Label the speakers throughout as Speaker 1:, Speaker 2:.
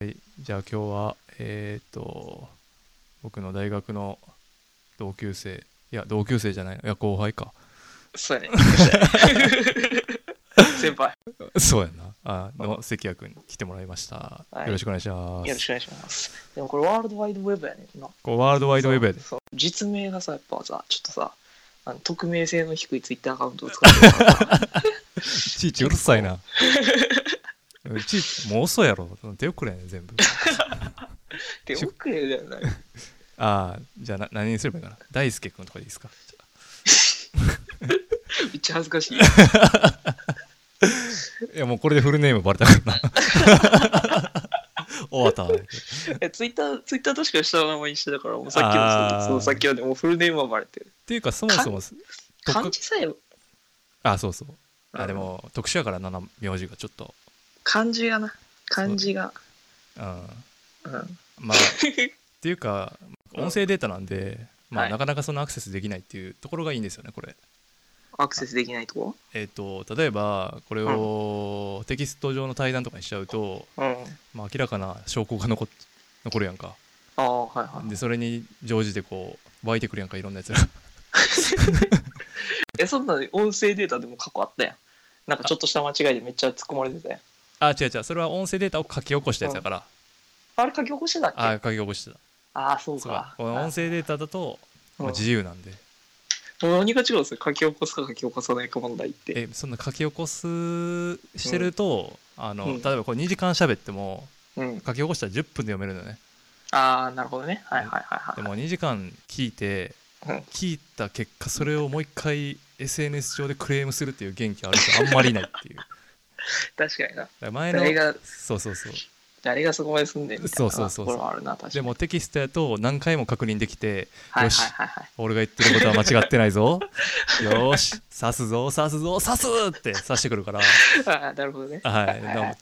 Speaker 1: はい、じゃあ今日はえーっと僕の大学の同級生いや同級生じゃないいや後輩か
Speaker 2: そ うやね。先輩、
Speaker 1: そうやんなあの関谷君に来てもらいました、
Speaker 2: はい
Speaker 1: よろしくお願いしま
Speaker 2: よろ
Speaker 1: す
Speaker 2: しくお願いします。でもこれワールドワイドウェブやねんな。
Speaker 1: こうワールドワイドウェブやで
Speaker 2: そう。実名がさ、やっぱさ、ちょっとさ、あの匿名性の低いツイッターアカウントを使って るからさ
Speaker 1: いちいちうるさいないちいちもう遅いやろ手遅れやね全部
Speaker 2: 手遅れだよな。
Speaker 1: ああじゃあな何にすればいいかな大輔君とかでいいですか
Speaker 2: めっちゃ恥ず かしい。
Speaker 1: いやもうこれでフルネームバレたからな 終わった
Speaker 2: えツイッター、ツイッター確か下の名前にしてたから、もうさっきの
Speaker 1: あー
Speaker 2: そう、そうさっきはね、もうフルネームはバレてる。
Speaker 1: っていうかそもそもとっか
Speaker 2: 漢字さえ、
Speaker 1: あそうそう
Speaker 2: う
Speaker 1: あ
Speaker 2: ん
Speaker 1: でも特殊やからなな名字がちょっと
Speaker 2: 漢字がな、漢字が。
Speaker 1: うん
Speaker 2: うん。
Speaker 1: まあっていうか
Speaker 2: うん
Speaker 1: 音声データなんで、まあ
Speaker 2: はい
Speaker 1: なかなかそのアクセスできないっていうところがいいんですよねこれ
Speaker 2: アクセスできないとこ
Speaker 1: えっ、と例えばこれをテキスト上の対談とかにしちゃうと、
Speaker 2: うん。
Speaker 1: まあ、明らかな証拠が残っ残るやんか
Speaker 2: ああ、はいはい。
Speaker 1: でそれに乗じてこう湧いてくるやんかいろんなやつら
Speaker 2: え、そんな音声データでも過去あったやん。なんかちょっとした間違いでめっちゃ突っ込まれてたやん。
Speaker 1: あ違う違うそれは音声データを書き起こしたやつだから、
Speaker 2: あれ書き起こしてたっけ
Speaker 1: あ
Speaker 2: あ
Speaker 1: 書き起こしてた
Speaker 2: あー、そう
Speaker 1: そうか
Speaker 2: か。
Speaker 1: この音声データだと、
Speaker 2: うん
Speaker 1: まあ、自由なんで、
Speaker 2: もう何が違うんですよ。書き起こすか書き起こさないか問題って。
Speaker 1: えそんな書き起こすしてると、あの
Speaker 2: うん
Speaker 1: 例えばこう2時間喋っても
Speaker 2: うん。
Speaker 1: 書き起こしたら10分で読めるのね
Speaker 2: ああ、なるほどね。はいはいはい
Speaker 1: で
Speaker 2: は
Speaker 1: も2時間聞いて
Speaker 2: うん
Speaker 1: 聞いた結果それをもう一回 SNS 上でクレームするっていう元気ある人あんまりいないってい うだか
Speaker 2: い。確かにな。
Speaker 1: ら前
Speaker 2: 誰
Speaker 1: の
Speaker 2: が、
Speaker 1: そうそうそう
Speaker 2: 誰がそこまで住んでんみたい
Speaker 1: そう
Speaker 2: な
Speaker 1: そうそうそう
Speaker 2: ところはあるな、確かに。
Speaker 1: でも、テキストやと何回も確認できて
Speaker 2: はい
Speaker 1: よし
Speaker 2: はいはいはい。
Speaker 1: 俺が言ってることは間違ってない ぞよーし刺すぞ刺すぞ刺すって刺してくるから
Speaker 2: ああ、なるほどね。
Speaker 1: はい、
Speaker 2: はい
Speaker 1: でも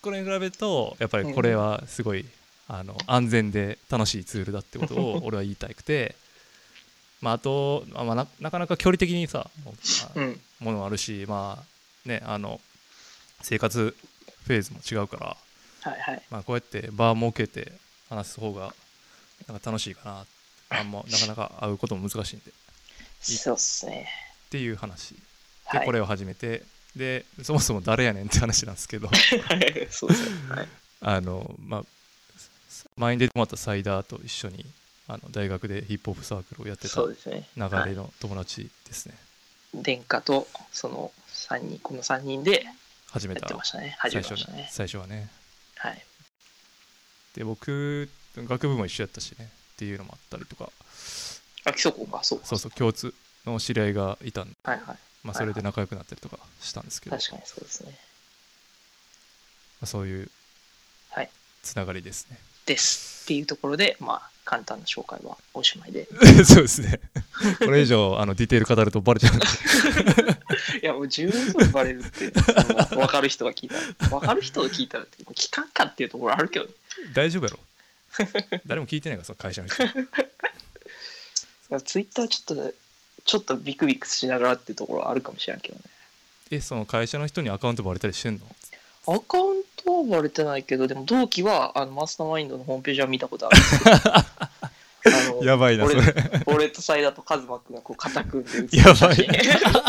Speaker 1: これに比べるとやっぱりこれはすごい、あの安全で楽しいツールだってことを俺は言いたくて、まあ、あと、まあまあ、ななかなか距離的にさ、もう
Speaker 2: う
Speaker 1: まあ
Speaker 2: ん。
Speaker 1: ものあるし、まあね、あの生活フェーズも違うから、
Speaker 2: はいはい。
Speaker 1: まあ、こうやって場を設けて話す方がなんか楽しいかなあんまなかなか会うことも難しいんでっ
Speaker 2: そうっすね。
Speaker 1: ていう話で、
Speaker 2: はい。
Speaker 1: これを始めてでそもそも誰やねんって話なんですけど。
Speaker 2: はい そうですね。はい。
Speaker 1: あのまあす前に出てもらったサイダーと一緒にあの大学でヒップホップサークルをやってた
Speaker 2: そうですね。
Speaker 1: 流れの友達ですね、
Speaker 2: 殿下と、その3人、この3人で
Speaker 1: 始め
Speaker 2: やったてましたね。始
Speaker 1: 最
Speaker 2: めま
Speaker 1: 初
Speaker 2: したね。
Speaker 1: 最初はね
Speaker 2: はい。
Speaker 1: で僕学部も一緒やったしねっていうのもあったりとか
Speaker 2: あ、基礎校か、そうか。
Speaker 1: そうそう共通の知り合いがいたんで、
Speaker 2: はいはい。
Speaker 1: まあ、
Speaker 2: は
Speaker 1: そ
Speaker 2: いは
Speaker 1: れ
Speaker 2: い
Speaker 1: で仲良くなったりとかしたんですけど、
Speaker 2: 確かにそうですね。
Speaker 1: まあ、そういう
Speaker 2: はい
Speaker 1: つながりですね、
Speaker 2: です。っていうところで、まあ、簡単な紹介はおしまいで。
Speaker 1: そうですねこれ以上あのディテール語るとバレちゃうんで
Speaker 2: いや、もう十分バレるって、そ の分かる人が聞いたら。分かる人が聞いたらって、聞かんかっていうところあるけどね、
Speaker 1: 大丈夫や ろ誰も聞いてないからその会社の人
Speaker 2: ツイッターちょっとね、ちょっとビクビクしながらっていうところはあるかもしれんけどね。
Speaker 1: えその会社の人にアカウントバレたりしてんの
Speaker 2: アカウントはバレてないけど、でも同期はあのマスターマインドのホームページは見 たことあるんですけど。あの
Speaker 1: ばい
Speaker 2: 俺俺とサイダーとカズマくんがこう肩組んで写
Speaker 1: やばい
Speaker 2: 真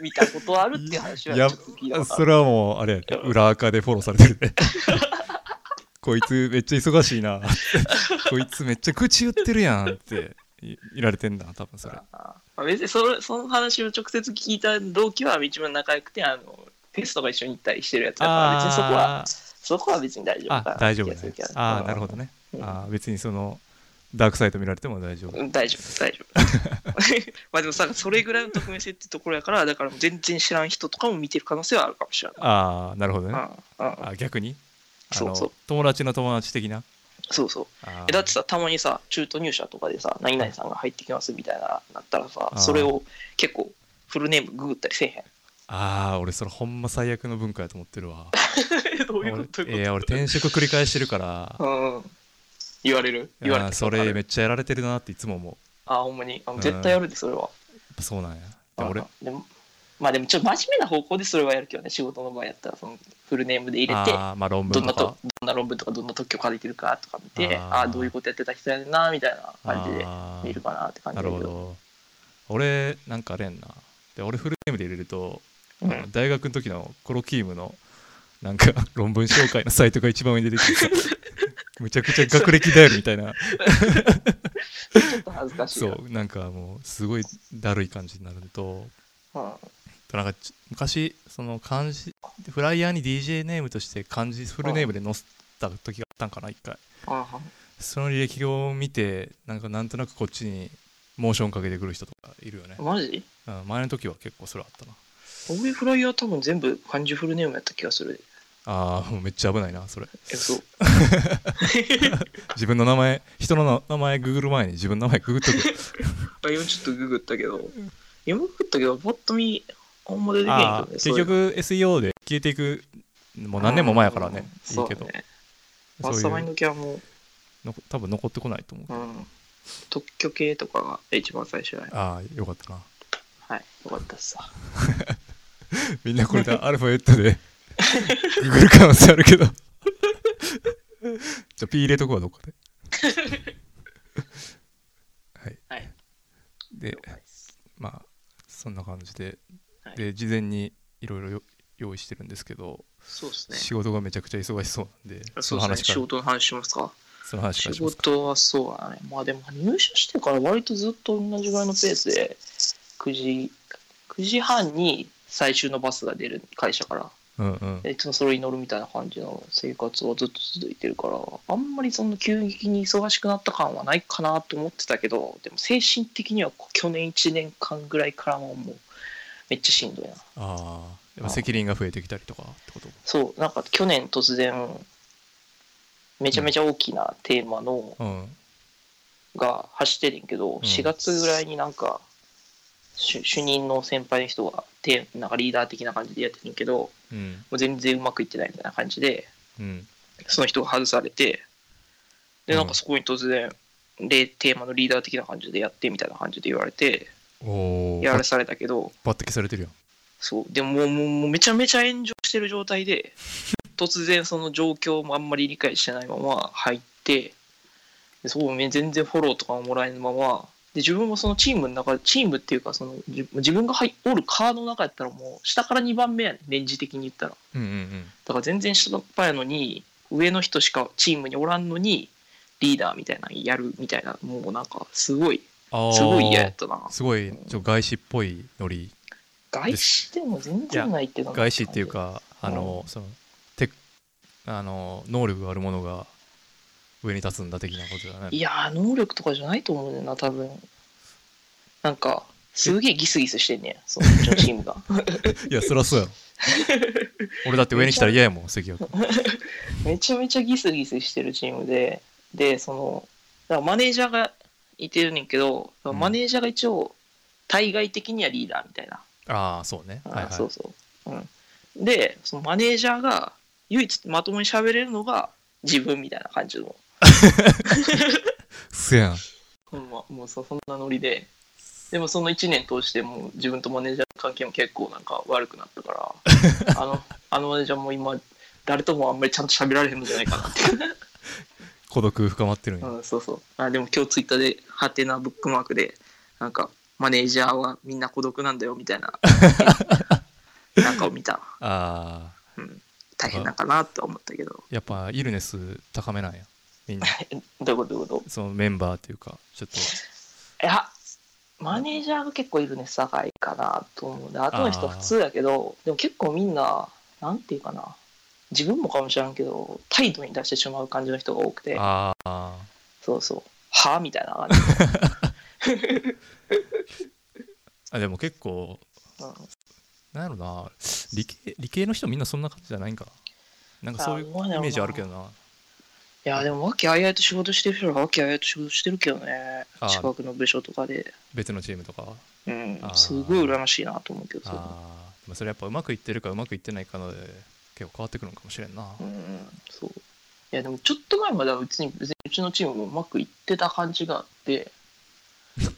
Speaker 2: 見たことあるっていう話はちょ
Speaker 1: や
Speaker 2: っと聞いたことあ
Speaker 1: そ
Speaker 2: る。
Speaker 1: れはもうあれや裏垢でフ ォローされてるねこいつめっちゃ忙しい なこいつめっちゃ口言ってるやんっていいられてんだ多分それ
Speaker 2: あまあ別にそのその話を直接聞いた同期は一番仲良くてあのフェスとか一緒に行ったりしてるやつだから別にそこは
Speaker 1: あー
Speaker 2: そこは別に大丈夫かな
Speaker 1: あ大丈夫ね
Speaker 2: 気がするけど
Speaker 1: ああなるほどね
Speaker 2: うん
Speaker 1: あー別にそのダークサイト見られても大丈夫
Speaker 2: うん大丈夫大丈 夫まあでもさそれぐらいの匿名性ってところやからだから全然知らん人とかも見てる可能性はあるかもしれない
Speaker 1: ああなるほどね
Speaker 2: ああああ
Speaker 1: あ逆にあの
Speaker 2: そうそう
Speaker 1: 友達の友達的な
Speaker 2: そうそう
Speaker 1: あー
Speaker 2: えだってさたまにさ中途入社とかでさ何々さんが入ってきますみたいななったらさ
Speaker 1: あー
Speaker 2: それを結構フルネームググったりせえへん
Speaker 1: あー俺それほんま最悪の文化やと思ってるわ
Speaker 2: どういうこと
Speaker 1: 俺いや俺転職繰り返してるから
Speaker 2: うん言われる 言われ
Speaker 1: あー
Speaker 2: て
Speaker 1: それめっちゃやられてるなっていつも思うや
Speaker 2: あほんまにあ
Speaker 1: うん
Speaker 2: 絶対やるでそれは
Speaker 1: っぱそうなんやで俺
Speaker 2: あでもまあでもちょっと真面目な方向でそれはやるけどね仕事の場合やったらそのフルネームで入れて
Speaker 1: あーまあ論
Speaker 2: ど
Speaker 1: 文
Speaker 2: んな
Speaker 1: と
Speaker 2: と
Speaker 1: か
Speaker 2: どんな論文とかどんな特許書いてるかとか見て
Speaker 1: あー
Speaker 2: ああーどういうことやってた人やねんなみたいな感じで
Speaker 1: あー
Speaker 2: 見るかなって感じ
Speaker 1: な
Speaker 2: だけ
Speaker 1: るほ
Speaker 2: ど
Speaker 1: ど俺なんかあれやんなで俺フルネームで入れると、
Speaker 2: うん
Speaker 1: あの大学の時のコロキームのなんか 論文紹介のサイトが一番上に出てきて さむちゃくちゃ学歴だよみたい な
Speaker 2: ちょっと恥ずかしい
Speaker 1: そ
Speaker 2: な
Speaker 1: うなんかもうすごいだるい感じになるのと
Speaker 2: うん
Speaker 1: となんかち昔その漢字フライヤーに DJ ネームとして漢字フルネームで載せた時があったんかな一回
Speaker 2: あー
Speaker 1: その履歴を見てなんかなんとなくこっちにモーションかけてくる人とかいるよね、
Speaker 2: マジ
Speaker 1: うん、前の時は結構それあったな
Speaker 2: 俺フライヤー多分全部漢字フルネームやった気がする
Speaker 1: ああもうめっちゃ危ないなそれ
Speaker 2: えそう
Speaker 1: 自分の名前人のな名前ググる前に自分の名前ググっとく
Speaker 2: あ今ちょっとググったけど今ググったけどパッと見あんま出てけへんけど
Speaker 1: あ
Speaker 2: ね
Speaker 1: ー結
Speaker 2: そういうの
Speaker 1: 局 SEO で消えていくもう何年も前やからね
Speaker 2: うん
Speaker 1: いいけ
Speaker 2: そ
Speaker 1: ど
Speaker 2: うだね
Speaker 1: そ
Speaker 2: マ
Speaker 1: う
Speaker 2: ッ
Speaker 1: い
Speaker 2: サマイン
Speaker 1: う
Speaker 2: の時はもう
Speaker 1: の多分残ってこないと思う
Speaker 2: うん特許系とかが一番最初やね
Speaker 1: ああよかったな
Speaker 2: はいよかったっすわ
Speaker 1: みんなこれでアルファベットでググる可能性あるけどじゃあ P 入れとこうどっかではい、
Speaker 2: はい
Speaker 1: でまあそんな感じで、
Speaker 2: はい
Speaker 1: で事前にいろいろよ用意してるんですけど、
Speaker 2: そうですね
Speaker 1: 仕事がめちゃくちゃ忙しそうなんで
Speaker 2: そう
Speaker 1: の
Speaker 2: です
Speaker 1: 話
Speaker 2: ね仕
Speaker 1: から
Speaker 2: 事の話しますか
Speaker 1: その話から
Speaker 2: 仕
Speaker 1: しますか
Speaker 2: 事はそうだねまあでも入社してから割とずっと同じぐらいのペースで9時9時半に最終のバスが出る会社から
Speaker 1: うんうん
Speaker 2: でいつもそれに乗るみたいな感じの生活はずっと続いてるからあんまりその急激に忙しくなった感はないかなと思ってたけどでも精神的にはこう去年1年間ぐらいからはもうめっちゃしんどいな
Speaker 1: ああやっぱ責任が増えてきたりとかってこと
Speaker 2: そうなんか去年突然めちゃめちゃ大きなテーマの、
Speaker 1: うん
Speaker 2: が走ってるんやけど、4月ぐらいになんか主主任の先輩の人がてなんかリーダー的な感じでやってるんやけども
Speaker 1: うん
Speaker 2: う全然うまくいってないみたいな感じで
Speaker 1: うん
Speaker 2: その人が外されて
Speaker 1: う
Speaker 2: で
Speaker 1: ん
Speaker 2: なんかそこに突然、でテーマのリーダー的な感じでやってみたいな感じで言われて
Speaker 1: おお
Speaker 2: やらされたけど
Speaker 1: 抜擢されてるやん
Speaker 2: そうでももうもうもうめちゃめちゃ炎上してる状態で 突然その状況もあんまり理解してないまま入ってでそこもね全然フォローとかももらえぬままで自分もそのチームの中チームっていうかその自自分が入おるカードの中やったらもう下から2番目やねん年次的に言ったらだ
Speaker 1: うんうん
Speaker 2: から全然下っ端やのに上の人しかチームにおらんのにリーダーみたいなのやるみたいなもうなんかすごい
Speaker 1: ああ
Speaker 2: すごい嫌やったな
Speaker 1: すごいちょ外資っぽいノリ
Speaker 2: 外資でも全然ないってなん
Speaker 1: 外資っていうかあのそのテクあの能力があるものが上に立つんだ的なことだね
Speaker 2: いやー能力とかじゃないと思うねんな多分なんかすげえギスギスしてんねんそ のうちのチームが
Speaker 1: いやそりゃそう やろ俺だって上に来たら嫌やもん関谷君
Speaker 2: めちゃめちゃギスギスしてるチームででそのだからマネージャーがいてるねんけど
Speaker 1: ん
Speaker 2: マネージャーが一応対外的にはリーダーみたいな、
Speaker 1: ああそうね
Speaker 2: あー
Speaker 1: はいはい
Speaker 2: そうそう、うん、でそのマネージャーが唯一まともに喋れるのが自分みたいな感じの、
Speaker 1: せやん
Speaker 2: うんま、もうそそんなノリででもその1年通してもう自分とマネージャーの関係も結構なんか悪くなったから あのあのマネージャーも今誰ともあんまりちゃんと喋られへんのじゃない かなって、
Speaker 1: 孤独深まってるんや、
Speaker 2: うん、そうそうあでも今日ツイッターでハテナブックマークでなんかマネージャーはみんな孤独なんだよみたい ななんかを見た、
Speaker 1: ああ
Speaker 2: うん、大変なんかなとは思ったけど
Speaker 1: やっぱイルネス高めなんやみんな
Speaker 2: どういうことどういうこと
Speaker 1: そのメンバーっていうかちょっと
Speaker 2: いやマネージャーが結構いるね境かなと思うで後の人は普通やけどでも結構みんななんていうかな自分もかもしれんけど態度に出してしまう感じの人が多くて
Speaker 1: ああ
Speaker 2: そうそうはあみた いな感
Speaker 1: あでも結構
Speaker 2: じ、うん
Speaker 1: なんやろな理系理系の人みんなそんな感じじゃないんかななんかそういう
Speaker 2: あ
Speaker 1: イ
Speaker 2: ーどうやろうな
Speaker 1: メージあるけどない
Speaker 2: やでも和気あいあいと仕事してる人は和気あいあいと仕事してるけどね
Speaker 1: あー
Speaker 2: 近くの部署とかで
Speaker 1: 別のチームとか
Speaker 2: うん
Speaker 1: あー
Speaker 2: すごい羨ましいなと思うけどそう
Speaker 1: あーでもそれやっぱうまくいってるかうまくいってないかので結構変わってくるのかもしれんな、
Speaker 2: うんそういやでもちょっと前までは別に別にうちのチームもうまくいってた感じがあ って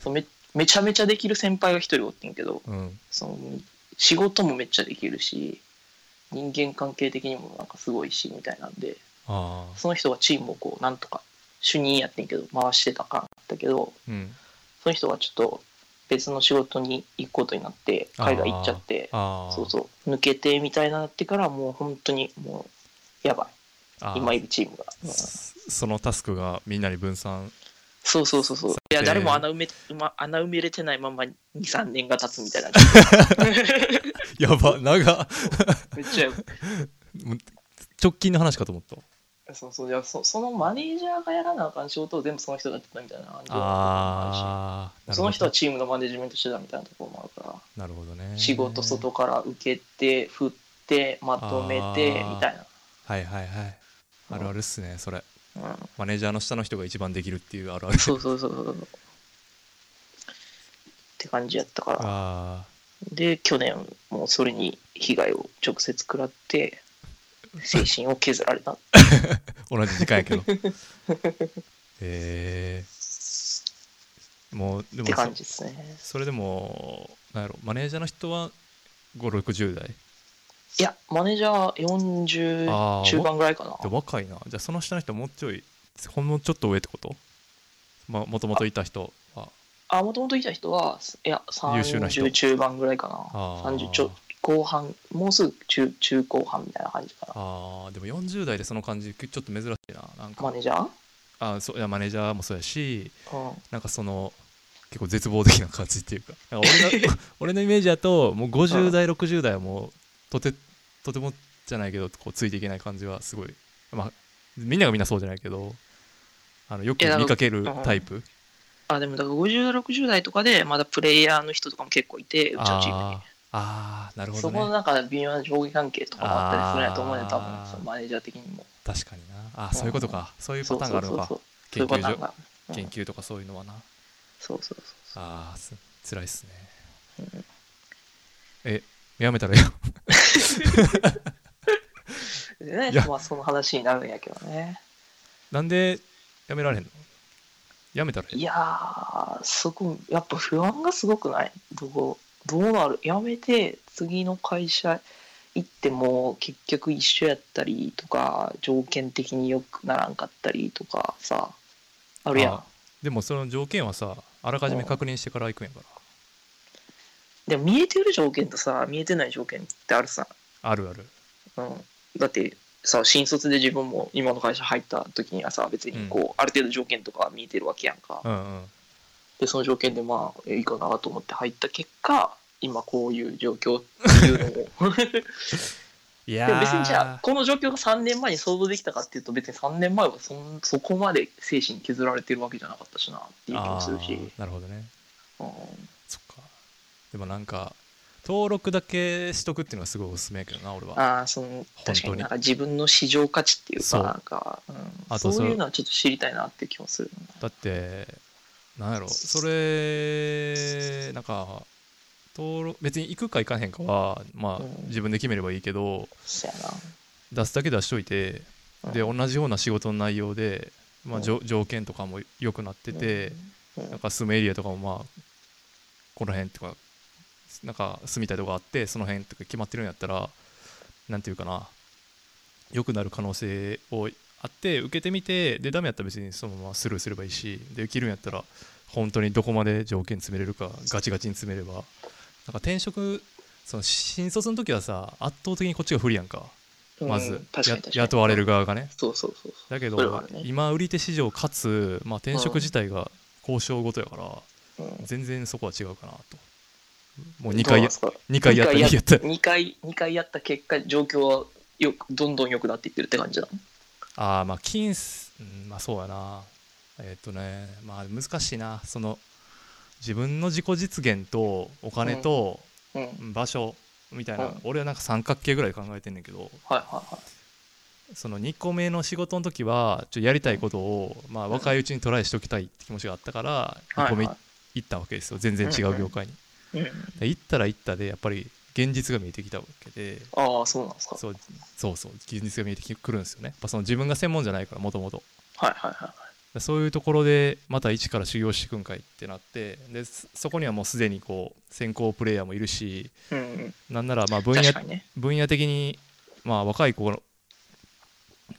Speaker 2: そうめめちゃめちゃできる先輩が一人おってんけど
Speaker 1: うん
Speaker 2: その仕事もめっちゃできるし人間関係的にもなんかすごいしみたいなんで
Speaker 1: ああ
Speaker 2: その人がチームをこうなんとか主任やってんけど回してたかだけど
Speaker 1: うん
Speaker 2: その人がちょっと別の仕事に行くことになって
Speaker 1: あー
Speaker 2: 海外行っちゃって
Speaker 1: ああ
Speaker 2: そうそう抜けてみたいなってからもう本当にもうやば
Speaker 1: ああ
Speaker 2: い今いるチームが、うん
Speaker 1: そそのタスクがみんなに分散
Speaker 2: そうそうそうそういや
Speaker 1: で
Speaker 2: 誰も穴埋め、ま、穴埋めれてないまま23年が経つみたいな
Speaker 1: やば長っ
Speaker 2: めっちゃ
Speaker 1: 直近の話かと思った
Speaker 2: そうそういやそそのマネージャーがやらなあかん仕事を全部その人がやってたみたいな感じ
Speaker 1: ああ
Speaker 2: その人は
Speaker 1: は
Speaker 2: チームのマネジメントしてたみたいなところもあるから
Speaker 1: なるほどね
Speaker 2: 仕事外から受けて振ってまとめて
Speaker 1: あー
Speaker 2: みたいな、
Speaker 1: はいはいはいあるあるっすねそれ
Speaker 2: う
Speaker 1: マネージャーの下の人が一番できるっていうあるある
Speaker 2: ん、そうそうそうそうって感じやったから
Speaker 1: あ
Speaker 2: で去年もうそれに被害を直接食らって精神を削られた
Speaker 1: あ同じ時間 やけどえー、もうで
Speaker 2: って
Speaker 1: も
Speaker 2: 感
Speaker 1: そ
Speaker 2: じで すね
Speaker 1: それでもなんやろマネージャーの人は560代
Speaker 2: いやマネージャーは40
Speaker 1: あー
Speaker 2: 中盤ぐらいかな
Speaker 1: で若いなじゃあその下の人もうちょいほんのちょっと上ってことまもともといた人は
Speaker 2: あもともといた人はいや
Speaker 1: 優秀な人
Speaker 2: 30中盤ぐらいかな
Speaker 1: あー
Speaker 2: 30ちょ後半もうすぐ中中後半みたいな感じかな
Speaker 1: あーでも40代でその感じちょっと珍しいななんか
Speaker 2: マネージャ
Speaker 1: あそういやマネージャーもそうやし
Speaker 2: ー、うん、
Speaker 1: なんかその結構絶望的な感じっていうかなんか俺 の俺のイメージだともう50代60代はもうとてとてもじゃないけどこうついていけない感じはすごい、まあ、みんながみんなそうじゃないけどあのよく
Speaker 2: いやなんか
Speaker 1: 見かけるタイプ
Speaker 2: あでもだから50代60代とかでまだプレイヤーの人とかも結構いてうちのチーム
Speaker 1: あー
Speaker 2: に
Speaker 1: あーなるほど
Speaker 2: そこの
Speaker 1: ね
Speaker 2: なんか微妙な上下関係とかもあったりするんやと思うね
Speaker 1: あー
Speaker 2: 多分そのマネージャー的にも
Speaker 1: 確かになあーそういうことかそういうパターンがあるのか
Speaker 2: そうそう
Speaker 1: 研
Speaker 2: そうそういう
Speaker 1: 究
Speaker 2: パターン
Speaker 1: 所
Speaker 2: がうん
Speaker 1: 研究とかそういうのはな
Speaker 2: そうそうそう
Speaker 1: ああす辛いっすね
Speaker 2: う
Speaker 1: えやめたらいいよ
Speaker 2: そうでね
Speaker 1: いや
Speaker 2: まあその話になるんやけどね
Speaker 1: なんでやめられへんのやめたらいい
Speaker 2: いやーそこやっぱ不安がすごくないどうどうなるやめて次の会社行っても結局一緒やったりとか条件的によくならんかったりとかさあるやん
Speaker 1: あでもその条件はさあらかじめ確認してから行くんやから
Speaker 2: でも見えてる条件とさ見えてない条件ってあるさ、
Speaker 1: あるある
Speaker 2: うん、だってさ新卒で自分も今の会社入った時にはさ別にこう、ある程度条件とか見えてるわけやんか、
Speaker 1: うんうん
Speaker 2: でその条件でまあえいいかなと思って入った結果今こういう状況っていうの
Speaker 1: い
Speaker 2: も で
Speaker 1: や
Speaker 2: も別にじゃあ
Speaker 1: ー
Speaker 2: この状況が3年前に想像できたかっていうと別に3年前はそんそこまで精神削られてるわけじゃなかったしなっていう気もするし、
Speaker 1: あーなるほどね
Speaker 2: うん、
Speaker 1: そっかでもなんか登録だけしとくっていうのはすごいおすすめやけどな俺は
Speaker 2: ああその
Speaker 1: 当に
Speaker 2: 確かになんか自分の市場価値っていう
Speaker 1: そ
Speaker 2: か
Speaker 1: う
Speaker 2: なんか、うん、
Speaker 1: あと
Speaker 2: そう
Speaker 1: その
Speaker 2: いうのはちょっと知りたいなっていう気もするな
Speaker 1: だってなんやろそれなんか登録別に行くか行かへんかはまあ
Speaker 2: うん
Speaker 1: 自分で決めればいいけど
Speaker 2: そうや
Speaker 1: 出すだけ出しといて
Speaker 2: な、うん、
Speaker 1: で同じような仕事の内容でま
Speaker 2: う
Speaker 1: あ
Speaker 2: ん
Speaker 1: じょ条件とかも良くなってて
Speaker 2: うん、うん
Speaker 1: なんか住むエリアとかもまあこの辺とかなんか住みたいとこあってその辺とか決まってるんやったらなんていうかな良くなる可能性をあって受けてみてでダメやったら別にそのままスルーすればいいしで受けるんやったら本当にどこまで条件詰めれるかガチガチに詰めればなんか転職その新卒の時はさ圧倒的にこっちが不利やんか
Speaker 2: うん
Speaker 1: まず、
Speaker 2: 確か
Speaker 1: や
Speaker 2: に確かに
Speaker 1: 雇われる側がね
Speaker 2: そうそうそう
Speaker 1: だけ
Speaker 2: それはあ
Speaker 1: ど、
Speaker 2: るね
Speaker 1: 今売り手市場かつ、まあ、転職
Speaker 2: うん
Speaker 1: 自体が交渉ごとやから、
Speaker 2: そう、うん
Speaker 1: 全然そこは違うかなともう
Speaker 2: 二
Speaker 1: 2回や二回やった2回やった
Speaker 2: 2回二回やった結果状況はよくどんどん良くなっていってるって感じだ
Speaker 1: ああまあ金すうんまあそうやなえっ、とねまあ難しいなその自分の自己実現とお金と
Speaker 2: うんはい
Speaker 1: 場所みたいな、
Speaker 2: うん
Speaker 1: 俺はなんか三角形ぐらい考えてんねんけど
Speaker 2: はいは
Speaker 1: その2個目の仕事の時はちょっとやりたいことを、まあ、若いうちにトライしときたいって気持ちがあったから
Speaker 2: い
Speaker 1: 2個目
Speaker 2: はい
Speaker 1: 行ったわけですよ全然違う業界に。
Speaker 2: はいうん、
Speaker 1: で行ったら行ったでやっぱり現実が見えてきたわけで
Speaker 2: ああそうなんですか
Speaker 1: そうそうそう現実が見えてくるんですよねやっぱその自分が専門じゃないからもともと
Speaker 2: はいはいはい
Speaker 1: でそういうところでまた一から修行していくんかいってなってでそそこにはもうすでにこう先行プレイヤーもいるし
Speaker 2: うんうん
Speaker 1: なんならまあ分野
Speaker 2: 確かにね
Speaker 1: 分野的に、まあ、若い子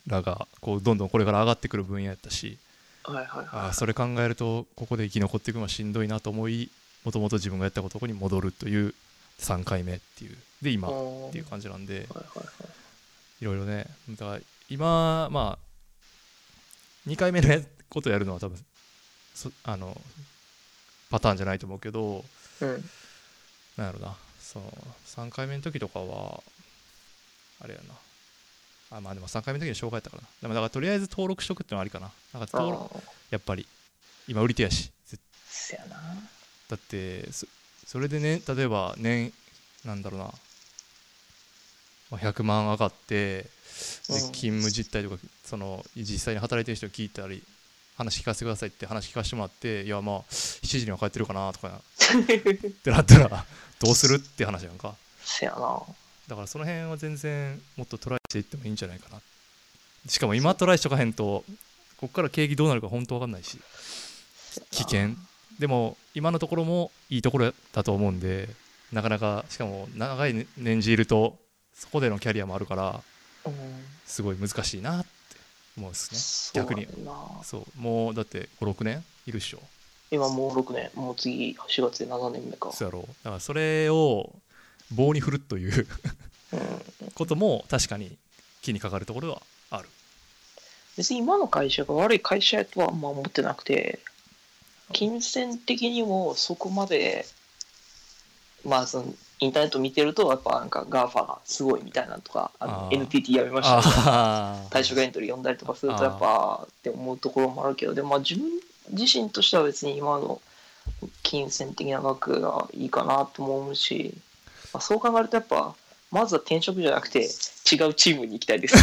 Speaker 1: らがこうどんどんこれから上がってくる分野やったし
Speaker 2: はいはいはい
Speaker 1: あーそれ考えるとここで生き残っていくのはしんどいなと思いもともと自分がやったことに戻るという3回目っていうで今っ
Speaker 2: おー
Speaker 1: ていう感じなんで
Speaker 2: はいはいはい
Speaker 1: いろいろねだから今まあ2回目のや ことやるのは多分そあのパターンじゃないと思うけど
Speaker 2: うん
Speaker 1: なんやろなその3回目の時とかはあれやなあまあでも3回目の時に紹介やったからなでもだからとりあえず登録しとくってのはありかななんか登録
Speaker 2: ああ
Speaker 1: やっぱり今売り手やし絶
Speaker 2: そやな
Speaker 1: だってそそれでね例えば年なんだろうな、まあ、100万上がってで
Speaker 2: うん
Speaker 1: 勤務実態とかその実際に働いてる人に聞いたり話聞かせてくださいって話聞かせてもらっていやまあ7時には帰ってるかなとかってなったら どうするって話やんか
Speaker 2: そやな
Speaker 1: だからその辺は全然もっとトライしていってもいいんじゃないかなしかも今トライしとかへんとこっから景気どうなるか本当わかんないし危険でも今のところもいいところだと思うんでなかなかしかも長いね年次いるとそこでのキャリアもあるから
Speaker 2: うん
Speaker 1: すごい難しいなって思うんです
Speaker 2: そうや
Speaker 1: 逆に
Speaker 2: んな
Speaker 1: ねそうもうだって56年いるっしょ
Speaker 2: 今もう6年もう次4月で7年目か
Speaker 1: そうやろだからそれを棒に振るという
Speaker 2: うん
Speaker 1: ことも確かに気にかかるところはある
Speaker 2: 別に今の会社が悪い会社やとはあんま思ってなくて金銭的にもそこまでまあそのインターネット見てるとやっぱなんか GAFA がすごいみたいなのとかあの
Speaker 1: あー
Speaker 2: NTT やめましたとか
Speaker 1: ああ
Speaker 2: 退職エントリー読んだりとかするとやっぱって思うところもあるけどでもまあ自分自身としては別に今の金銭的な額がいいかなとも思うし、まあ、そう考えるとやっぱまずは転職じゃなくて違うチームに行きたいです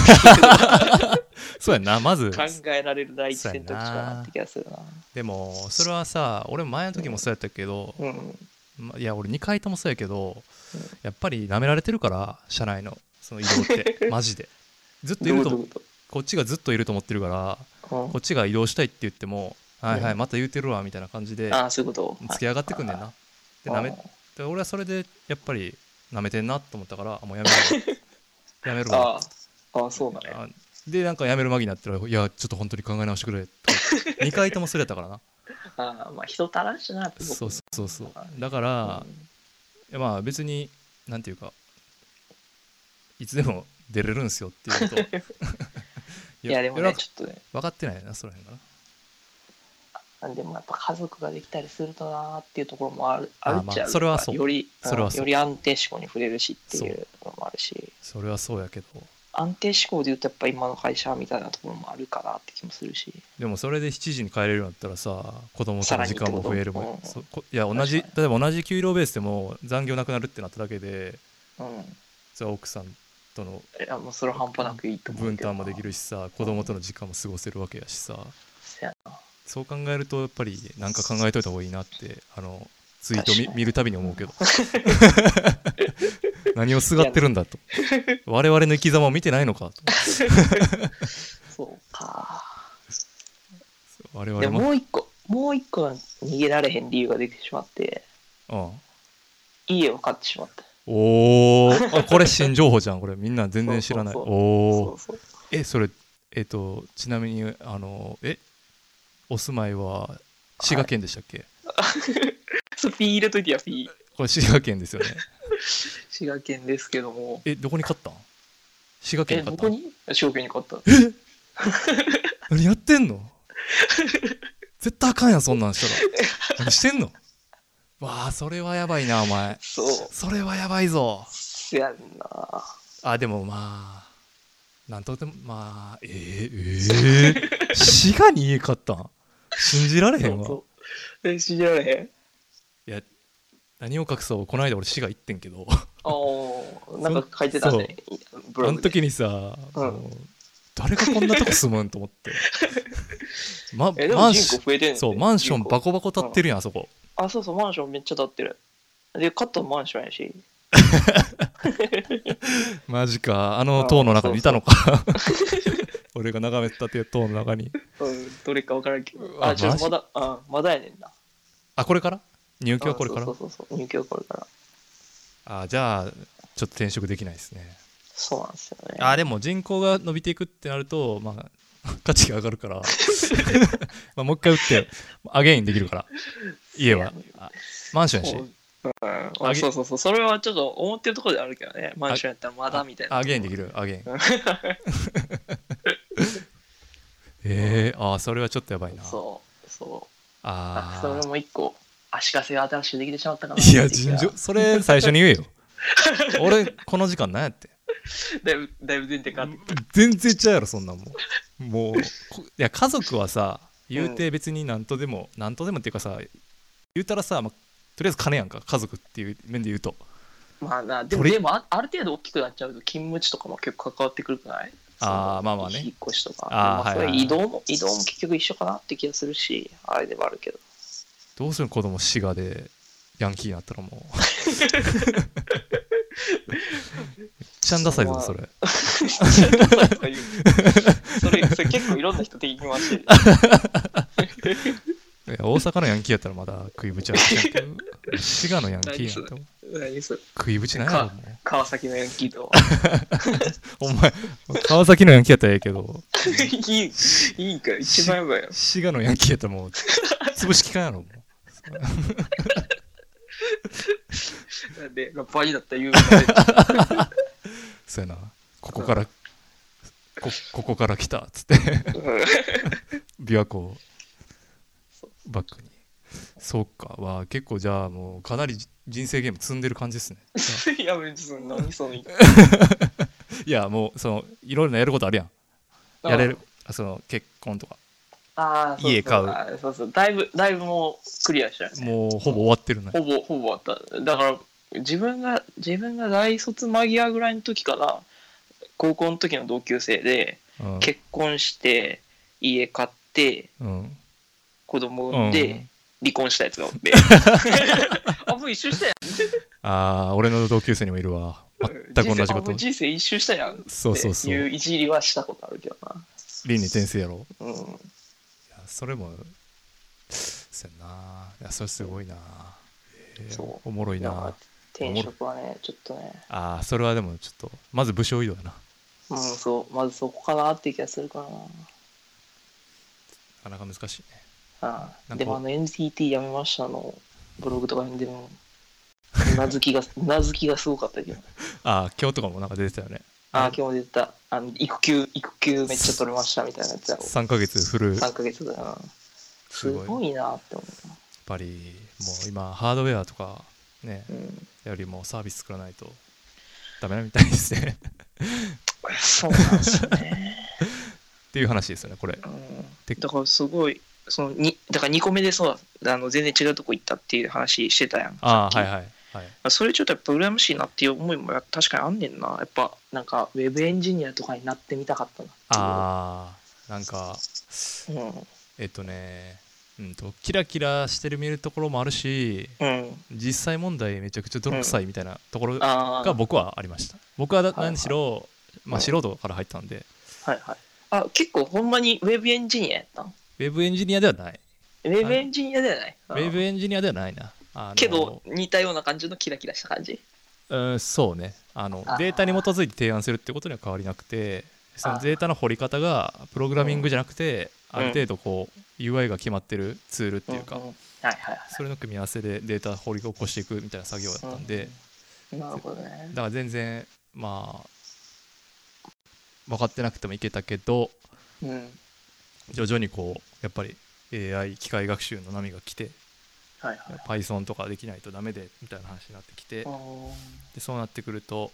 Speaker 1: そうやんなまず
Speaker 2: 考えられる第一選択肢かなって気がするな
Speaker 1: でもそれはさ俺も前の時もそうやったけど、
Speaker 2: うん
Speaker 1: まいや俺2回ともそうやけど、
Speaker 2: うん
Speaker 1: やっぱり舐められてるから社内のその移動って マジでずっとい
Speaker 2: どうい
Speaker 1: る
Speaker 2: う
Speaker 1: と
Speaker 2: こ
Speaker 1: こっちがずっといると思ってるから
Speaker 2: と
Speaker 1: こっちが移動したいって言っても「はいは
Speaker 2: う
Speaker 1: い
Speaker 2: ん
Speaker 1: また言うてるわ」みたいな感じ
Speaker 2: う
Speaker 1: で
Speaker 2: んああそういうこと
Speaker 1: 付き上がってくんねんな。で
Speaker 2: は
Speaker 1: 舐
Speaker 2: い
Speaker 1: めで俺はそれでやっぱり舐めてんなと思ったからあもうやめ るわやめる
Speaker 2: あ
Speaker 1: わ
Speaker 2: あああそうだね
Speaker 1: あでなんかやめる間際になったら「いやちょっと本当に考え直してくれ」2回ともそれやったから な
Speaker 2: ああまあ人足らんしなって
Speaker 1: そうそうそうそうだか
Speaker 2: う
Speaker 1: ら、
Speaker 2: ん
Speaker 1: いやまあ別になんていうかいつでも出れるんすよっていう こと
Speaker 2: いやでも
Speaker 1: 世の
Speaker 2: ね
Speaker 1: 中
Speaker 2: ちょっとね
Speaker 1: 分かってないなその辺がな
Speaker 2: でもやっぱ家族ができたりするとなーっていうところもあるあるっちゃ
Speaker 1: あまあそれはそう
Speaker 2: より
Speaker 1: それはそう
Speaker 2: より安定志向に触れるしっていうのもあるし
Speaker 1: それはそうやけど
Speaker 2: 安定志向で言うとやっぱ今の会社みたいなところもあるかなって気もするし
Speaker 1: でもそれで7時に帰れるようになったらさ子供との時間も増える
Speaker 2: さらにっ
Speaker 1: も
Speaker 2: て
Speaker 1: ん
Speaker 2: こと
Speaker 1: そこいや同じ
Speaker 2: 確
Speaker 1: 例えば同じ給料ベースでも残業なくなるってなっただけで
Speaker 2: うん
Speaker 1: それは奥さんとの
Speaker 2: いやもうそれは半端なくいいと思う
Speaker 1: 分担もでき
Speaker 2: る
Speaker 1: るしさ子供との時間も過ごせるわけやしさ
Speaker 2: せやな
Speaker 1: そう考えるとやっぱりなんか考えといた方がいいなってあのツイート見
Speaker 2: 確かに
Speaker 1: 見るたびに思う けど何をすがってるんだと我々の生き様を見てないのかと
Speaker 2: そうか
Speaker 1: 我
Speaker 2: で
Speaker 1: 々
Speaker 2: も
Speaker 1: も
Speaker 2: もう一個もう一個は逃げられへん理由ができてしまって家を買ってしまった
Speaker 1: うん、おーあこれ新情報じゃんこれみんな全然知らない
Speaker 2: そうそう
Speaker 1: お
Speaker 2: そ
Speaker 1: お
Speaker 2: うそう
Speaker 1: えそれえっ、とちなみにあのえお住まいは滋賀県でしたっけ、
Speaker 2: そうピー入れといてやピー
Speaker 1: これ滋賀県ですよね
Speaker 2: 滋賀県ですけども
Speaker 1: えどこに買ったん滋賀県
Speaker 2: え
Speaker 1: に買っ
Speaker 2: ど
Speaker 1: た
Speaker 2: こ
Speaker 1: ん
Speaker 2: に滋賀県に買った
Speaker 1: え 何やってんの絶対あかんやんそんなんしたら何してんのわあそれはやばいなお前
Speaker 2: そう
Speaker 1: それはやばいぞ
Speaker 2: せやんな
Speaker 1: あでもまあなんとでもまあえー、え ー、滋賀に家買ったん信じられへんわ
Speaker 2: そうそうえ信じられへん
Speaker 1: いや何を隠そうこの間俺滋賀行ってんけど
Speaker 2: ああなんか書いてたねブ
Speaker 1: あ
Speaker 2: ロ
Speaker 1: の
Speaker 2: グで
Speaker 1: 時にさ、
Speaker 2: うん
Speaker 1: もう誰がこんなとこ住むんと思っ て、ま、
Speaker 2: えで
Speaker 1: マ
Speaker 2: も
Speaker 1: ン
Speaker 2: 人
Speaker 1: シ
Speaker 2: 口増えてんねん
Speaker 1: ョンそうマンション
Speaker 2: 人口
Speaker 1: バコバコ建ってるやんあそこ
Speaker 2: あそうそうマンションめっちゃ建ってるで買ったのマンションやし
Speaker 1: マジかあ
Speaker 2: あ
Speaker 1: の
Speaker 2: ー
Speaker 1: 塔の中にいたのか 俺が眺めてたっていう塔の中に
Speaker 2: うん、どれか分からんけど。
Speaker 1: うわ
Speaker 2: あ、ちょ
Speaker 1: マジ
Speaker 2: まだ、あ、まだやねんな。
Speaker 1: あこれから入居はこれから
Speaker 2: そうそうそうそう、入居はこれから。
Speaker 1: あじゃあちょっと転職できないですね
Speaker 2: そうなんですよね。
Speaker 1: あでも人口が伸びていくってなるとまあ 価値が上がるからまあもう一回打ってアゲインできるから家はあマンションや
Speaker 2: そう
Speaker 1: し
Speaker 2: うん
Speaker 1: あ
Speaker 2: あ
Speaker 1: げ
Speaker 2: そうそうそう、それはちょっと思ってるところであるけどね、マンションやったらまだみたいな。
Speaker 1: アゲインできるアゲイン
Speaker 2: うん
Speaker 1: えー、あーそれはちょっとやばいな
Speaker 2: そう、そう。あ
Speaker 1: あ
Speaker 2: それ
Speaker 1: ー
Speaker 2: も一個、足かせが新しくできてしまったかな。
Speaker 1: いや尋常
Speaker 2: だ
Speaker 1: それ最初に言え よ俺この時間なんやって
Speaker 2: いぶ、だいぶ前提変わってきた。
Speaker 1: 全然ちゃうやろそんなんもうもうこいや家族はさ言うて別に何とでも何とでもっていうかさ言うたらさ、まあとりあえず金やんか家族っていう面で言うと
Speaker 2: まあな、でも、
Speaker 1: 鳥
Speaker 2: でもあ、ある程度大きくなっちゃうと、勤務地とかも結構関わってくるくない
Speaker 1: あー
Speaker 2: その
Speaker 1: まあまあね
Speaker 2: 引っ越しとか。
Speaker 1: あー
Speaker 2: まあ、そ
Speaker 1: はい
Speaker 2: れ
Speaker 1: はいはい
Speaker 2: 移動も、移動も結局一緒かなって気がするし、あれでもある けど。
Speaker 1: どうする子供滋賀でヤンキーになったらもう めっちゃんダサいぞそれ
Speaker 2: そういうそれ、それ結構いろんな人的に 回してる。
Speaker 1: いや大阪のヤンキーやったらまだ食いぶちあるけ ど滋賀のヤンキーやったら
Speaker 2: 何それ
Speaker 1: 食いぶちないやろもう
Speaker 2: 川崎のヤンキー と。
Speaker 1: お前川崎のヤンキーやったらええけど
Speaker 2: いい、いいから、一番やばいよ。
Speaker 1: 滋賀のヤンキーやったらもう潰しきかんやろもう
Speaker 2: なんで、ラッパーになった有名な
Speaker 1: そうやなここからこここから来たっつって
Speaker 2: うん
Speaker 1: 琵琶湖をバックにそうかは結構じゃあもうかなり人生ゲーム積んでる感じですね
Speaker 2: やめて、その何その言い
Speaker 1: いやもうそのいろいろなやることあるやん
Speaker 2: 方
Speaker 1: やれる。あその結婚とか
Speaker 2: あーそうそう
Speaker 1: 家買う
Speaker 2: あーそうそう。だいぶ、だいぶもうクリアしたよね。
Speaker 1: もうほぼ終わってるね
Speaker 2: ほぼ、ほぼあった。だから、自分が、自分が大卒間際ぐらいの時かな、高校の時の同級生で、
Speaker 1: うん
Speaker 2: 結婚して、家買って、
Speaker 1: うん
Speaker 2: 子供産ん
Speaker 1: う
Speaker 2: で
Speaker 1: ん、
Speaker 2: 離婚したやつがお って。あ、もう一周したやん。
Speaker 1: ああ俺の同級生にもいるわ全く同じこ
Speaker 2: 人生あも
Speaker 1: と
Speaker 2: う人生一周したやん。
Speaker 1: そうそうそ
Speaker 2: っていう
Speaker 1: う
Speaker 2: いじりはしたことあるけどな。
Speaker 1: 輪廻転生やろ
Speaker 2: うん。
Speaker 1: いやそれもそうやないやそれすごいな、えー
Speaker 2: そう
Speaker 1: おもろい
Speaker 2: ま
Speaker 1: な
Speaker 2: あ転職はね、ちょっとね、
Speaker 1: ああそれはでもちょっとまず武将移動やな
Speaker 2: うん、そう、まずそこかなって気がするから
Speaker 1: なかなか難しいね
Speaker 2: な。
Speaker 1: な
Speaker 2: うん
Speaker 1: か
Speaker 2: ん、でもあの NTT やめましたのブログとかにでも、うな ずきが、うなずきがすごかったけど。
Speaker 1: ああ今日とかもなんか出てたよね
Speaker 2: ああ、今日も出てた。あの育休、育休めっちゃ取れましたみたいなやつやろ。
Speaker 1: 3ヶ月フルやっ
Speaker 2: 3ヶ月だな。
Speaker 1: す
Speaker 2: す
Speaker 1: ごい
Speaker 2: ごいなって思
Speaker 1: ぱりもう今ハードウェアとかね
Speaker 2: う。うん。
Speaker 1: よりもサービス作らないとダメなみたいですね
Speaker 2: そうなんですよね。
Speaker 1: っていう話ですよねこれ
Speaker 2: う
Speaker 1: で
Speaker 2: ん、だからすごいそのにだから2個目でそうあの全然違うとこ行ったっていう話してたやん
Speaker 1: ああ
Speaker 2: さ
Speaker 1: はい
Speaker 2: っき
Speaker 1: はいはい
Speaker 2: それちょっとやっぱ羨ましいなっていう思いもや確かにあんねんなやっぱなんかウェブエンジニアとかになってみたかったな
Speaker 1: ああなんか
Speaker 2: うん
Speaker 1: えっとねうんとキラキラしてる見るところもあるし
Speaker 2: うん
Speaker 1: 実際問題めちゃくちゃ泥臭いみたいなところが
Speaker 2: ああ
Speaker 1: 僕はありました僕はだ
Speaker 2: はいはい
Speaker 1: 何しろまあ
Speaker 2: うん
Speaker 1: 素人から入ったんで
Speaker 2: はいはいあ結構ほんまにウェブエンジニアやったん
Speaker 1: ウェブエンジニアではない
Speaker 2: ウェブエンジニアではない
Speaker 1: ウェブ
Speaker 2: うん
Speaker 1: エンジニアではないなあの
Speaker 2: けど似たような感じのキラキラした感じ
Speaker 1: うんそうねあの
Speaker 2: あー
Speaker 1: データに基づいて提案するってことには変わりなくてそ
Speaker 2: あ
Speaker 1: の
Speaker 2: ー
Speaker 1: データの掘り方がプログラミングじゃなくて
Speaker 2: うん
Speaker 1: ある程度こう UI が決まってるツールっていう
Speaker 2: う
Speaker 1: か
Speaker 2: んうんはいはいは
Speaker 1: それの組み合わせでデータ掘り起こしていくみたいな作業だったんで
Speaker 2: いなるほどね
Speaker 1: だから全然まあ分かってなくてもいけたけど
Speaker 2: うん
Speaker 1: 徐々にこうやっぱり AI 機械学習の波が来て
Speaker 2: はいはい
Speaker 1: Python とかできないとダメでみたいな話になってきて
Speaker 2: あー
Speaker 1: でそうなってくると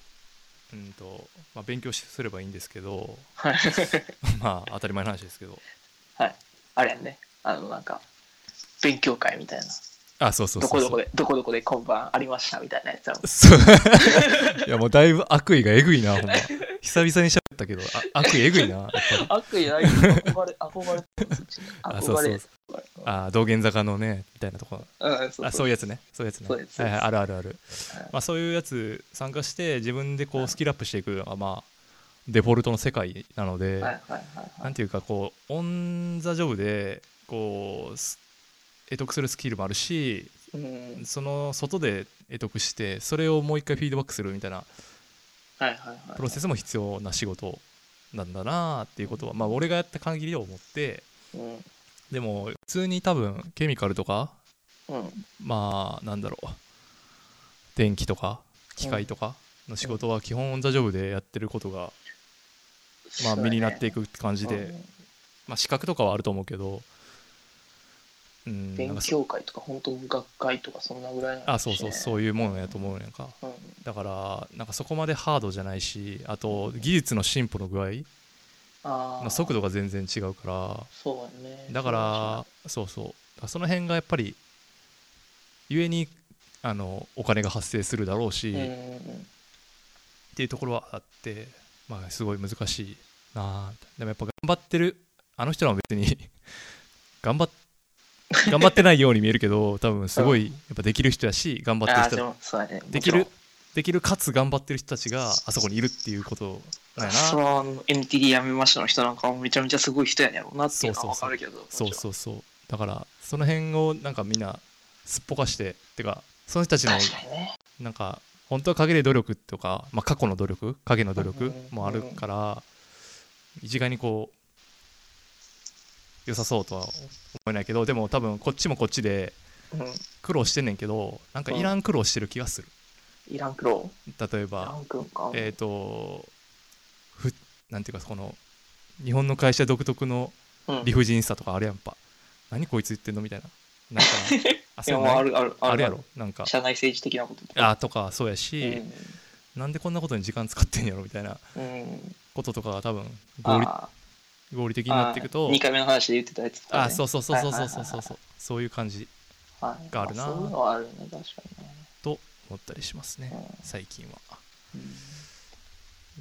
Speaker 1: うんと、まあ、勉強すればいいんですけど
Speaker 2: はい
Speaker 1: まあ当たり前の話ですけど
Speaker 2: はい。あれやんね。あの、なんか、勉強会みたいな。
Speaker 1: あそうそう
Speaker 2: ど
Speaker 1: そ
Speaker 2: こ
Speaker 1: う
Speaker 2: どこ
Speaker 1: そう
Speaker 2: で、どこどこで今晩あ りましたみたいなやつだもん。
Speaker 1: そういやもうだいぶ悪意がえぐいなほんま久々に喋っったけど、あ悪意えぐいな、やっぱり。
Speaker 2: 悪意ないけど憧れ 憧れてますうちに
Speaker 1: あそう
Speaker 2: 憧れ
Speaker 1: そうあー道玄坂のね、みたいなとこ。
Speaker 2: うんそう
Speaker 1: あそういうやつね。そういうやつね。
Speaker 2: そうです
Speaker 1: はいはい、あるあるある
Speaker 2: はい。
Speaker 1: まあ、そういうやつ参加して、自分でこ
Speaker 2: は
Speaker 1: う
Speaker 2: い
Speaker 1: スキルアップしていくのが、まあ、デフォルトの世界なので、
Speaker 2: はいはいはいは
Speaker 1: ないんていうかこうオン・ザ・ジョブでこうす得得するスキルもあるし
Speaker 2: うん
Speaker 1: その外で得得してそれをもう一回フィードバックするみたいな
Speaker 2: はいはいはい
Speaker 1: プロセスも必要な仕事なんだなっていうことはまあ俺がやった限りを思って
Speaker 2: うん
Speaker 1: でも普通に多分ケミカルとか
Speaker 2: うん
Speaker 1: まあなんだろう電気とか機械とかの仕事は基本オン・ザ・ジョブでやってることがまあ身になってい
Speaker 2: く
Speaker 1: くって感じでまあ資格とかはあると思うけどうんなん
Speaker 2: 勉
Speaker 1: かそ
Speaker 2: 強会とか本当学会とかそんなぐらいなん
Speaker 1: あそうそう
Speaker 2: う
Speaker 1: そういうものやと思うねんか
Speaker 2: うん
Speaker 1: だからなんかそこまでハードじゃないしあと技術の進歩の具合
Speaker 2: あ
Speaker 1: の
Speaker 2: あ
Speaker 1: 速度が全然違うか
Speaker 2: そうやね
Speaker 1: らだからそうそうだからその辺がやっぱり故にあのお金が発生するだろうし、
Speaker 2: うんう
Speaker 1: っ
Speaker 2: んうん
Speaker 1: ていうところはあってまあすごい難しいなあでもやっぱ頑張ってるあの人らも別に 頑張っ頑張ってないように見えるけど多分すごいやっぱできる人やし頑張ってる
Speaker 2: ああ
Speaker 1: 人
Speaker 2: で
Speaker 1: だ
Speaker 2: もそうやね
Speaker 1: できるできるかつ頑張ってる人たちがあそこにいるっていうことだよな
Speaker 2: その NTD やめましたの人なんかもめちゃめちゃすごい人やねんろうなっていうのは
Speaker 1: そう
Speaker 2: わ
Speaker 1: そ
Speaker 2: か
Speaker 1: う
Speaker 2: るけど
Speaker 1: そうそうそうだからその辺をなんかみんなすっぽかしててかその人たちの
Speaker 2: 確かにね
Speaker 1: なんか本当は陰で努力とか、まあ、過去の努力影の努
Speaker 2: うん
Speaker 1: 力
Speaker 2: うんうん
Speaker 1: もあるから一概にこう良さそうとは思えないけどでも多分こっちもこっちで
Speaker 2: うん
Speaker 1: 苦労してんねんけどなんかいらん苦労してる気がする
Speaker 2: イランクロ
Speaker 1: 例え
Speaker 2: ーイ
Speaker 1: ば
Speaker 2: ラン君か
Speaker 1: えっ、とふなんていうかこの日本の会社独特の
Speaker 2: うん
Speaker 1: 理不尽さとかあるやんぱ、何こいつ言ってんのみたいななんか あ
Speaker 2: い
Speaker 1: そ
Speaker 2: や
Speaker 1: う
Speaker 2: も
Speaker 1: いう
Speaker 2: う
Speaker 1: の
Speaker 2: あ
Speaker 1: ある
Speaker 2: るある
Speaker 1: あるやろなんか
Speaker 2: 社内政治的なこととか
Speaker 1: あとかそうや
Speaker 2: う
Speaker 1: し、
Speaker 2: ん
Speaker 1: なんでこんなことに時間使ってんやろみたいな
Speaker 2: うん
Speaker 1: こととかが多分合理
Speaker 2: あ
Speaker 1: 合理的
Speaker 2: ー
Speaker 1: になっていくと
Speaker 2: 2回目の話で言ってたやつとかね
Speaker 1: あそうそうそうそうそうそう
Speaker 2: はいはい
Speaker 1: そ
Speaker 2: は
Speaker 1: うそうそういう感じ
Speaker 2: はい
Speaker 1: があるな
Speaker 2: まそういうのはあるね確かにね
Speaker 1: と思ったりしますね
Speaker 2: うん
Speaker 1: 最近は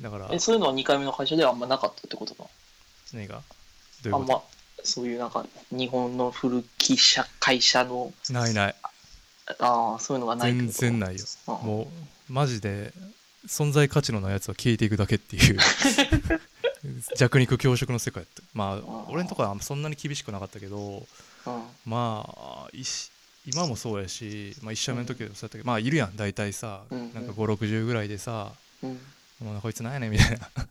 Speaker 1: だから
Speaker 2: えそういうのは2回目の会社ではあんまなかったってことか
Speaker 1: 何がどう
Speaker 2: あ
Speaker 1: いうんこ
Speaker 2: まそういうなんか日本の古き社会社の
Speaker 1: とないない
Speaker 2: ああそういうのがない
Speaker 1: 全然
Speaker 2: ない
Speaker 1: ないよ
Speaker 2: も
Speaker 1: もうマジで存在価値のないやつは消えていくだけっていう 弱肉強食の世界やったまあ
Speaker 2: ー
Speaker 1: 俺のとこはそんなに厳しくなかったけど
Speaker 2: うん、うん
Speaker 1: まあいし今もそうやし、まあ、1社目の時はそうやったけど、まあいるやん大体さ、
Speaker 2: うんうん
Speaker 1: なんか560ぐらいでさ
Speaker 2: うん
Speaker 1: 「もうこいつなんやねん」みたいなっ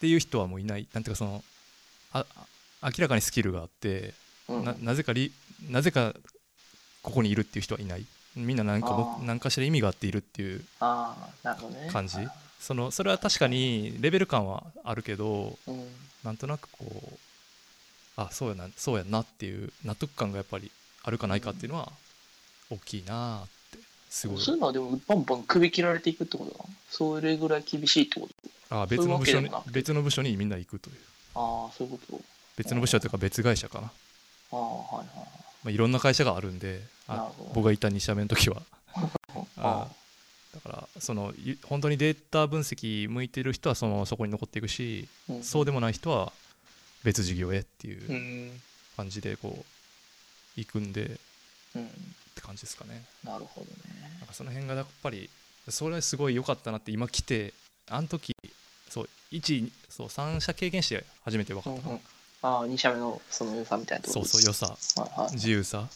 Speaker 1: ていう人はもういないなんていうかそのああ明らかにスキルがあって
Speaker 2: うん
Speaker 1: ななぜかりなぜかここにいるっていう人はいないみんな何かも
Speaker 2: あー
Speaker 1: 何かしら意味があっているっていう
Speaker 2: ああなるほどね
Speaker 1: 感じそのそれは確かにレベル感はあるけど
Speaker 2: うん
Speaker 1: なんとなくこうあそうやなそうやなっていう納得感がやっぱりあるかないかっていうのは大きいなーってすごい
Speaker 2: そういうのはでもバンバン首切られていくってことだそれぐらい厳しいってこと
Speaker 1: あ別の部署に
Speaker 2: そういうわけでもなくて
Speaker 1: 別の部署にみんな行くという
Speaker 2: ああそういうこと
Speaker 1: 別の部署というか別会社かな、
Speaker 2: ああはいはい
Speaker 1: まあ、いろんな会社があるんであ
Speaker 2: なるほど
Speaker 1: 僕がいた2社目の時は
Speaker 2: はい
Speaker 1: あだからそのい本当にデータ分析向いてる人はそのままそこに残っていくし
Speaker 2: あうん
Speaker 1: そうでもない人は別事業へっていううん感じでこう行くんでっ
Speaker 2: うん
Speaker 1: て感じですかね
Speaker 2: なるほどね
Speaker 1: なんかその辺がやっぱりそれはすごい良かったなって今来てあの時そう1そう3社経験して初めて分か
Speaker 2: う
Speaker 1: っ
Speaker 2: ん
Speaker 1: た
Speaker 2: う
Speaker 1: な、
Speaker 2: んああ2社目のその良さみたいなとこ
Speaker 1: そうそう良さ
Speaker 2: うはいはい
Speaker 1: 自由さ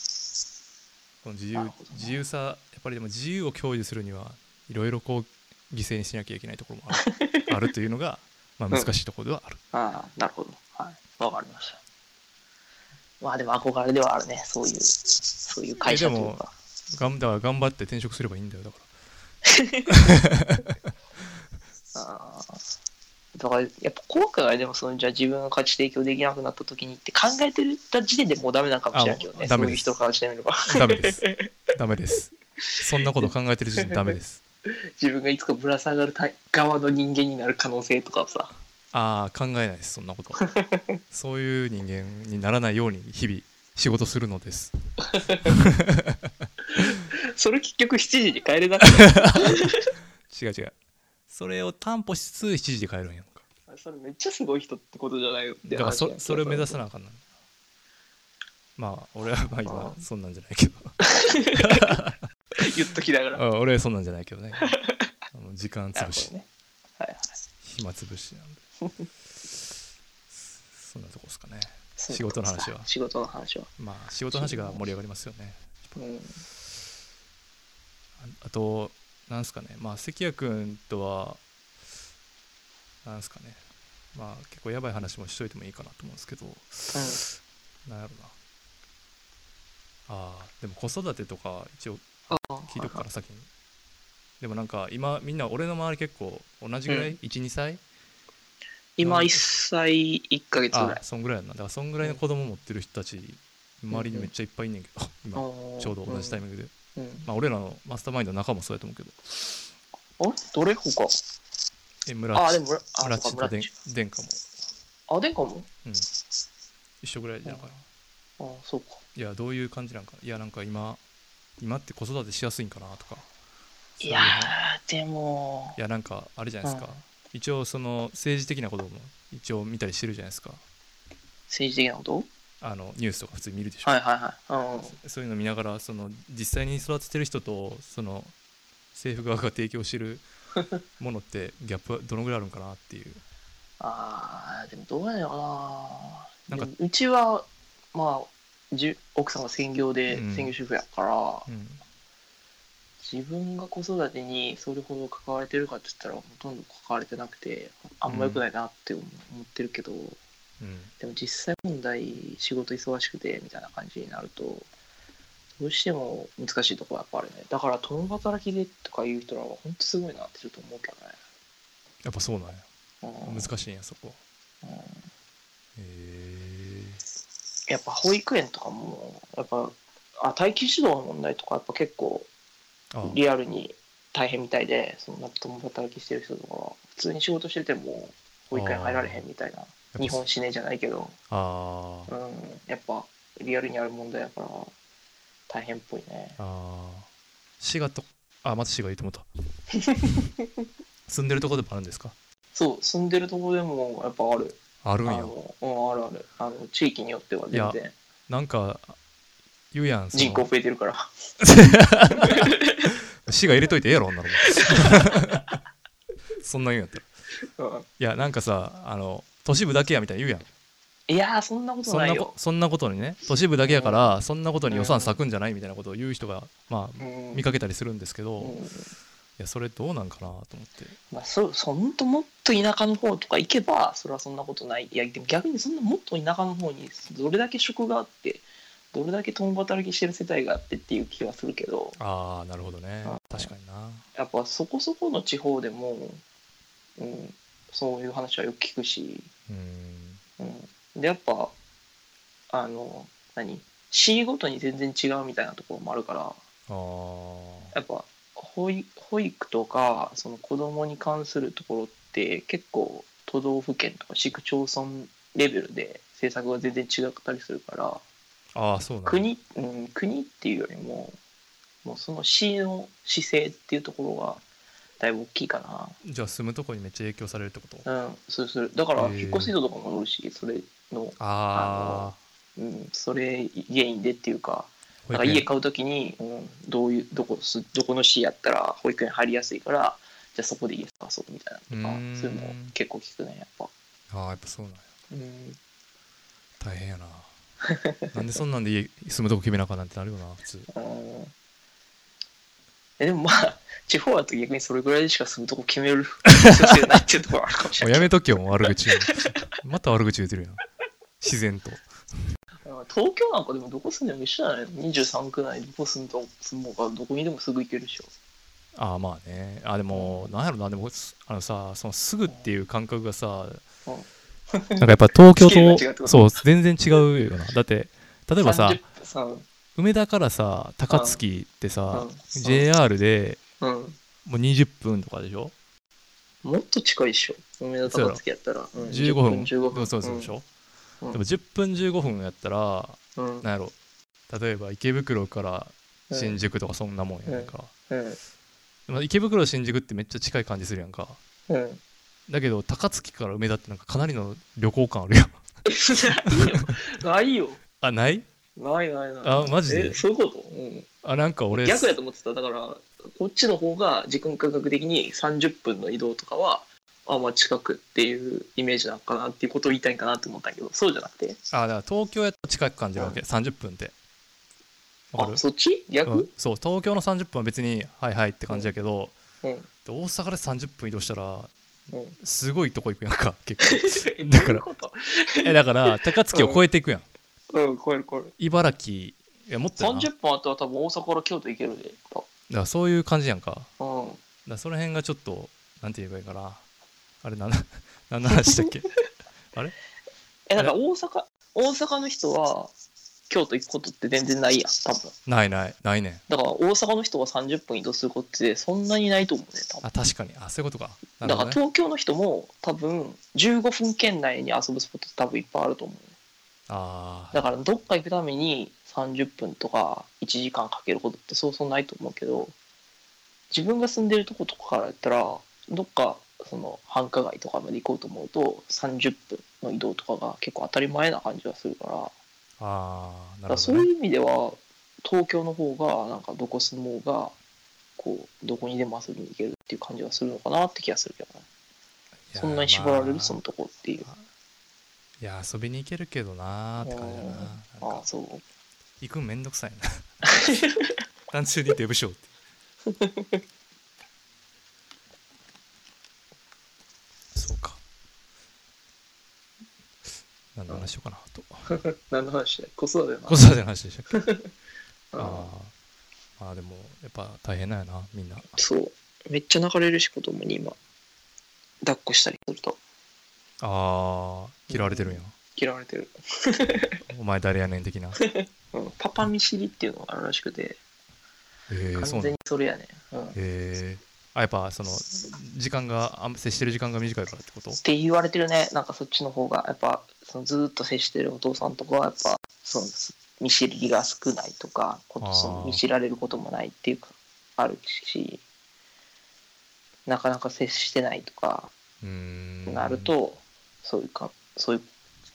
Speaker 1: この自由
Speaker 2: なるほどね
Speaker 1: 自由さやっぱりでも自由を享受するにはいろいろこう犠牲にしなきゃいけないところもあ るあるというのが、まあ、難しいところではある、
Speaker 2: ああ、なるほど。はい。わかりました。まあでも憧れではあるね。そういう、そういう会社というか。
Speaker 1: がんだから頑張って転職すればいいんだよだか
Speaker 2: ああだからやっぱ後悔はでもそのじゃあ自分が価値提供できなくなった時にって考えてた時点でもうダメなのかもしれないけど
Speaker 1: あも
Speaker 2: ね
Speaker 1: うダ
Speaker 2: そ
Speaker 1: メ
Speaker 2: う
Speaker 1: で
Speaker 2: いう
Speaker 1: す
Speaker 2: 人からしてみれば
Speaker 1: らダメ ですダメですそんなこと考えてる時点でダメです
Speaker 2: 自分がいつかぶら下がるタイ側の人間になる可能性とかさ
Speaker 1: ああ考えないですそんなこと そういう人間にならないように日々仕事するのです
Speaker 2: それ結局7時に帰れなくて
Speaker 1: 違う違うそれを担保しつつ7時で帰るんやんか
Speaker 2: それめっちゃすごい人ってことじゃな いよ
Speaker 1: だからそそれを目指さなあかんなまあ俺はまあ今そんなんじゃないけど
Speaker 2: 言っときながら。なる
Speaker 1: うん俺はそんなんじゃないけどねあの時間
Speaker 2: ほ
Speaker 1: 潰し
Speaker 2: どね。はいはい。
Speaker 1: 暇つぶしなんでそんなとこですかね
Speaker 2: そう
Speaker 1: 仕事の話は
Speaker 2: 仕事の話は。
Speaker 1: まあ仕事の話が盛り上がりますよね
Speaker 2: うん。
Speaker 1: ああとなんすかねまあ関谷君とはなんすかねまあ結構やばい話もしといてもいいかなと思うんですけどなんやろなあーでも子育てとか一応
Speaker 2: ああ。
Speaker 1: 聞いとくから先にでもなんか今みんな俺の周り結構同じぐらい、12歳
Speaker 2: 今1歳1ヶ月ぐら
Speaker 1: あ
Speaker 2: い。
Speaker 1: そんぐらいやんなだからそんぐらいの子供持ってる人たち周りにめっちゃいっぱいいんねんけど今ちょうど同じタイ
Speaker 2: ム。
Speaker 1: ミングで
Speaker 2: うん
Speaker 1: まあ俺らのマスターマインドの中もそうやと思うけど
Speaker 2: あれどれ他
Speaker 1: え村
Speaker 2: あ、
Speaker 1: 地
Speaker 2: でも村、あ、
Speaker 1: 村
Speaker 2: そう
Speaker 1: 地と
Speaker 2: か村
Speaker 1: 殿
Speaker 2: 地。
Speaker 1: 殿下も
Speaker 2: あ、でかも。
Speaker 1: 一緒ぐらいじゃなかな
Speaker 2: あ、そうか。
Speaker 1: いやどういう感じなんかないやなんか今今って子育てしやすいんかなとかそう
Speaker 2: い
Speaker 1: いう
Speaker 2: や
Speaker 1: ね
Speaker 2: ー、でも
Speaker 1: い、やなんかあれじゃないですか、
Speaker 2: うん
Speaker 1: 一応その政治的なことも一応見たりしてるじゃないですか
Speaker 2: 政治的なこと
Speaker 1: あのニュースとか普通に見るでしょ、
Speaker 2: はいはいはい。
Speaker 1: そういうの見ながらその実際に育ててる人とその政府側が提供して るものってギャップはどのぐらいあるんかなっていう
Speaker 2: あーでもどうやろうな
Speaker 1: なんか
Speaker 2: でもうちはまあじゅ奥さんが専業で
Speaker 1: うん
Speaker 2: 専業主婦やから、
Speaker 1: うん
Speaker 2: 自分が子育てにそれほど関われてるかって言ったらほとんど関われてなくてあんま良くないなって思思ってるけど、
Speaker 1: うん
Speaker 2: でも実際問題仕事忙しくてみたいな感じになるとどうしても難しいとこはやっぱあるねだから共働きでとかいう人らは本当すごいなってちょっと思うけ
Speaker 1: やっぱそうなんや
Speaker 2: どね、うん
Speaker 1: 難しいんやそこ
Speaker 2: うん
Speaker 1: へえ
Speaker 2: やっぱ保育園とかもやっぱあ待機児童の問題とかやっぱ結構
Speaker 1: あ
Speaker 2: リアルに大変みたいでその共働きしてる人とかは普通に仕事してても保育園入られへんみたいな
Speaker 1: ぱ
Speaker 2: 日本死ねじゃないけど、
Speaker 1: あ
Speaker 2: う
Speaker 1: ー
Speaker 2: ん、やっぱリアルにある問題だから大変っぽいね
Speaker 1: あー滋賀とあまた滋賀言うと思った 住んでるとこでもあるんですか
Speaker 2: そう住んでるとこでもやっぱある、
Speaker 1: あるん
Speaker 2: あ
Speaker 1: や
Speaker 2: のうんあるあるあの地域によっては全然
Speaker 1: なんか言うやんその
Speaker 2: 人口増えてるから
Speaker 1: 滋賀入れといてええやろ女の子 そんなん言うんやったら
Speaker 2: うん
Speaker 1: いやなんかさあの都市部だけやみたいに言うやん
Speaker 2: いやーそんなこと
Speaker 1: そん
Speaker 2: ない
Speaker 1: な
Speaker 2: よ
Speaker 1: こそんなことにね都市部だけやからそんなことに予算割くんじゃないみたいなことを言う人がまあ
Speaker 2: うん
Speaker 1: 見かけたりするんですけど、い
Speaker 2: うん
Speaker 1: やそれどうなんかなと思って
Speaker 2: まあ、そそんともっと田舎の方とか行けばそれはそんなことないいやでも逆にそんなもっと田舎の方にどれだけ職があってどれだけ共働きしてる世帯があってっていう気はするけど
Speaker 1: ああなるほどね
Speaker 2: あ
Speaker 1: 確かにな
Speaker 2: やっぱそこそこの地方でも、うん、そういう話はよく聞くし、
Speaker 1: うん
Speaker 2: うん、でやっぱあの何市ごとに全然違うみたいなところもあるから
Speaker 1: あ
Speaker 2: やっぱ保育保育とかその子供に関するところって結構都道府県とか市区町村レベルで政策が全然違ったりするから
Speaker 1: ーあーそうなんだ
Speaker 2: 国,、うん、国っていうよりももうその市の姿勢っていうところがだいぶ大きいか
Speaker 1: じゃあ住むとこにめっちゃ影響されるってこと、あ
Speaker 2: な、うん、そうするだから
Speaker 1: へえ
Speaker 2: 引っ越し人とかも乗るしそれの、
Speaker 1: あ
Speaker 2: うん、それ原因でっていうか
Speaker 1: ー
Speaker 2: だから家買うときに、うん、どういうどこすどこの市やったら保育園入りやすいからじゃあそこで家探そうみたいなとか
Speaker 1: うーん
Speaker 2: そういうのも結構聞くねやっぱ、
Speaker 1: ああやっぱそうなんや
Speaker 2: うん、
Speaker 1: 大変やな なんでそんなんで家住むとこ決めなあかんなんてなるよな普通
Speaker 2: うんえでもまあ 地方だと逆にそれぐらいでしか住むとこ決める 必要ないっていうところはあるかもし
Speaker 1: も
Speaker 2: れ
Speaker 1: う
Speaker 2: な
Speaker 1: や
Speaker 2: い
Speaker 1: めとけよ、もう悪口。また悪口言うてるやん。自然と。
Speaker 2: うん東京なんかでもどこ住んでも一緒じゃないの23区内どこ住んと住もうかどこにでもすぐ行けるでしょ
Speaker 1: ああ、まあね。あでも、なんやろな、でも、すあのさ、そのすぐっていう感覚がさ、なんかやっぱ東京
Speaker 2: スケールが違うってこと
Speaker 1: と、そう、全然違うよな。だって、例えばさ、
Speaker 2: 30
Speaker 1: 梅田からさ、高槻ってさ
Speaker 2: うんう、ん
Speaker 1: JR で
Speaker 2: さうん
Speaker 1: もう20分とかでしょ
Speaker 2: もっと近いでしょ梅田高槻やったら、うん
Speaker 1: ?15 分。
Speaker 2: 15分
Speaker 1: そうそうでしょ、
Speaker 2: うん
Speaker 1: でも10分15分やったら、
Speaker 2: うんうん
Speaker 1: なんやろ、例えば池袋から新宿とかそんなもんやねんか。
Speaker 2: うん
Speaker 1: まあ池袋新宿ってめっちゃ近い感じするやんか
Speaker 2: うん。
Speaker 1: だけど高槻から梅田ってなんかかなりの旅行感あるよ
Speaker 2: ないよ。
Speaker 1: あない
Speaker 2: ないよ。ないないない。
Speaker 1: あマジで
Speaker 2: え、そういうこと、うん、
Speaker 1: あなんか俺
Speaker 2: 逆やと思ってた。だから、こっちの方が時間感覚的に30分の移動とかは、あ、まあ近くっていうイメージなのかなっていうことを言いたいんかなって思ったけど、そうじゃなくて。
Speaker 1: あだから東京やと近く感じるわけ、30分ってわか
Speaker 2: あ、
Speaker 1: る
Speaker 2: そっち逆、
Speaker 1: うんそう東京の30分は別にはいはいって感じやけど、
Speaker 2: うん
Speaker 1: で大阪で30分移動したら
Speaker 2: うん
Speaker 1: すごいとこ行くやん か結
Speaker 2: え
Speaker 1: だから
Speaker 2: どういうこと
Speaker 1: 構えだから高槻を越えていくやん、
Speaker 2: うん、これこれ。
Speaker 1: 茨城いやもっとやなだか
Speaker 2: 30分あったら多分大阪から京都行けるで。やっ
Speaker 1: らそういう感じやんかだか
Speaker 2: ぱうん。
Speaker 1: らその辺がちょっとなんて言えばいいかなあれ何の何の話だっけ
Speaker 2: え、なんか大阪、大阪の人は京都行くことって全然ないやん、多分。
Speaker 1: ないないないねん
Speaker 2: だから大阪の人が30分移動することってそんなにないと思うね、多分。
Speaker 1: あ確かにあそういうことかなる
Speaker 2: だか
Speaker 1: ほ
Speaker 2: ら
Speaker 1: ど、ね、
Speaker 2: 東京の人も多分15分圏内に遊ぶスポットって多分いっぱいあると思うね。
Speaker 1: あー
Speaker 2: だからどっか行くために30分とか1時間かけることってそうそうないと思うけど、自分が住んでるとことかからやったら、どっかその繁華街とかまで行こうと思うと30分の移動とかが結構当たり前な感じがするから、
Speaker 1: あーなるほ
Speaker 2: だから
Speaker 1: ど、
Speaker 2: そう
Speaker 1: ね、
Speaker 2: いう意味では東京の方がなんかどこ住もうがこうどこにでも遊びに行けるっていう感じがするのかなって気がするけどね
Speaker 1: いや
Speaker 2: そんなに絞られる、
Speaker 1: まあ
Speaker 2: そのとこっていう
Speaker 1: いや遊びに行けるけどなーって感じだな
Speaker 2: あ
Speaker 1: なん
Speaker 2: あ
Speaker 1: か
Speaker 2: そう
Speaker 1: 行くんめんどくさい な単中にデブしようってそうか何の話しようかなと
Speaker 2: 何の話だ子育て
Speaker 1: 子育ての話でしたっけあ
Speaker 2: ああ
Speaker 1: ーまあでもやっぱ大変なんやなみんな
Speaker 2: そうめっちゃ流れるし子供に今抱っこしたりすると
Speaker 1: あー嫌われてるんや、
Speaker 2: 嫌われてる、
Speaker 1: お前誰やねん的な
Speaker 2: うん、パパ見知りっていうのがあるらしくて
Speaker 1: えー、そう
Speaker 2: 完
Speaker 1: なん
Speaker 2: 全
Speaker 1: へ
Speaker 2: にそれやね、うん、っ
Speaker 1: えー、あやっぱその時間があん接してる時間が短いからってこと
Speaker 2: て言われてるねなんかそっちの方がやっぱそのずーっと接してるお父さんとかはやっぱその見知りが少ないとかことそ
Speaker 1: あ
Speaker 2: の
Speaker 1: ー
Speaker 2: 見知られることもないっていうかあるしなかなか接してないとか
Speaker 1: うーん
Speaker 2: なると、そういうかそういう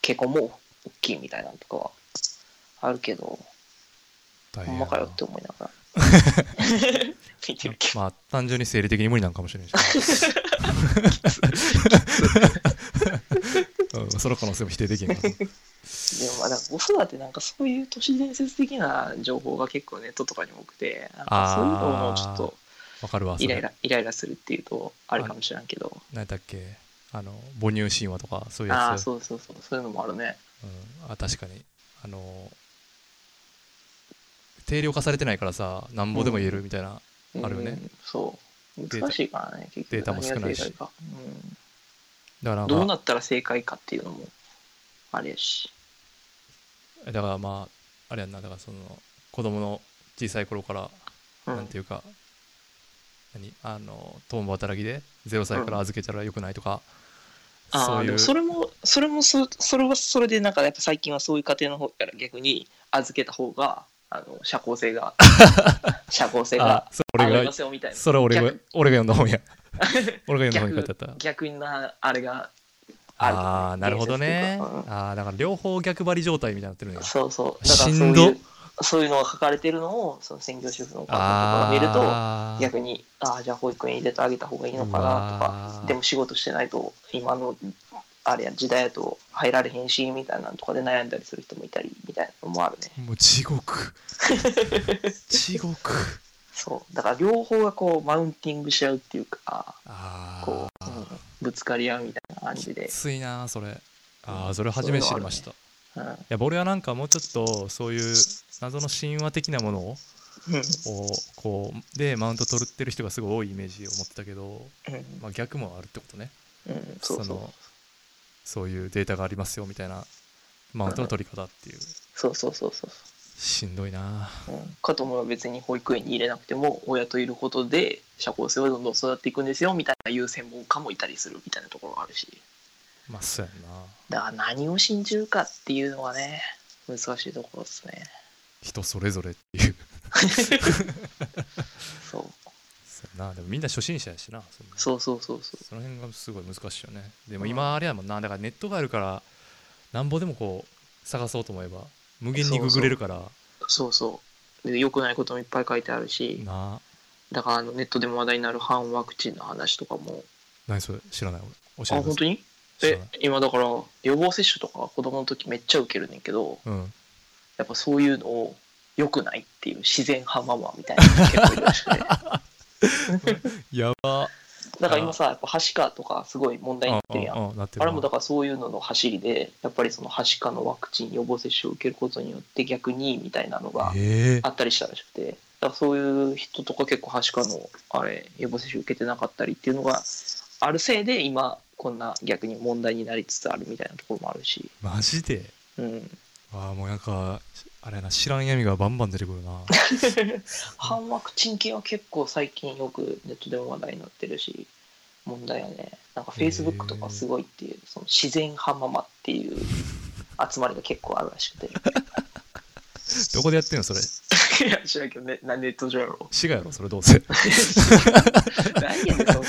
Speaker 2: 傾向も大きいみたいなのとかはあるけど
Speaker 1: 大
Speaker 2: ほ
Speaker 1: 変
Speaker 2: ん
Speaker 1: や
Speaker 2: まか
Speaker 1: な
Speaker 2: よって思いな がら 見てるけど
Speaker 1: まあ単純に生理的に無理なんかもしれない し、うん、その可能性も否定できんから
Speaker 2: でもまあなんか子育てなんかそういう都市伝説的な情報が結構ネットとかに多くてなんかそういうの
Speaker 1: あ
Speaker 2: も
Speaker 1: ー
Speaker 2: ちょっと
Speaker 1: わかるわそ
Speaker 2: イラ
Speaker 1: れ
Speaker 2: イライライラするっていうとあれかもしれんけど
Speaker 1: 何だっけあの母乳神話とかそういう
Speaker 2: ああ
Speaker 1: や
Speaker 2: ー
Speaker 1: つ
Speaker 2: そうそうそうそういうのもあるね
Speaker 1: うん、あ確かにあの定量化されてないからさなんぼでも言えるみたいな、あるよね
Speaker 2: うんそう
Speaker 1: データ
Speaker 2: 難しいからね結局
Speaker 1: データも少ないし
Speaker 2: 何が正解かうん
Speaker 1: だから
Speaker 2: どう
Speaker 1: ま
Speaker 2: なったら正解かっていうのもあれやし
Speaker 1: あだからまああれやんなだからその子供の小さい頃から、
Speaker 2: うん
Speaker 1: なんていうか何あの共働きで0歳から預けたらよくないとか、
Speaker 2: ああでもそれもそれもそそれはそれでなんかやっぱ最近はそういう家庭の方から逆に預けた方があの社交 性が社交性
Speaker 1: あ
Speaker 2: が
Speaker 1: そ
Speaker 2: 上が
Speaker 1: れ
Speaker 2: り
Speaker 1: が
Speaker 2: ますよみたいな
Speaker 1: それ俺が
Speaker 2: 逆
Speaker 1: 俺が読んだ本や俺が読んだ本に書いてあった
Speaker 2: 逆なあれがあるとね
Speaker 1: ああーなるほどね
Speaker 2: 伝説というか
Speaker 1: ああだから両方逆張り状態みたいになってるん
Speaker 2: う
Speaker 1: や
Speaker 2: んそうそうだからそう
Speaker 1: しん
Speaker 2: い
Speaker 1: ど
Speaker 2: うそういうのが書かれてるのをその専業主婦の方とかが見ると
Speaker 1: あー
Speaker 2: 逆にああじゃあ保育園入れてあげた方がいいのかなと
Speaker 1: うわ
Speaker 2: か
Speaker 1: ー
Speaker 2: でも仕事してないと今のあれや時代やと入られへんしみたいなのとかで悩んだりする人もいたりみたいなのもあるね
Speaker 1: もう地 獄地獄
Speaker 2: そうだから両方がこうマウンティングし合うっていうか
Speaker 1: あ
Speaker 2: こう、
Speaker 1: あ
Speaker 2: うんぶつかり合うみたいな感じで
Speaker 1: き、ついなそれああそれ初めて知りました、
Speaker 2: うんうん
Speaker 1: いや俺はなんかもうちょっとそういう謎の神話的なものをこうでマウント取ってる人がすごい多いイメージを持ってたけど、
Speaker 2: うん
Speaker 1: まあ、逆もあるってことね
Speaker 2: うん、
Speaker 1: そ
Speaker 2: そうそう
Speaker 1: のそういうデータがありますよみたいなマウントの取り方っていう
Speaker 2: そうそうそうそう
Speaker 1: しんどいな
Speaker 2: うん、かと思えば別に保育園に入れなくても親といることで社交性はどんどん育っていくんですよみたいないう専門家もいたりするみたいなところがあるし
Speaker 1: まあそうやんな
Speaker 2: だから何を信じるかっていうのはね難しいところですね
Speaker 1: 人それぞれっていう
Speaker 2: そう
Speaker 1: そうなでもみんな初心者やしなそんな
Speaker 2: そうそうそうそう
Speaker 1: その辺がすごい難しいよねでも今あれやもんなだからネットがあるからなんぼでもこう探そうと思えば無限にググれるから
Speaker 2: そうそうで良くないこともいっぱい書いてあるし
Speaker 1: な
Speaker 2: だからあのネットでも話題になる反ワクチンの話とかも
Speaker 1: 何それ知らない俺教
Speaker 2: あ
Speaker 1: えてくだ
Speaker 2: 本
Speaker 1: さ
Speaker 2: 当
Speaker 1: い
Speaker 2: に
Speaker 1: 知ら
Speaker 2: え
Speaker 1: ない
Speaker 2: 今だから予防接種とか子供の時めっちゃ受けるねんけど
Speaker 1: うん
Speaker 2: やっぱそういうのを良くないっていう自然派ママみたいな のが結構いるらしくて
Speaker 1: やば
Speaker 2: だから今さやっぱはしかとかすごい問題になってるやん
Speaker 1: うんうんうんなってる
Speaker 2: あれもだ
Speaker 1: か
Speaker 2: からそういうのの走りでやっぱりそのはしかのワクチン予防接種を受けることによって逆にみたいなのが
Speaker 1: ええ
Speaker 2: あったりしたらしくてだからそういう人とか結構はしかのあれ予防接種受けてなかったりっていうのがあるせいで今こんな逆に問題になりつつあるみたいなところもあるし、
Speaker 1: マジで
Speaker 2: うん、
Speaker 1: ああもうなんかあれやな知らん闇がバンバン出てくるな
Speaker 2: 反ワクチン系は結構最近よくネットでも話題になってるし問題よねなんかフェイスブックとかすごいっていうその自然派ママっていう集まりが結構あるらしくて
Speaker 1: どこでやってんのそれ
Speaker 2: いや知らんけどねなネット上 やろ
Speaker 1: 滋賀やろそれどう せ
Speaker 2: 何やねんその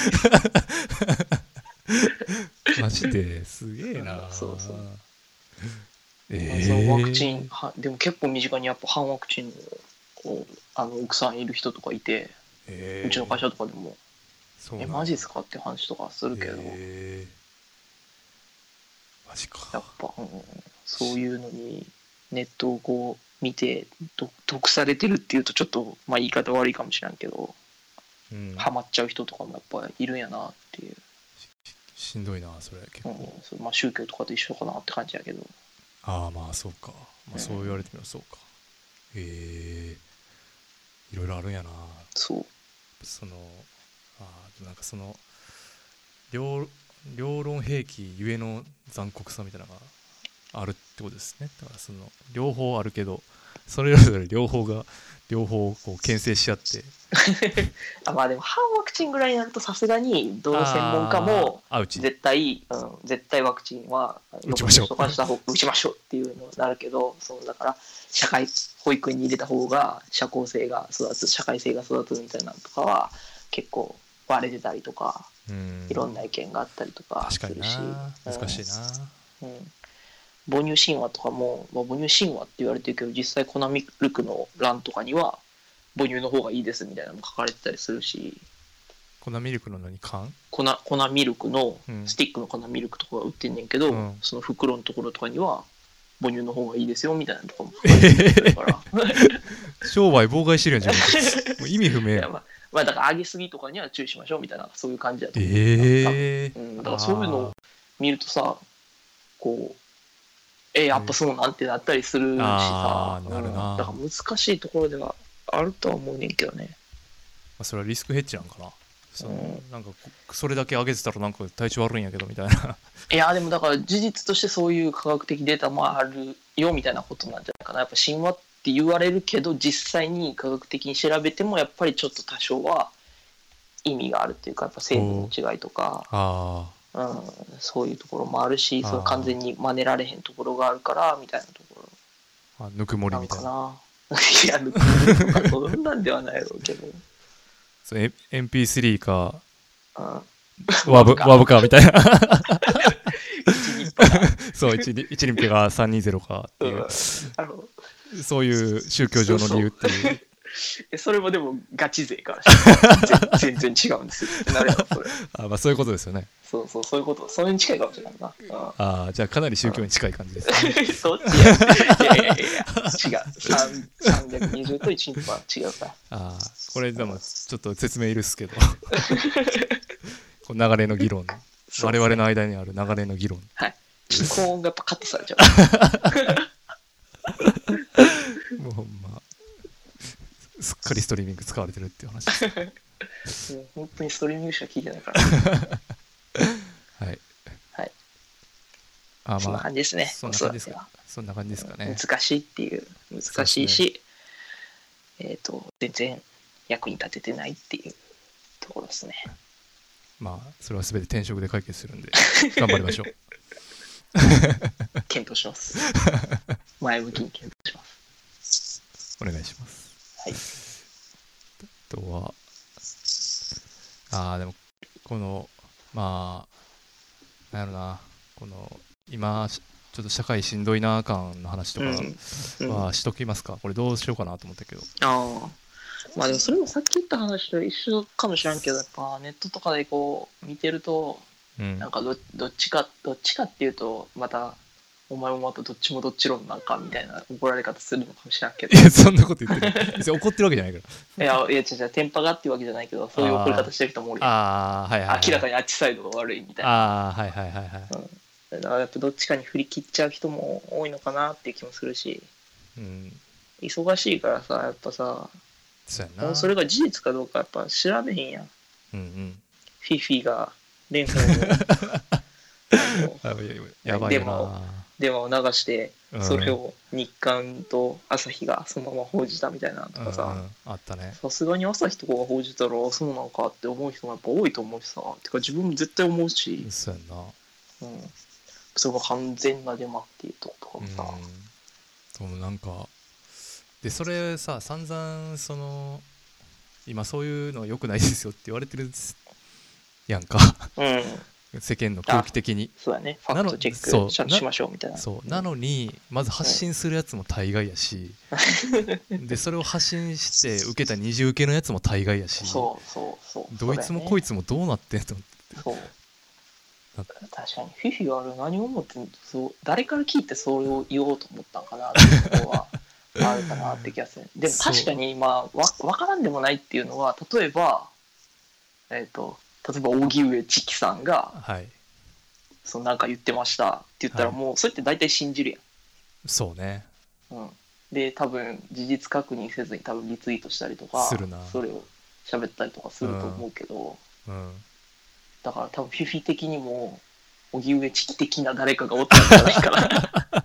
Speaker 1: マジですげえな
Speaker 2: そうそう
Speaker 1: ええ
Speaker 2: そのワクチンはでも結構身近にやっぱ反ワクチンのあの奥さんいる人とかいて、
Speaker 1: ええ
Speaker 2: うちの会社とかでも
Speaker 1: そう
Speaker 2: 「え
Speaker 1: なんだ
Speaker 2: マジですか?」って話とかするけど、
Speaker 1: えーマジ
Speaker 2: やっ
Speaker 1: か
Speaker 2: ぱ、うん、そういうのにネットをこう見てど毒されてるっていうとちょっと、まあ、言い方悪いかもしれんけど、
Speaker 1: うん
Speaker 2: ハマっちゃう人とかもやっぱいるんやなっていう、
Speaker 1: しんどいなそれ結
Speaker 2: う
Speaker 1: 構、
Speaker 2: んそれまあ、宗教とかと一緒かなって感じやけど
Speaker 1: ああまあそうか、まあ、
Speaker 2: うん
Speaker 1: そう言われてみればそうかええいろいろあるんやな
Speaker 2: そう
Speaker 1: そのあーでもなんかその両両論兵器ゆえの残酷さみたいなのがあるってことですねだからその両方あるけどそれぞれ両方が両方こう牽制し合って
Speaker 2: あまあでも反ワクチンぐらいになるとさすがにどの専門家も
Speaker 1: あーアウチ
Speaker 2: 絶対、うん、絶対ワクチンは
Speaker 1: 打ちましょう
Speaker 2: ロボットとかした方打ちましょうっていうのになるけどそのだから社会保育に入れた方が社交性が育つ社会性が育つみたいなのとかは結構割れてたりとか
Speaker 1: うん
Speaker 2: いろんな意見があったりとか
Speaker 1: 確
Speaker 2: す
Speaker 1: かに
Speaker 2: るし、
Speaker 1: な
Speaker 2: うん
Speaker 1: 難しいな、
Speaker 2: うん、母乳神話とかも、まあ、母乳神話って言われてるけど実際コナミルクの欄とかには母乳の方がいいですみたいなのも書かれてたりするし
Speaker 1: 粉ミルクの何缶
Speaker 2: 粉粉ミルクの
Speaker 1: うん
Speaker 2: スティックの粉ミルクとかが売ってんねんけど、
Speaker 1: うん
Speaker 2: その袋のところとかには母乳の方がいいですよみたいなとこも書かれてるから
Speaker 1: 商売妨害してるやん自分でもう意味不明
Speaker 2: い
Speaker 1: や
Speaker 2: や
Speaker 1: ん
Speaker 2: まあ、まあだから揚げすぎとかには注意しましょうみたいなそういう感じだと思う
Speaker 1: ええ
Speaker 2: うん、だからそういうのを見るとさこうえやっぱそうなんてなったりするしさ
Speaker 1: あ、ーなるな
Speaker 2: うんだから難しいところではあるとは思うねんけどね
Speaker 1: まあ、それはリスクヘッジなんかなその、
Speaker 2: う
Speaker 1: なんかこそれだけ上げてたらなんか体調悪いんやけどみたいな
Speaker 2: いやでもだから事実としてそういう科学的データもあるよみたいなことなんじゃないかなやっぱ神話って言われるけど実際に科学的に調べてもやっぱりちょっと多少は意味があるっていうかやっぱ成分の違いとか、
Speaker 1: あ
Speaker 2: うん、そういうところもあるし
Speaker 1: あー
Speaker 2: その完全に真似られへんところがあるからみたいなとこ
Speaker 1: あぬくも
Speaker 2: ろ
Speaker 1: りみ
Speaker 2: なん
Speaker 1: た
Speaker 2: か
Speaker 1: い
Speaker 2: な
Speaker 1: な
Speaker 2: いやぬくもりとかそんなんではないやろうけど、うん、
Speaker 1: そうえ MP3 か
Speaker 2: ワ
Speaker 1: ワブ
Speaker 2: か
Speaker 1: ワブかみたいな
Speaker 2: 一人っ端
Speaker 1: そう一人一人ピが320かっていう、
Speaker 2: あの
Speaker 1: そういう宗教上の理由っていう
Speaker 2: えそれもでもガチ勢からしたら全全然違うんですよってなるやろそれ
Speaker 1: あ、まあ、そういうことですよね
Speaker 2: そうそう、そういうこと、それに近いかもしれないな。う
Speaker 1: ああじゃあかなり宗教に近い感じです、ね、
Speaker 2: ん そっちや。いやいやいやいや、違う。三320と1日は違うから。
Speaker 1: ああこれでもちょっと説明いるっす けどこの流れの議論
Speaker 2: そう
Speaker 1: 我々の間にある流れの議論
Speaker 2: はい。ちょっと高音がやっぱカットされちゃ
Speaker 1: もうほんますっ かりストリーミング使われてるっていう話 です。
Speaker 2: う。もう本当にストリーミングしか聞いてないから。
Speaker 1: はい。
Speaker 2: はい。
Speaker 1: あ
Speaker 2: そんな
Speaker 1: まあ
Speaker 2: 感じですね。
Speaker 1: そんな感じです
Speaker 2: 子育
Speaker 1: か
Speaker 2: ては。
Speaker 1: そんな感じですかね。
Speaker 2: 難しいっていう、難しい
Speaker 1: そう
Speaker 2: し、えっと、全然役に立ててないっていうところですね。
Speaker 1: まあそれはすべて転職で解決するん で頑張りましょう。
Speaker 2: 検討し ます。前向きに検討します。
Speaker 1: お願いします。
Speaker 2: はい。
Speaker 1: あとはああでもこのまあなんやろなこの今しちょっと社会しんどいな感の話と
Speaker 2: うんうん
Speaker 1: かはしときますか、これどうしようかなと思ったけど
Speaker 2: ああ。まあでもそれもさっき言った話と一緒かもしれんけど、やっぱネットとかでこう見てると、
Speaker 1: うん
Speaker 2: なんかどどっちか、どっちかっていうと、また、お前もまたどっちもどっち論なんかみたいな怒られ方するのかもしれんけど
Speaker 1: い。やそんなこと言って ない別に怒ってるわけじゃないから
Speaker 2: いや、いや違う違う、テンパがっていうわけじゃないけど、そういう怒り方してる人もおるやん
Speaker 1: ああはいはい、はい、
Speaker 2: 明らかにあっちサイドが悪いみたいな。
Speaker 1: ああはいはいはいはい
Speaker 2: だからやっぱどっちかに振り切っちゃう人も多いのかなっていう気もするし、
Speaker 1: うん
Speaker 2: 忙しいからさ、やっぱさ、
Speaker 1: そうやな
Speaker 2: それが事実かどうかやっぱ調べへんやん。
Speaker 1: うんうん
Speaker 2: フィフィが連載 のあの
Speaker 1: あやばいやばいやばいよ
Speaker 2: で
Speaker 1: な
Speaker 2: も電話を流して
Speaker 1: うん
Speaker 2: それを日刊と朝日がそのまま報じたみたいなのと
Speaker 1: うんう
Speaker 2: かさ
Speaker 1: んあったね
Speaker 2: さすがに朝日とかが報じたらそうなんかって思う人もやっぱ多いと思うしさてか自分も絶対思うし、
Speaker 1: そうやんな
Speaker 2: うん、それが完全なデマっていうとことかもさ、
Speaker 1: うん、でもなんかでそれさ散々その今そういうの良くないですよって言われてるやんか
Speaker 2: うん
Speaker 1: 世間の空気的に
Speaker 2: そうだねファクトチェ
Speaker 1: な
Speaker 2: ッ
Speaker 1: の
Speaker 2: クちゃんと
Speaker 1: そう
Speaker 2: しましょうみたいな
Speaker 1: そうなのにまず発信するやつも大概や しでそれを発信して受けた二次受けのやつも大概やし
Speaker 2: そうそうそう
Speaker 1: どいつもこい
Speaker 2: つ
Speaker 1: つもどうなってんの
Speaker 2: そう
Speaker 1: な
Speaker 2: 確かにフィフィはあれ何を思ってんのそう誰から聞いてそれを言おうと思ったんかなっていうところはあるかなって気が するでも
Speaker 1: そう
Speaker 2: 確かに今わ分からんでもないっていうのは例えばえっ、と例えば荻上チキさんが
Speaker 1: はい
Speaker 2: 「そのなんか言ってました」って言ったら
Speaker 1: はい
Speaker 2: もうそれって大体信じる
Speaker 1: そうね
Speaker 2: やん、うん、で多分事実確認せずに多分リツイートしたりとか
Speaker 1: するな
Speaker 2: それを喋ったりとかすると思うけど、
Speaker 1: うん
Speaker 2: だから多分フィフィ的にも荻上チキ的な誰かがおったんじゃないかな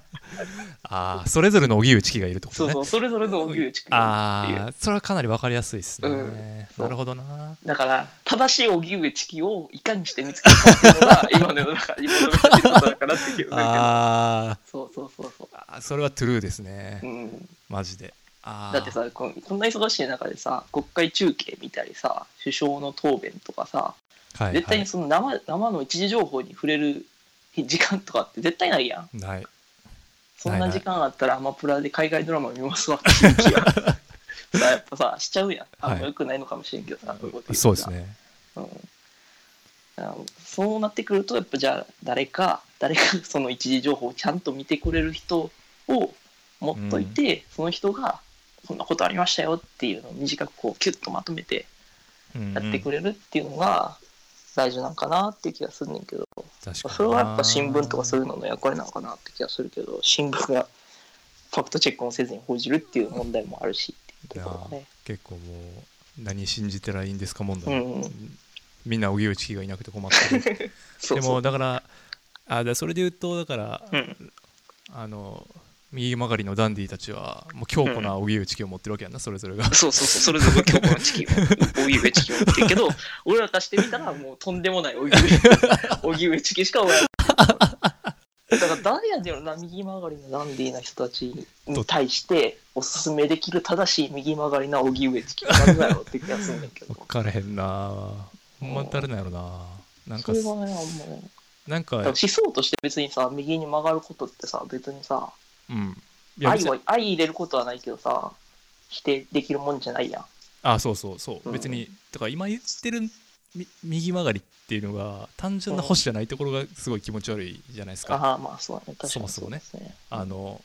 Speaker 1: ああ それぞれの荻上チキがいるってこと
Speaker 2: そう
Speaker 1: ね
Speaker 2: そう、それぞれの荻上チキっていう
Speaker 1: ああそれはかなり分かりやすいですね、
Speaker 2: うんそう
Speaker 1: なるほどな
Speaker 2: だから、正しい荻上チキをいかにして見つけたかっていうのが、今の世の中、今の世の中ってことだからって 気が
Speaker 1: あ
Speaker 2: するけど。そうそうそうそ
Speaker 1: ーあーそれはトゥルーですね、
Speaker 2: う。うん、
Speaker 1: マジであー
Speaker 2: だってさこん、こんな忙しい中でさ、国会中継見たりさ、首相の答弁とかさ、
Speaker 1: はい
Speaker 2: 絶対
Speaker 1: は
Speaker 2: にその生,、生の一時情報に触れる時間とかって絶対ないやん。
Speaker 1: いない
Speaker 2: そ
Speaker 1: なんいな
Speaker 2: ない時間あったらアマプラで海外ドラマ見ますわっていう気 がさやっぱさ、しちゃうやん。あん
Speaker 1: はい
Speaker 2: まよくないのかもしれんけどさ、こいこと言たら
Speaker 1: そうですね
Speaker 2: うんあのそうなってくるとやっぱじゃあ誰か誰かその一時情報をちゃんと見てくれる人を持っといて、その人がこんなことありましたよっていうのを短くこうキュッとまとめてやってく
Speaker 1: れ
Speaker 2: れるっていうのが大事なんかなっていう気がするねんけど、
Speaker 1: 確
Speaker 2: ま
Speaker 1: か
Speaker 2: あ
Speaker 1: に
Speaker 2: それはやっぱ新聞とかそう
Speaker 1: う
Speaker 2: いうのの役割なのかなって気がするけど新聞がファクトチェックもせずに報じるっていう問題もあるしっていうところがね。
Speaker 1: 結構もう何信じてらいいんですか問
Speaker 2: う
Speaker 1: 題、
Speaker 2: ん、
Speaker 1: みんな荻上チキがいなくて困ってる
Speaker 2: そう
Speaker 1: で
Speaker 2: そう
Speaker 1: もだからあーだからそれで言うとだから、
Speaker 2: うん
Speaker 1: あの右曲がりのダンディたちはもう強固な荻上チキを持ってるわけやんな、それぞれが
Speaker 2: そうそうそう、それぞれ強固なチキンを、荻上チキンを持ってるけど、俺らからしてみたら、もうとんでもない荻上荻上チキンしかおらん。だから誰やねんろな、右曲がりのダンディーな人たちに対して、おすすめできる正しい右曲がりな荻上チキンは何だろうって気がするんだけど
Speaker 1: 分。からへんなほんま誰なんやろななん
Speaker 2: そ
Speaker 1: か
Speaker 2: れはね、あんまね。
Speaker 1: なん
Speaker 2: だ
Speaker 1: か
Speaker 2: から思想として別にさ、右に曲がることってさ、別にさ、
Speaker 1: うん。いや
Speaker 2: 愛
Speaker 1: 別に
Speaker 2: は愛入れることはないけどさ、否定できるもんじゃないやん。
Speaker 1: あ、そうそうそう。
Speaker 2: うん
Speaker 1: 別に、だから今言ってるみ右曲がりっていうのが、単純な保守じゃないところがすごい気持ち悪いじゃないですか。
Speaker 2: ああ、まあそうだね、確かに
Speaker 1: そもそもね
Speaker 2: うですね。
Speaker 1: あの、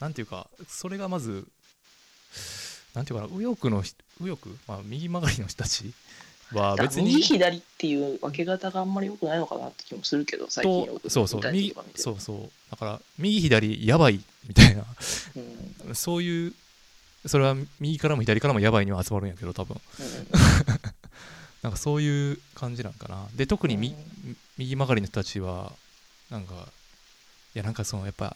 Speaker 1: なんていうか、それがまず、なんていうかな、右翼の人、右翼、まあ、右曲がりの人たちは
Speaker 2: だから
Speaker 1: 別
Speaker 2: 右
Speaker 1: に、
Speaker 2: 左っていう分け方があんまり良くないのかなって気もするけど最近よ
Speaker 1: と
Speaker 2: く
Speaker 1: そうそう、
Speaker 2: 右
Speaker 1: 右
Speaker 2: とか見、て
Speaker 1: そうそう。だから、右左、やばいみたいな、
Speaker 2: うんうん
Speaker 1: そういう、それは右からも左からもやばいには集まるんやけど、多分。なんかそういう感じなんかな。で、特にみ、右曲がりの人たちは、なんか、いや、なんかその、やっぱ、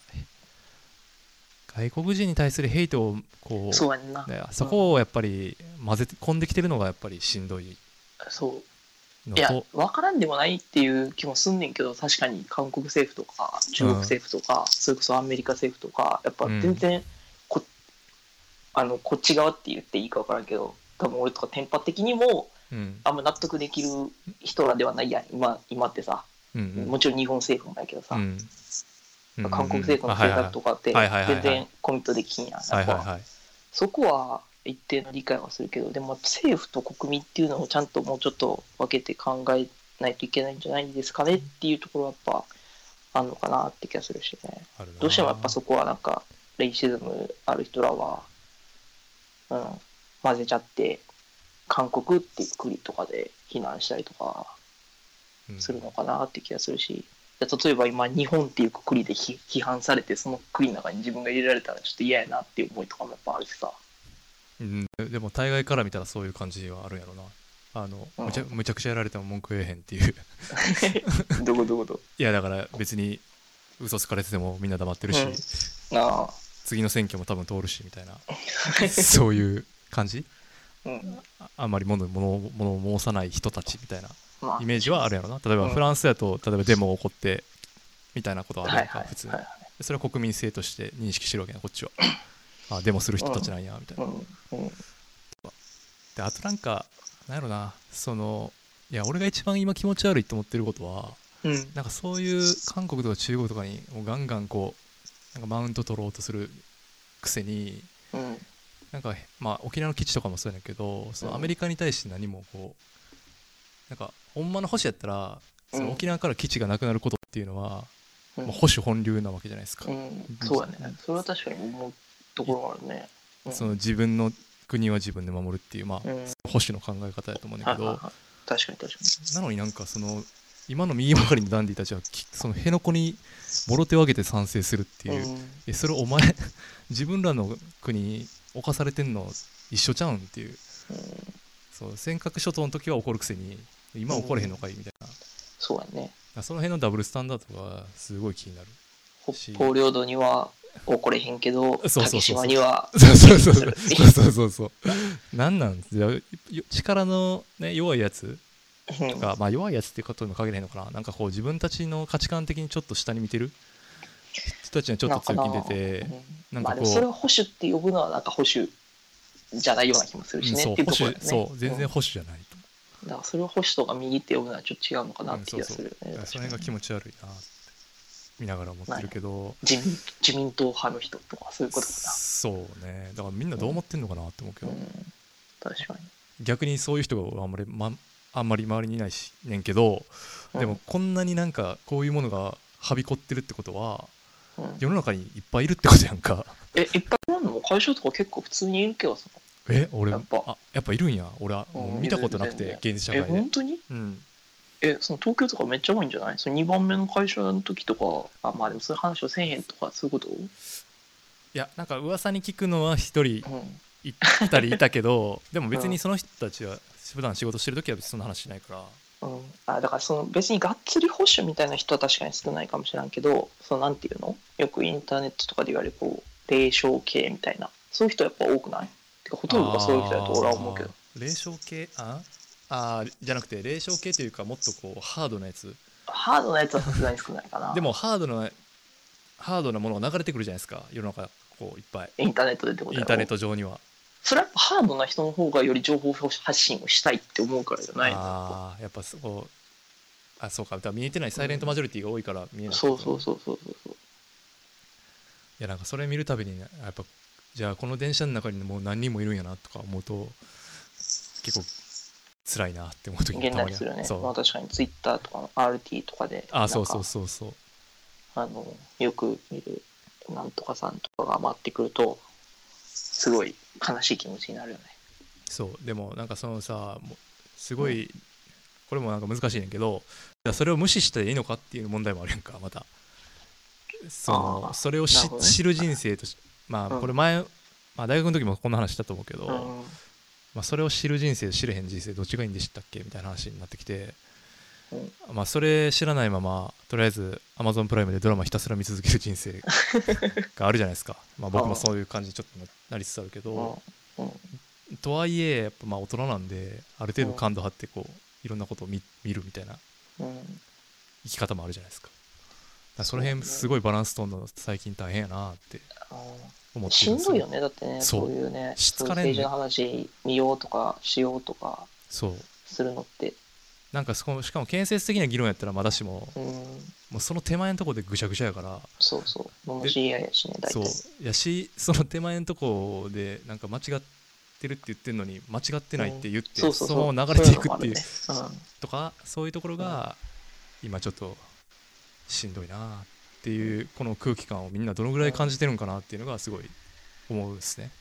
Speaker 1: 外国人に対するヘイトを、こう、
Speaker 2: そうやんな
Speaker 1: ねそこをやっぱり混ぜ込んできてるのがやっぱりしんどい
Speaker 2: そ
Speaker 1: の
Speaker 2: ういや
Speaker 1: と、
Speaker 2: 分からんでもないっていう気もすんねんけど確かに韓国政府とか中国政府とか、それこそアメリカ政府とかやっぱ全然こ,、あのこっち側って言っていいか分からんけど多分俺とかテンパ的にも
Speaker 1: うん
Speaker 2: あんま納得できる人らではないやん今今ってさ、
Speaker 1: うん
Speaker 2: もちろん日本政府もやけどさ、
Speaker 1: うんうん
Speaker 2: 韓国政府の政策とかって
Speaker 1: あはいはいはいはい
Speaker 2: 全然コミットできんやん、
Speaker 1: はいはい
Speaker 2: やっぱ
Speaker 1: はい
Speaker 2: そこは一定の理解はするけどでも政府と国民っていうのをちゃんともうちょっと分けて考えないといけないんじゃないですかねっていうところはやっぱあるのかなって気がするしね
Speaker 1: あるな
Speaker 2: どうしてもやっぱそこはなんかレイシズムある人らは、うん、混ぜちゃって韓国っていう国とかで非難したりとか
Speaker 1: うん
Speaker 2: するのかなって気がするし、じゃあ例えば今日本っていう国で批批判されてその国の中に自分が入れられたらちょっと嫌やなっていう思いとかもやっぱあるしさ
Speaker 1: うん、でも対外から見たらそういう感じはあるんやろなあの、
Speaker 2: うん
Speaker 1: むちゃむちゃくちゃやられても文句言えへんっていう
Speaker 2: どこどこど
Speaker 1: いやだから別に嘘つかれててもみんな黙ってるし、
Speaker 2: うんああ
Speaker 1: 次の選挙も多分通るしみた いなそういう感じ
Speaker 2: うん
Speaker 1: ああんまり物物物を申さない人たちみたいな
Speaker 2: まあ
Speaker 1: イメージはあるやろな例え
Speaker 2: う
Speaker 1: ば
Speaker 2: ん
Speaker 1: フランスやと例えばデモ起こってみたいなことはある
Speaker 2: は
Speaker 1: や
Speaker 2: い
Speaker 1: んか
Speaker 2: はい
Speaker 1: 普通に
Speaker 2: はいはい
Speaker 1: それは国民性として認識してるわけやんこっちはあデモする人たちなんやみたいな
Speaker 2: うんうん
Speaker 1: であとなんかなんやろなそのいや俺が一番今気持ち悪いと思ってることは
Speaker 2: うん
Speaker 1: なんかそういう韓国とか中国とかにもうガンガンこうなんかマウント取ろうとするくせに
Speaker 2: うん
Speaker 1: なんかへまあ沖縄の基地とかもそうやねんけどそのアメリカに対して何もこうなんかほんまの保守やったらその沖縄から基地がなくなることっていうのは、
Speaker 2: うん
Speaker 1: まあ保守本流なわけじゃないですか、
Speaker 2: うんそうやねそれは確かに思うところがあるねうん
Speaker 1: その自分の国は自分で守るっていう、まあ
Speaker 2: うん
Speaker 1: 保守の考え方やと思うねんだけ
Speaker 2: はい
Speaker 1: ど
Speaker 2: はいはい確かに確か
Speaker 1: なのになんかその今の右曲がりのダンディたちはきその辺野古にもろ手を挙げて賛成するって
Speaker 2: に
Speaker 1: いう、
Speaker 2: うん
Speaker 1: えそれお前自分らの国に侵されてんの一緒ちゃうんっていう
Speaker 2: うん
Speaker 1: そう尖閣諸島の時は怒るくせに今は怒れへんのかいみたいな、だか
Speaker 2: そうやね
Speaker 1: らその辺のダブルスタンダードがすごい気になる
Speaker 2: 北方領土には怒れへんけど
Speaker 1: そうそうそうそう
Speaker 2: 竹島には
Speaker 1: そうそうそうそうそ うそうそうなんなんじゃあよ力の、ね、弱いやつ
Speaker 2: うん
Speaker 1: が、まあ、弱いやつっていうことにも限らへんのかななんかこう自分たちの価値観的にちょっと下に見てる人たちにはちょっと強気に出てな
Speaker 2: な
Speaker 1: んん
Speaker 2: か
Speaker 1: かこ
Speaker 2: な
Speaker 1: う
Speaker 2: うんまあでもそれを保守って呼ぶのはなんか保守じゃないような気もするし
Speaker 1: うん
Speaker 2: ね
Speaker 1: そう
Speaker 2: っていうと
Speaker 1: 保
Speaker 2: ころ
Speaker 1: 守
Speaker 2: だよね
Speaker 1: そう全然
Speaker 2: ん
Speaker 1: 保守じゃないと、
Speaker 2: だからそれを保守とか右って呼ぶのはちょっと違うのかな
Speaker 1: う
Speaker 2: っ
Speaker 1: ん
Speaker 2: て
Speaker 1: そ
Speaker 2: 気
Speaker 1: う
Speaker 2: が
Speaker 1: そ
Speaker 2: す
Speaker 1: う
Speaker 2: る
Speaker 1: だ
Speaker 2: よね
Speaker 1: からその辺が気持ち悪いなって見ながら思ってるけど、
Speaker 2: 自民自民党派の人とかそういうことか
Speaker 1: そうねだからみんなどう思ってんのかなって思うけ
Speaker 2: な、
Speaker 1: ど、
Speaker 2: うん、確かに
Speaker 1: 逆にそういう人があんまり、ま、あんまり周りにいないしねんけどでも、こんなになんかこういうものがはびこってるってことは
Speaker 2: うんうん
Speaker 1: 世の中にいっぱいいるってことやんか
Speaker 2: えいっぱいなんのも会社とか結構普通にいるけどさ
Speaker 1: え俺
Speaker 2: やっぱ
Speaker 1: あやっぱいるんや俺はもう見たことなく
Speaker 2: うんい
Speaker 1: て
Speaker 2: る
Speaker 1: 現実社
Speaker 2: え
Speaker 1: 会で
Speaker 2: 本当に
Speaker 1: うん
Speaker 2: えその東京とかめっちゃ多いんじゃないその2番目の会社の時とかあまあでもそういう話をせえへんとかそういうこと
Speaker 1: いやなんか噂に聞くのは一人
Speaker 2: うん
Speaker 1: い二人いたけ どでも別
Speaker 2: うん
Speaker 1: にその人たちは普段仕事してる時は別にそんな話しないから
Speaker 2: うん、あだからその別にがっつり保守みたいな人は確かに少ないかもしれんけどそのなんていうのよくインターネットとかで言われるこう霊障系みたいなそういう人やっぱ多くないてかほとんどがそういう人だと俺は思うけど
Speaker 1: あー霊障系ああーじゃなくて霊障系というかもっとこうハードなやつ
Speaker 2: ハードなやつはさすがに少ないかな
Speaker 1: でもハードなハードなものが流れてくるじゃないですか世の中こういっぱい
Speaker 2: インターネットでってこと
Speaker 1: イ
Speaker 2: や
Speaker 1: ン
Speaker 2: ろ
Speaker 1: ターネット上には
Speaker 2: それはやっぱハードな人の方がより情報発信をしたいって思うからじゃないの
Speaker 1: ああやっぱそうあそうかだから見えてないサイレントマジョリティが多いから見えない、
Speaker 2: そうそうそうそうそうそう
Speaker 1: いやなんかそれ見るたびにねやっぱじゃあこの電車の中にもう何人もいるんやなとか思うと結構辛いなって思う時に
Speaker 2: 現
Speaker 1: たま
Speaker 2: 代
Speaker 1: にあ
Speaker 2: するよね
Speaker 1: そう
Speaker 2: まあ、確かにツイッターとかの RT とかで
Speaker 1: あそう
Speaker 2: なん
Speaker 1: そう
Speaker 2: か
Speaker 1: そうそう
Speaker 2: あのよく見るなんとかさんとかが回ってくるとすごい悲しい気持ちになるよね
Speaker 1: そうでもなんかそのさもうすごい、これもなんか難しいねんけどじゃあそれを無視していいのかっていう問題もあるやんかまたそ
Speaker 2: あー
Speaker 1: のそれを知
Speaker 2: なるほどね
Speaker 1: 知る人生としまあ
Speaker 2: うん
Speaker 1: これ前、まあ、大学の時もこんな話したと思うけど、
Speaker 2: うん
Speaker 1: まあ、それを知る人生知れへん人生どっちがいいんでしたっけみたいな話になってきて、
Speaker 2: うん
Speaker 1: まあ、それ知らないままとりあえず Amazon プライムでドラマひたすら見続ける人生があるじゃないですか、まあ、僕
Speaker 2: あ
Speaker 1: も
Speaker 2: ー
Speaker 1: そういう感じにちょっとななりつつあるけど、
Speaker 2: うん
Speaker 1: とはいえやっぱまあ大人なんである程度感度張ってこういろんなことを見見るみたいな
Speaker 2: うん
Speaker 1: 生き方もあるじゃないですかだからその辺すごいバランス取るの最近大変やなって
Speaker 2: あ
Speaker 1: 思
Speaker 2: の
Speaker 1: って
Speaker 2: しんどいよ
Speaker 1: ね
Speaker 2: ねだってね
Speaker 1: そう
Speaker 2: そういうね
Speaker 1: しつ
Speaker 2: そう
Speaker 1: かれんね
Speaker 2: 政治の話見ようとかしようとか
Speaker 1: そう
Speaker 2: するのって。
Speaker 1: なんかそこしかも建設的な議論やったらまだしも
Speaker 2: うん、
Speaker 1: もうその手前のとこでぐしゃぐしゃやから
Speaker 2: そうそう。のの知り合いやしね、大
Speaker 1: そう
Speaker 2: 体。
Speaker 1: やしその手前のとこでなんか間違ってるって言ってるのに間違ってないって言って、
Speaker 2: そうそう
Speaker 1: そ
Speaker 2: そ
Speaker 1: の
Speaker 2: う。
Speaker 1: まま流れていく
Speaker 2: そ
Speaker 1: っていう
Speaker 2: うのもあるね
Speaker 1: とかそういうところが今ちょっとしんどいなっていうこの空気感をみんなどのぐらい感じてるんかなっていうのがすごい思うですね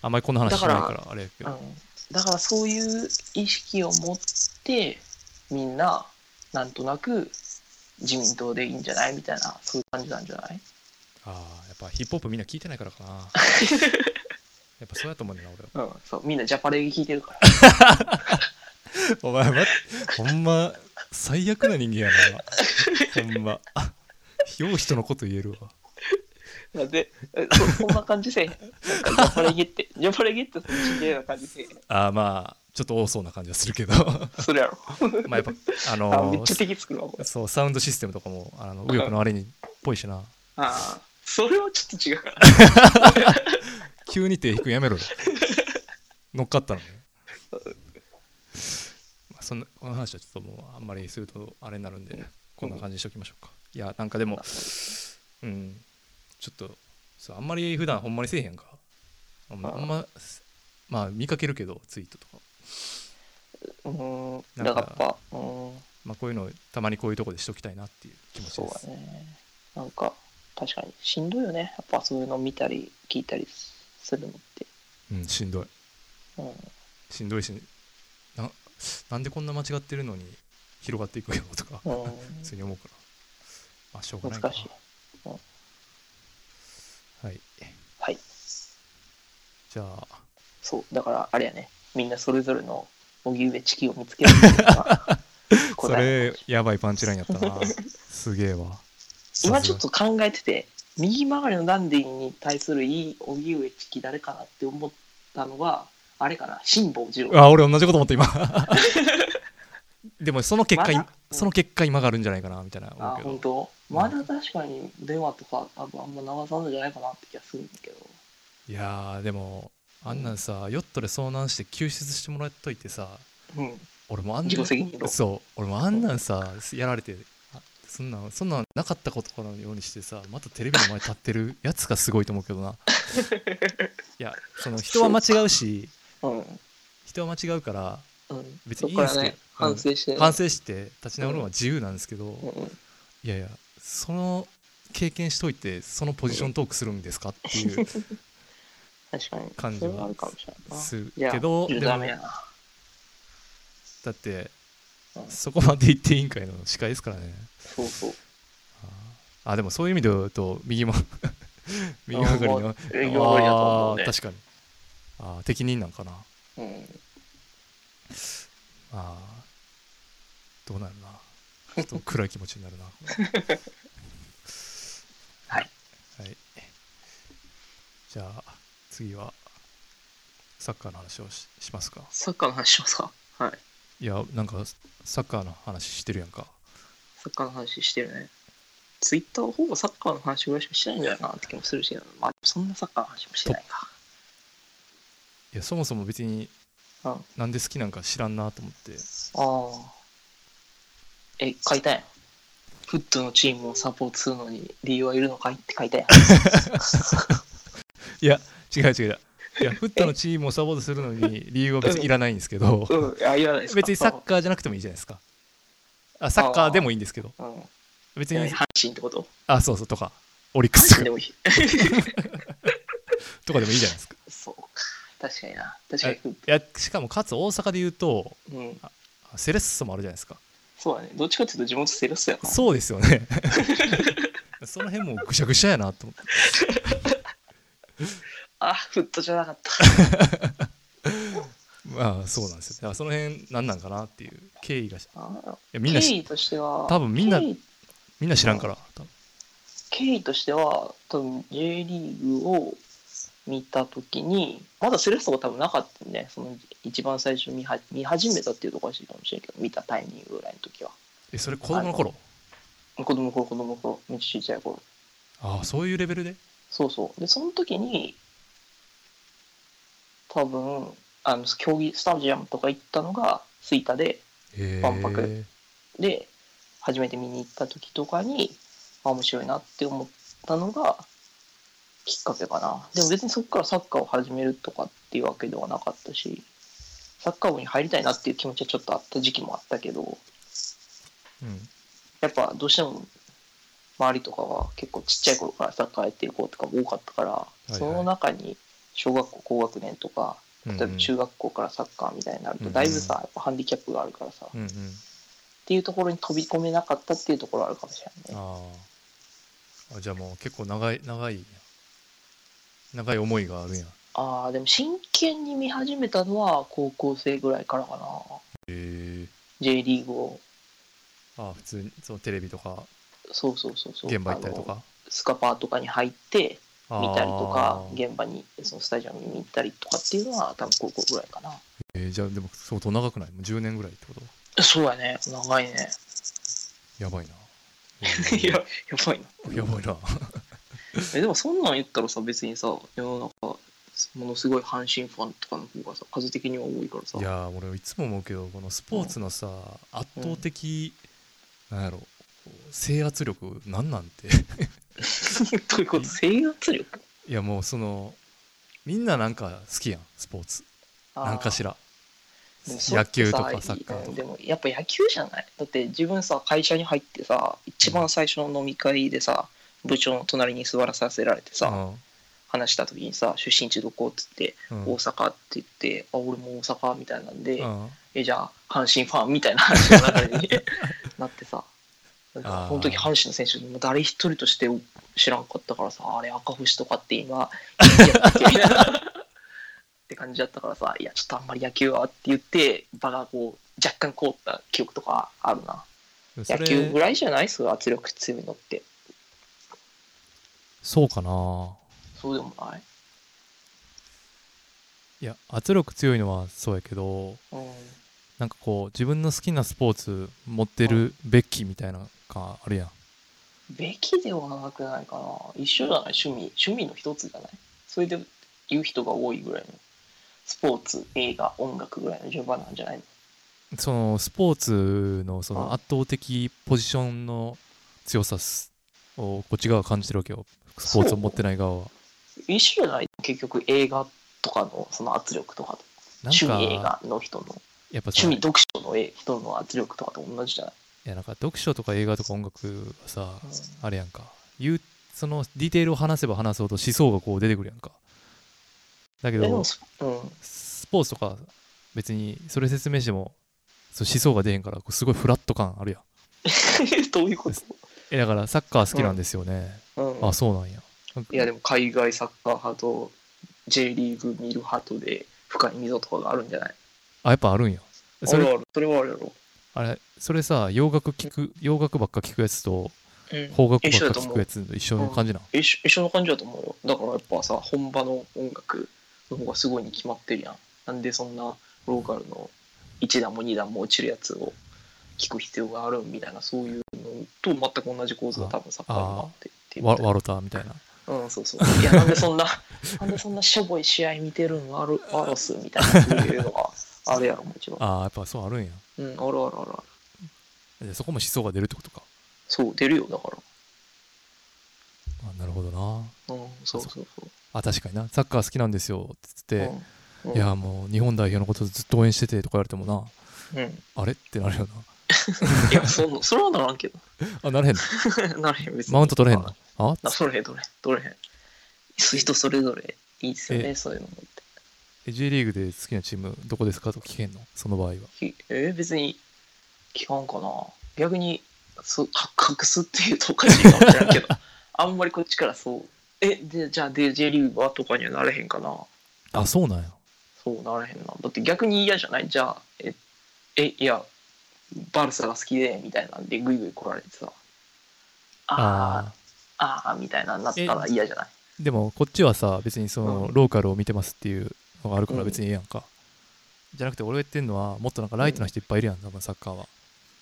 Speaker 1: あんまりこんな話しないからあれやけ
Speaker 2: うん
Speaker 1: ど
Speaker 2: うんだからそういう意識を持って、みんな、なんとなく自民党でいいんじゃないみたいな、そういう感じなんじゃない
Speaker 1: ああやっぱヒップホップみんな聞いてないからか なやっぱそうやと思うんだよな俺は
Speaker 2: うん、そう。みんなジャパレギ聞いてるから。
Speaker 1: お前ま、ほんま、最悪な人間やな。ほんま。あよう人のこと言えるわ。
Speaker 2: なん で、えそ そんな感じせえへん。なんかジャパレギって、ジャパレギってそのちげえな感じせえへん。
Speaker 1: あーまあ、ちょっと多そうな感じはするけど。
Speaker 2: それやろ。
Speaker 1: まあやっぱ、あ
Speaker 2: あめっ
Speaker 1: の
Speaker 2: ちゃ敵作るわ、これ。
Speaker 1: そう、サウンドシステムとかも、あの右翼のあれにっぽいしな。
Speaker 2: ああ、それはちょっと違うから。
Speaker 1: 急に手引くんやめ ろよ。乗っか ったのね。まあそんなこの話はちょっともうあんまりするとあれになるんで、こんな感じにしときましょうか。いや、なんかでも、うん、ちょっと、そうあんまり普段ほんまにせえへんか。あんま、
Speaker 2: あー
Speaker 1: あんままあ見かけるけど、ツイートとか。
Speaker 2: うーん、
Speaker 1: なん
Speaker 2: だ
Speaker 1: か
Speaker 2: からやっぱ、うーん、
Speaker 1: まあこういうのたまにこういうとこでしときたいなっていう気持ち
Speaker 2: そう
Speaker 1: で
Speaker 2: だ
Speaker 1: す。
Speaker 2: ね。なんか、確かにしんどいよね。やっぱそういうの見たり、聞いたりするのって。
Speaker 1: うん、しんどい。
Speaker 2: うん、
Speaker 1: しんどいし、ななんでこんな間違ってるのに広がっていくんやろとか、
Speaker 2: う
Speaker 1: 普通に思うから。まあしょうがないか
Speaker 2: 難
Speaker 1: な
Speaker 2: しい。
Speaker 1: はい。
Speaker 2: はい。
Speaker 1: じゃあ、
Speaker 2: そう、だからあれやね。みんなそれぞれの荻上チキを見つけるっていうの が
Speaker 1: そ
Speaker 2: 答え
Speaker 1: れ、やばいパンチラインやった な。すげえわ。
Speaker 2: 今ちょっと考えてて右曲がりのダンディに対するいい荻上チキ誰かなって思ったのはあれかな辛坊治郎
Speaker 1: あ、俺同じこと思った今。 でもその結果、
Speaker 2: まだ
Speaker 1: その結果今があるんじゃないかなみたいな思
Speaker 2: あ
Speaker 1: うけ
Speaker 2: 本
Speaker 1: ど。
Speaker 2: 当まだ確かに電話とか多分あんま流さんのじゃないかなって気がするんだけど
Speaker 1: いやーでもあんなんさ、ヨットで遭難して救出してもらっといてさ、
Speaker 2: うん
Speaker 1: 俺もあん
Speaker 2: 自己責任論
Speaker 1: そう、俺もあんなんさやられて、あそんなんそんなんなかったことのようにしてさ、またテレビの前に立ってるやつがすごいと思うけどな。いや、その人は間違うし、
Speaker 2: うん
Speaker 1: 人は間違うから。
Speaker 2: うん
Speaker 1: 別
Speaker 2: そ
Speaker 1: にい
Speaker 2: こ
Speaker 1: いん
Speaker 2: か
Speaker 1: ですけ
Speaker 2: ら
Speaker 1: ど
Speaker 2: ね反省して、
Speaker 1: 反省して立ち直るのは自由なんですけど、
Speaker 2: うんうん
Speaker 1: いやいやその経験しといてそのポジショントークするんですかっていう
Speaker 2: 確かに
Speaker 1: 感じは
Speaker 2: それはあるかもしれないな
Speaker 1: する
Speaker 2: いや
Speaker 1: けどでも
Speaker 2: ダメやな
Speaker 1: だって
Speaker 2: うん
Speaker 1: そこまで言って委員会の司会ですからね
Speaker 2: そうそう
Speaker 1: あーあでもそういう意味で言うと 右も右曲がりの
Speaker 2: あー右曲がりだと思う
Speaker 1: あ
Speaker 2: ね
Speaker 1: ー確かにあー適任なんかな
Speaker 2: うん
Speaker 1: あーどうなるなちょっと暗い気持ちにな るな
Speaker 2: はい、
Speaker 1: はい、じゃあ次はサッカーの話をししますか
Speaker 2: サッカーの話しますかはい
Speaker 1: いやなんかサッカーの話してるやんか
Speaker 2: サッカーの話してるね。ツイッターはほぼサッカーの話ぐらいしかしてないんじゃないかなって気もするし、まあ、そんなサッカーの話もしてないか。
Speaker 1: いやそもそも別に
Speaker 2: うん、あ
Speaker 1: なんで好きなんか知らんなと思って
Speaker 2: あ。え、書いたやん。フットのチームをサポートするのに理由はいるのかいって書いた やん。
Speaker 1: いや違う違ういやフットのチームをサポートするのに理由は別にいらないんですけど
Speaker 2: うん、あ、言わないですか。
Speaker 1: 別にサッカーじゃなくてもいいじゃないですかあサッカーでもいいんですけど
Speaker 2: ー。うん、
Speaker 1: 別
Speaker 2: じゃあ
Speaker 1: に
Speaker 2: 阪神ってこと
Speaker 1: あそうそうとかオリック
Speaker 2: 阪
Speaker 1: スと
Speaker 2: 神
Speaker 1: か
Speaker 2: でもいい。
Speaker 1: とかでもいいじゃないですか
Speaker 2: そうか。確かにな。確かにフッ
Speaker 1: いやしかもかつ大阪で言うと
Speaker 2: ト。うん。
Speaker 1: セレッソもあるじゃないですか
Speaker 2: そうだね。どっちかっていうと地元セレッソやな。
Speaker 1: そうですよね その辺もぐしゃぐしゃやなと思って
Speaker 2: あ、フットじゃなかった。
Speaker 1: まあそうなんですよだからその辺何なんかなっていう経緯がい
Speaker 2: あ
Speaker 1: やみん
Speaker 2: 経
Speaker 1: なし
Speaker 2: 緯としては、
Speaker 1: 多分みんな
Speaker 2: 経緯
Speaker 1: みんな知らんから多分
Speaker 2: 経緯としては多分 J リーグを見た時にまだセレッソが多分なかったんでその一番最初見は見始めたっていうところらしいかもしれんけど見たタイミングぐらいの時は
Speaker 1: えそれ子供の頃
Speaker 2: 子供の頃子供の頃めっちゃ小さい頃
Speaker 1: ああそういうレベルで
Speaker 2: そうそうでその時に多分あの競技スタジアムとか行ったのが吹田で
Speaker 1: へえ
Speaker 2: 万博で初めて見に行った時とかにあ面白いなって思ったのがきっかけかなでも別にそこからサッカーを始めるとかっていうわけではなかったしサッカー部に入りたいなっていう気持ちはちょっとあった時期もあったけど
Speaker 1: うん
Speaker 2: やっぱどうしても周りとかは結構ちっちゃい頃からサッカーやってる子とかも多かったから、
Speaker 1: いはい
Speaker 2: その中に小学校高学年とか
Speaker 1: うん
Speaker 2: 例えば中学校からサッカーみたいになるとだいぶさ、やっぱハンディキャップがあるからさ、
Speaker 1: うんうん
Speaker 2: っていうところに飛び込めなかったっていうところあるかもしれないね。
Speaker 1: あーあじゃあもう結構長い長い長い思いがあるやんへ
Speaker 2: ああ、でも真剣に見始めたのは高校生ぐらいからかな。
Speaker 1: え
Speaker 2: J リーグを。
Speaker 1: ああ普通にそのテレビとか
Speaker 2: そうそうそうそう。
Speaker 1: 現場行ったりと
Speaker 2: あの
Speaker 1: か
Speaker 2: スカパーとかに入って
Speaker 1: あ
Speaker 2: 見たりとか、
Speaker 1: ー
Speaker 2: 現場に、そのスタジアムに見に行ったりとかっていうのは多分高校ぐらいかな。
Speaker 1: えーじゃあでも相当長くないもう10年ぐらいってこと
Speaker 2: そうやね。長いね。
Speaker 1: やばいな
Speaker 2: いや、やばいな。
Speaker 1: やばいな
Speaker 2: えでもそんなん言ったらさ、別にさ、世の中、ものすごい阪神ファンとかの方がさ、数的には多いからさ。
Speaker 1: いやー俺いつも思うけどこのスポーツのさ圧倒的、なんやろ制圧力なんなんて
Speaker 2: どういうこと制圧力
Speaker 1: いやもうそのみんななんか好きやんスポーツなんかしら
Speaker 2: でも
Speaker 1: 野球と
Speaker 2: そ
Speaker 1: か
Speaker 2: う
Speaker 1: サッカー
Speaker 2: う
Speaker 1: と
Speaker 2: ん
Speaker 1: か
Speaker 2: でもやっぱ野球じゃないだって自分さ会社に入ってさ一番最初の飲み会でさ、部長の隣に座らさせられてさ、話した時にさ出身地どこっつって、
Speaker 1: うんうん
Speaker 2: 大阪って言ってあ俺も大阪みたいなんで、
Speaker 1: うん
Speaker 2: えじゃあ阪神ファンみたいな話の中 になってさなんか
Speaker 1: あー
Speaker 2: この時阪神の選手も誰一人として知らんかったからさあれ赤星とかって今って感じだったからさいやちょっとあんまり野球はって言って場がこう若干凍った記憶とかあるな
Speaker 1: そ
Speaker 2: 野
Speaker 1: れ
Speaker 2: 球ぐらいじゃないそういう圧力強いのって
Speaker 1: そうかな
Speaker 2: そうでもない、
Speaker 1: いや圧力強いのはそうやけど
Speaker 2: うん、
Speaker 1: なんかこう自分の好きなスポーツ持ってるべきみたいな感あるやん
Speaker 2: べきではなくないかな一緒じゃない趣味趣味の一つじゃないそれで言う人が多いぐらいのスポーツ映画音楽ぐらいの順番なんじゃないの
Speaker 1: そのスポーツのそうの
Speaker 2: ん
Speaker 1: 圧倒的ポジションの強さすをこっち側は感じてるわけよスポーツを持ってない側は
Speaker 2: 一緒じゃない結局映画とかのその圧力とかと
Speaker 1: なん
Speaker 2: 趣
Speaker 1: か
Speaker 2: 味映画の人の
Speaker 1: やっぱ
Speaker 2: 趣
Speaker 1: さ
Speaker 2: 味
Speaker 1: い
Speaker 2: 読書のえ人の圧力とかと同じじゃない、
Speaker 1: やなんか読書とか映画とか音楽はさ
Speaker 2: うん
Speaker 1: あれやんか言うそのディテールを話せば話すほど思想がこう出てくるやんかだけ
Speaker 2: えで
Speaker 1: ど
Speaker 2: もそうん
Speaker 1: スポーツとか別にそれ説明してもそう思想が出へんからこうすごいフラット感あるやん
Speaker 2: どういうこと、
Speaker 1: えだからサッカー好きなんですよね、
Speaker 2: うん
Speaker 1: あ、そうなんやなんか
Speaker 2: いやでも海外サッカー派と J リーグ見る派とで深い溝とかがあるんじゃない
Speaker 1: あやっぱあるんやそ
Speaker 2: それ
Speaker 1: れ
Speaker 2: はあるそれはあるやろ、
Speaker 1: あれそれさ洋楽聞く洋楽ばっか聞くやつと
Speaker 2: うん
Speaker 1: 邦楽ばっ
Speaker 2: 一
Speaker 1: か
Speaker 2: 緒だと
Speaker 1: 聞
Speaker 2: 思
Speaker 1: く
Speaker 2: う
Speaker 1: やつの一緒の感じなん、
Speaker 2: 一緒一緒の感じだと思うよだからやっぱさ本場の音楽の方がすごいに決まってるやんなんでそんなローカルの1段も2段も落ちるやつを聞く必要があるみたいなそういうのと全く同じ構図が多分サッカーにもあってっていう
Speaker 1: わわろたみたいな
Speaker 2: うんそうそういやなんでそんな なんでそんなしょぼい試合見てるんワロワロスみたいなそういうのがあるやろもちろん
Speaker 1: あーやっぱそうあるんや
Speaker 2: うんあるあるあるある
Speaker 1: でそこも思想が出るってことか
Speaker 2: そう出るよだか
Speaker 1: あなるほどな
Speaker 2: らうんそうそうそう
Speaker 1: あ確かになサッカー好きなんですよっつって、
Speaker 2: うんうん
Speaker 1: いやもう日本代表のことずっと応援しててとか言われてもな
Speaker 2: うん
Speaker 1: あれってなるよ
Speaker 2: いやそんなそれはならんけど
Speaker 1: なあなれへんの
Speaker 2: ならへん別に
Speaker 1: マウント取れへんのあ
Speaker 2: あそれどれどれへん人それぞれいいっすよねそういうのもって
Speaker 1: え J リーグで好きなチームどこですかとか聞けんのその場合は
Speaker 2: きえー別に聞かんかな逆にそうか隠すっていうとおかしいかもしれんけ どあんまりこっちからそうえでじゃあで J リーグはとかにはなれへんかな
Speaker 1: あそうなんや
Speaker 2: そうなれへんなだって逆に嫌じゃないじゃあええいやバルサが好きでみたいなんでグイグイ来られてさあーああーみたいなになったら嫌じゃない
Speaker 1: ーでもこっちはさ別にその
Speaker 2: うん
Speaker 1: ローカルを見てますっていうのがあるから
Speaker 2: うん
Speaker 1: 別にええやんか、じゃなくて俺が言ってんのはもっとなんかライトな人いっぱいいるやん多分サッカーは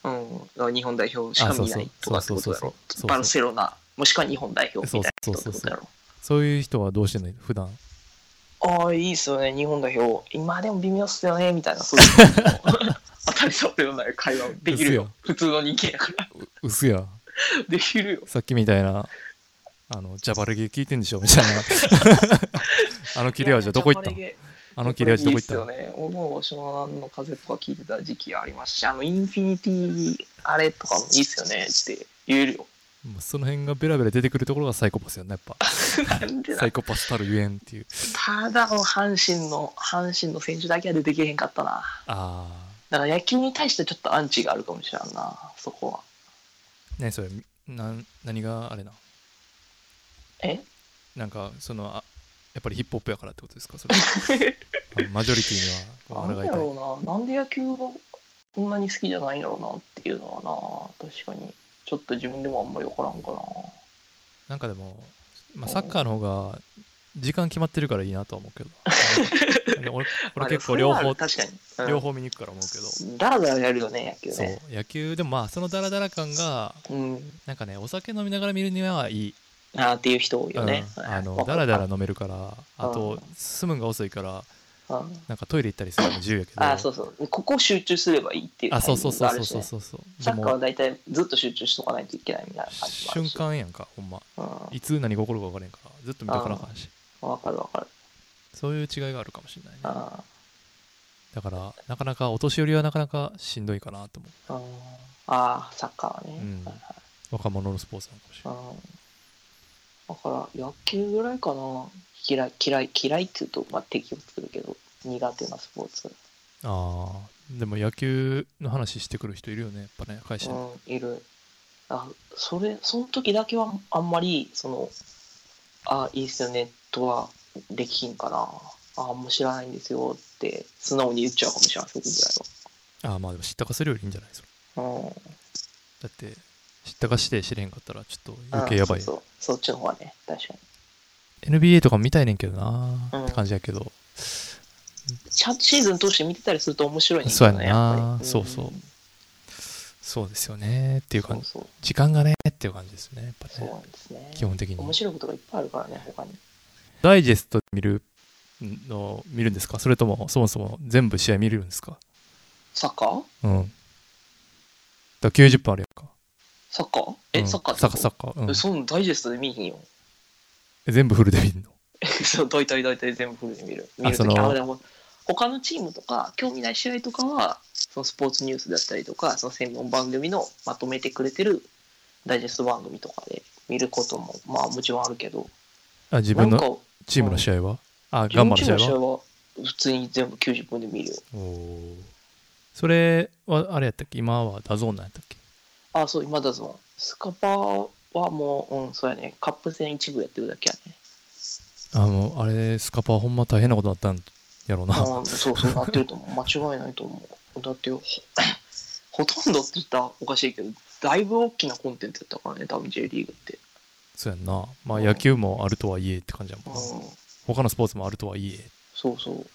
Speaker 2: うん、だから日本代表しか見ないとかってこ
Speaker 1: そ
Speaker 2: とだ
Speaker 1: うそうそうそう
Speaker 2: ろ
Speaker 1: そうそう
Speaker 2: バルセロナもしくは日本代表みたいな人ってことだろ
Speaker 1: そういう人はどうしてんの普段
Speaker 2: ああいいっすよね日本代表今でも微妙っすよねみたいなそういうの当大したことのない会話できるよ。普通の人間やから。
Speaker 1: 薄や
Speaker 2: できるよ。
Speaker 1: さっきみたいなあのジャバレゲ聞いてんでしょ みた いなあの切れ味はどこ行ったの
Speaker 2: いやめちゃ
Speaker 1: あ
Speaker 2: バレゲ
Speaker 1: の切れ味どこ行った
Speaker 2: いいっ
Speaker 1: の
Speaker 2: すよね。俺も湘南の風とか聞いてた時期ありますし、あのインフィニティあれとかもいいっすよねって言えるよ。
Speaker 1: もうその辺がベラベラ出てくるところがサイコパスよねやっ ぱ
Speaker 2: なんで
Speaker 1: サ
Speaker 2: だ
Speaker 1: イコパスたるゆえんっていう
Speaker 2: ただの阪神の、阪神の選手だけは出てけへんかったな。
Speaker 1: あ
Speaker 2: だから野球に対してちょっとアンチがあるかもしれんな、そこは。
Speaker 1: あ何それなん何があれな
Speaker 2: え
Speaker 1: なんかそのあやっぱりヒップホップやからってことですかそれ あのマジョリティにはあ
Speaker 2: なん
Speaker 1: らが
Speaker 2: で
Speaker 1: い
Speaker 2: や
Speaker 1: たい
Speaker 2: ろうな、なんで野球がこんなに好きじゃないんだろうなっていうのはな、確かに、ちょっと自分でもあんまり分からんかな。
Speaker 1: なんかでも、まあ、サッカーの方が時間決まってるからいいなとは思う けどあの俺俺結構両
Speaker 2: まあで
Speaker 1: 方
Speaker 2: もそれは確かに。
Speaker 1: 両方見に行くから思うけど
Speaker 2: うん。だらだらやるよね、野球
Speaker 1: そう
Speaker 2: ね。
Speaker 1: 野球でもまあそのダラダラ感が
Speaker 2: うん。
Speaker 1: なんかねお酒飲みながら見るにはいい、
Speaker 2: あーっていう人多いよね。
Speaker 1: うん、
Speaker 2: はい
Speaker 1: あの
Speaker 2: わか
Speaker 1: ダ
Speaker 2: る
Speaker 1: ラダラ飲めるからあ
Speaker 2: う
Speaker 1: と
Speaker 2: ん
Speaker 1: 進むんが遅いから
Speaker 2: うん
Speaker 1: なんかトイレ行ったりするのも自由やけど
Speaker 2: あーそうそう。ここ集中すればいいっていう。
Speaker 1: あそうそうそうそうそう
Speaker 2: う。
Speaker 1: そうそう
Speaker 2: サ
Speaker 1: で
Speaker 2: ッカーは
Speaker 1: も
Speaker 2: 大体ずっと集中しとかないといけないみたいな感じもある
Speaker 1: 瞬
Speaker 2: し。
Speaker 1: 間やんかほんま
Speaker 2: 間。
Speaker 1: いつ何が起こるか分からへんからずっと見とかなあかんし
Speaker 2: うん。わかるわかる。
Speaker 1: そういう違いがあるかもしれないね
Speaker 2: あー
Speaker 1: だからなかなかお年寄りはなかなかしんどいかなと思
Speaker 2: あーあー、サッカーはね。
Speaker 1: うん
Speaker 2: はいはいう
Speaker 1: 若者のスポーツなのかもしれない
Speaker 2: だから野球ぐらいかな嫌い嫌い嫌いっていうと、まあ、敵を作るけど苦手なスポーツ、
Speaker 1: あーでも野球の話してくる人いるよねやっぱね会社で
Speaker 2: うん、いるあそれその時だけはあんまりそのあいいっすよねとはできひんかなああんま知らないんですよって素直に言っちゃうかもしれないそこ
Speaker 1: ああまあでも知ったかするよりいいんじゃないそれ
Speaker 2: ぐらいは、うん、
Speaker 1: だって知ったかして知れへんかったらちょっと余計やばい
Speaker 2: うんそうそうそっちの方はね確かに
Speaker 1: NBA とかも見たいねんけどな
Speaker 2: うん
Speaker 1: ーって感じやけど、
Speaker 2: ちゃんとシーズン通して見てたりすると面白いね
Speaker 1: そうやんな
Speaker 2: やっぱり
Speaker 1: そうそうそうですよねーっていう
Speaker 2: そ
Speaker 1: 感
Speaker 2: う
Speaker 1: じ
Speaker 2: そう
Speaker 1: 時間がねーっていう感じですねやっぱ
Speaker 2: そう
Speaker 1: ね
Speaker 2: なんですね
Speaker 1: 基本的に
Speaker 2: 面白いことがいっぱいあるからね他に
Speaker 1: ダイジェストで見るの見るんですかそれともそもそも全部試合見れるんですか
Speaker 2: サッカー
Speaker 1: うんだから90分あるやんか
Speaker 2: サッカーえ、
Speaker 1: うん
Speaker 2: サッカー
Speaker 1: サッカーサ
Speaker 2: カ
Speaker 1: ッカー、うん
Speaker 2: そんなんダイジェストで見ひんよ
Speaker 1: え全部フルで見んの
Speaker 2: そう大体大体全部フルで見る見る
Speaker 1: そ
Speaker 2: とき
Speaker 1: の
Speaker 2: あでも他のチームとか興味ない試合とかはそのスポーツニュースだったりとかその専門番組のまとめてくれてるダイジェスト番組とかで見ることもまあもちろんあるけど
Speaker 1: あ自分
Speaker 2: な
Speaker 1: の
Speaker 2: んか
Speaker 1: チームの試合はあガンマの
Speaker 2: 自
Speaker 1: 試合
Speaker 2: 分の試
Speaker 1: は
Speaker 2: 合は普通に全部90分で見るよ
Speaker 1: おーそれはあれやったっけ今はダゾーンなんやったっけ
Speaker 2: あそう今だぞスカパーはもううんそうやねカップ戦一部やってるだけやね
Speaker 1: あもうあれスカパーほんま大変なことになったんやろうな
Speaker 2: うん、そうそうなってると思う間違いないと思うだってほ ほとんどって言ったらおかしいけどだいぶ大きなコンテンツやったからね多分 J リーグって、
Speaker 1: そうやんなまあ
Speaker 2: うん
Speaker 1: 野球もあるとはいえって感じや
Speaker 2: う
Speaker 1: も
Speaker 2: ん
Speaker 1: んな、他のスポーツもあるとはいえ
Speaker 2: そうそう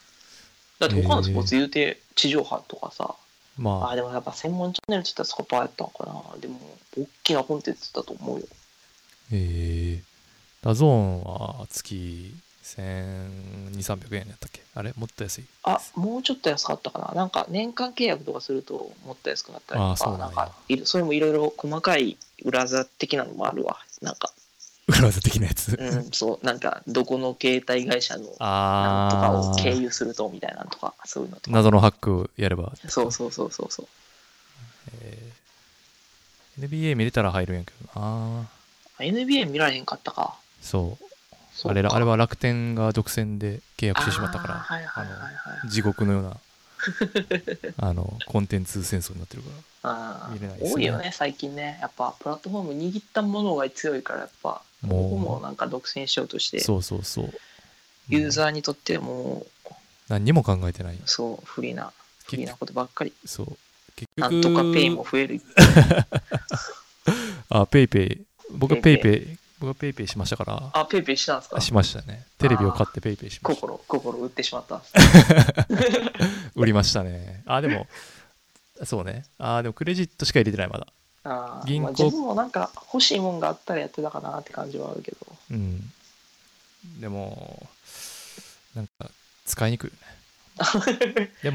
Speaker 2: だって他のスポーツ言うて地上波とかさ、あ
Speaker 1: まあ
Speaker 2: でもやっぱ専門チャンネルって言ったらスコパーやったのかなでも大きなコンテンツだと思うよ
Speaker 1: えー、ダゾーンは月1200300円やったっけあれもっと安い
Speaker 2: あもうちょっと安かったかななんか年間契約とかするともっと安くなったり
Speaker 1: あ
Speaker 2: と
Speaker 1: そう
Speaker 2: か
Speaker 1: なんや
Speaker 2: なんかいるそれもいろいろ細かい裏技的なのもあるわなんか
Speaker 1: 裏技的なやつ、
Speaker 2: うん、そう、なんか、どこの携帯会社のなんとか
Speaker 1: あ
Speaker 2: を経
Speaker 1: あ
Speaker 2: 由するとみたいなのとか、そういうのとか。
Speaker 1: 謎のハックやれば、
Speaker 2: そうそうそうそうそう。
Speaker 1: えー NBA 見れたら入るんやけどな
Speaker 2: あ NBA 見られへんかったか。
Speaker 1: そう
Speaker 2: そう
Speaker 1: あれら
Speaker 2: か
Speaker 1: あれは楽天が独占で契約してしまったか
Speaker 2: あー
Speaker 1: ら
Speaker 2: はいはいはいはい。
Speaker 1: 地獄のよう なあのコンテンツ戦争になってるから
Speaker 2: あ
Speaker 1: 見れない
Speaker 2: ー
Speaker 1: ですね
Speaker 2: 多いよね、最近ね。やっぱ、プラットフォーム握ったものが強いから、やっぱ、ど
Speaker 1: もう
Speaker 2: こもなんか独占しようとして、
Speaker 1: そうそうそう
Speaker 2: ユー
Speaker 1: ー
Speaker 2: ザーにとってもう、
Speaker 1: 何にも考えてない
Speaker 2: そう、不利な、不利なことばっかり。
Speaker 1: そう結
Speaker 2: な
Speaker 1: 局
Speaker 2: んとかペイも増える。
Speaker 1: あペイペイ僕はペ
Speaker 2: ペ
Speaker 1: イ
Speaker 2: イ
Speaker 1: ペ
Speaker 2: ペ
Speaker 1: イ僕はペイペイしましたから
Speaker 2: あ、ペイペイしたんですか
Speaker 1: しましたねテレビを買ってペイペイしました
Speaker 2: 心、心打ってしまったんです。
Speaker 1: 売りましたねあでもそうねあでもクレジットしか入れてないまだ
Speaker 2: あー
Speaker 1: 銀
Speaker 2: まあ、
Speaker 1: 行
Speaker 2: 自分もなんか欲しいもんがあったらやってたかなって感じはあるけど
Speaker 1: うんでもなんか使いにくいよね で
Speaker 2: だって QR,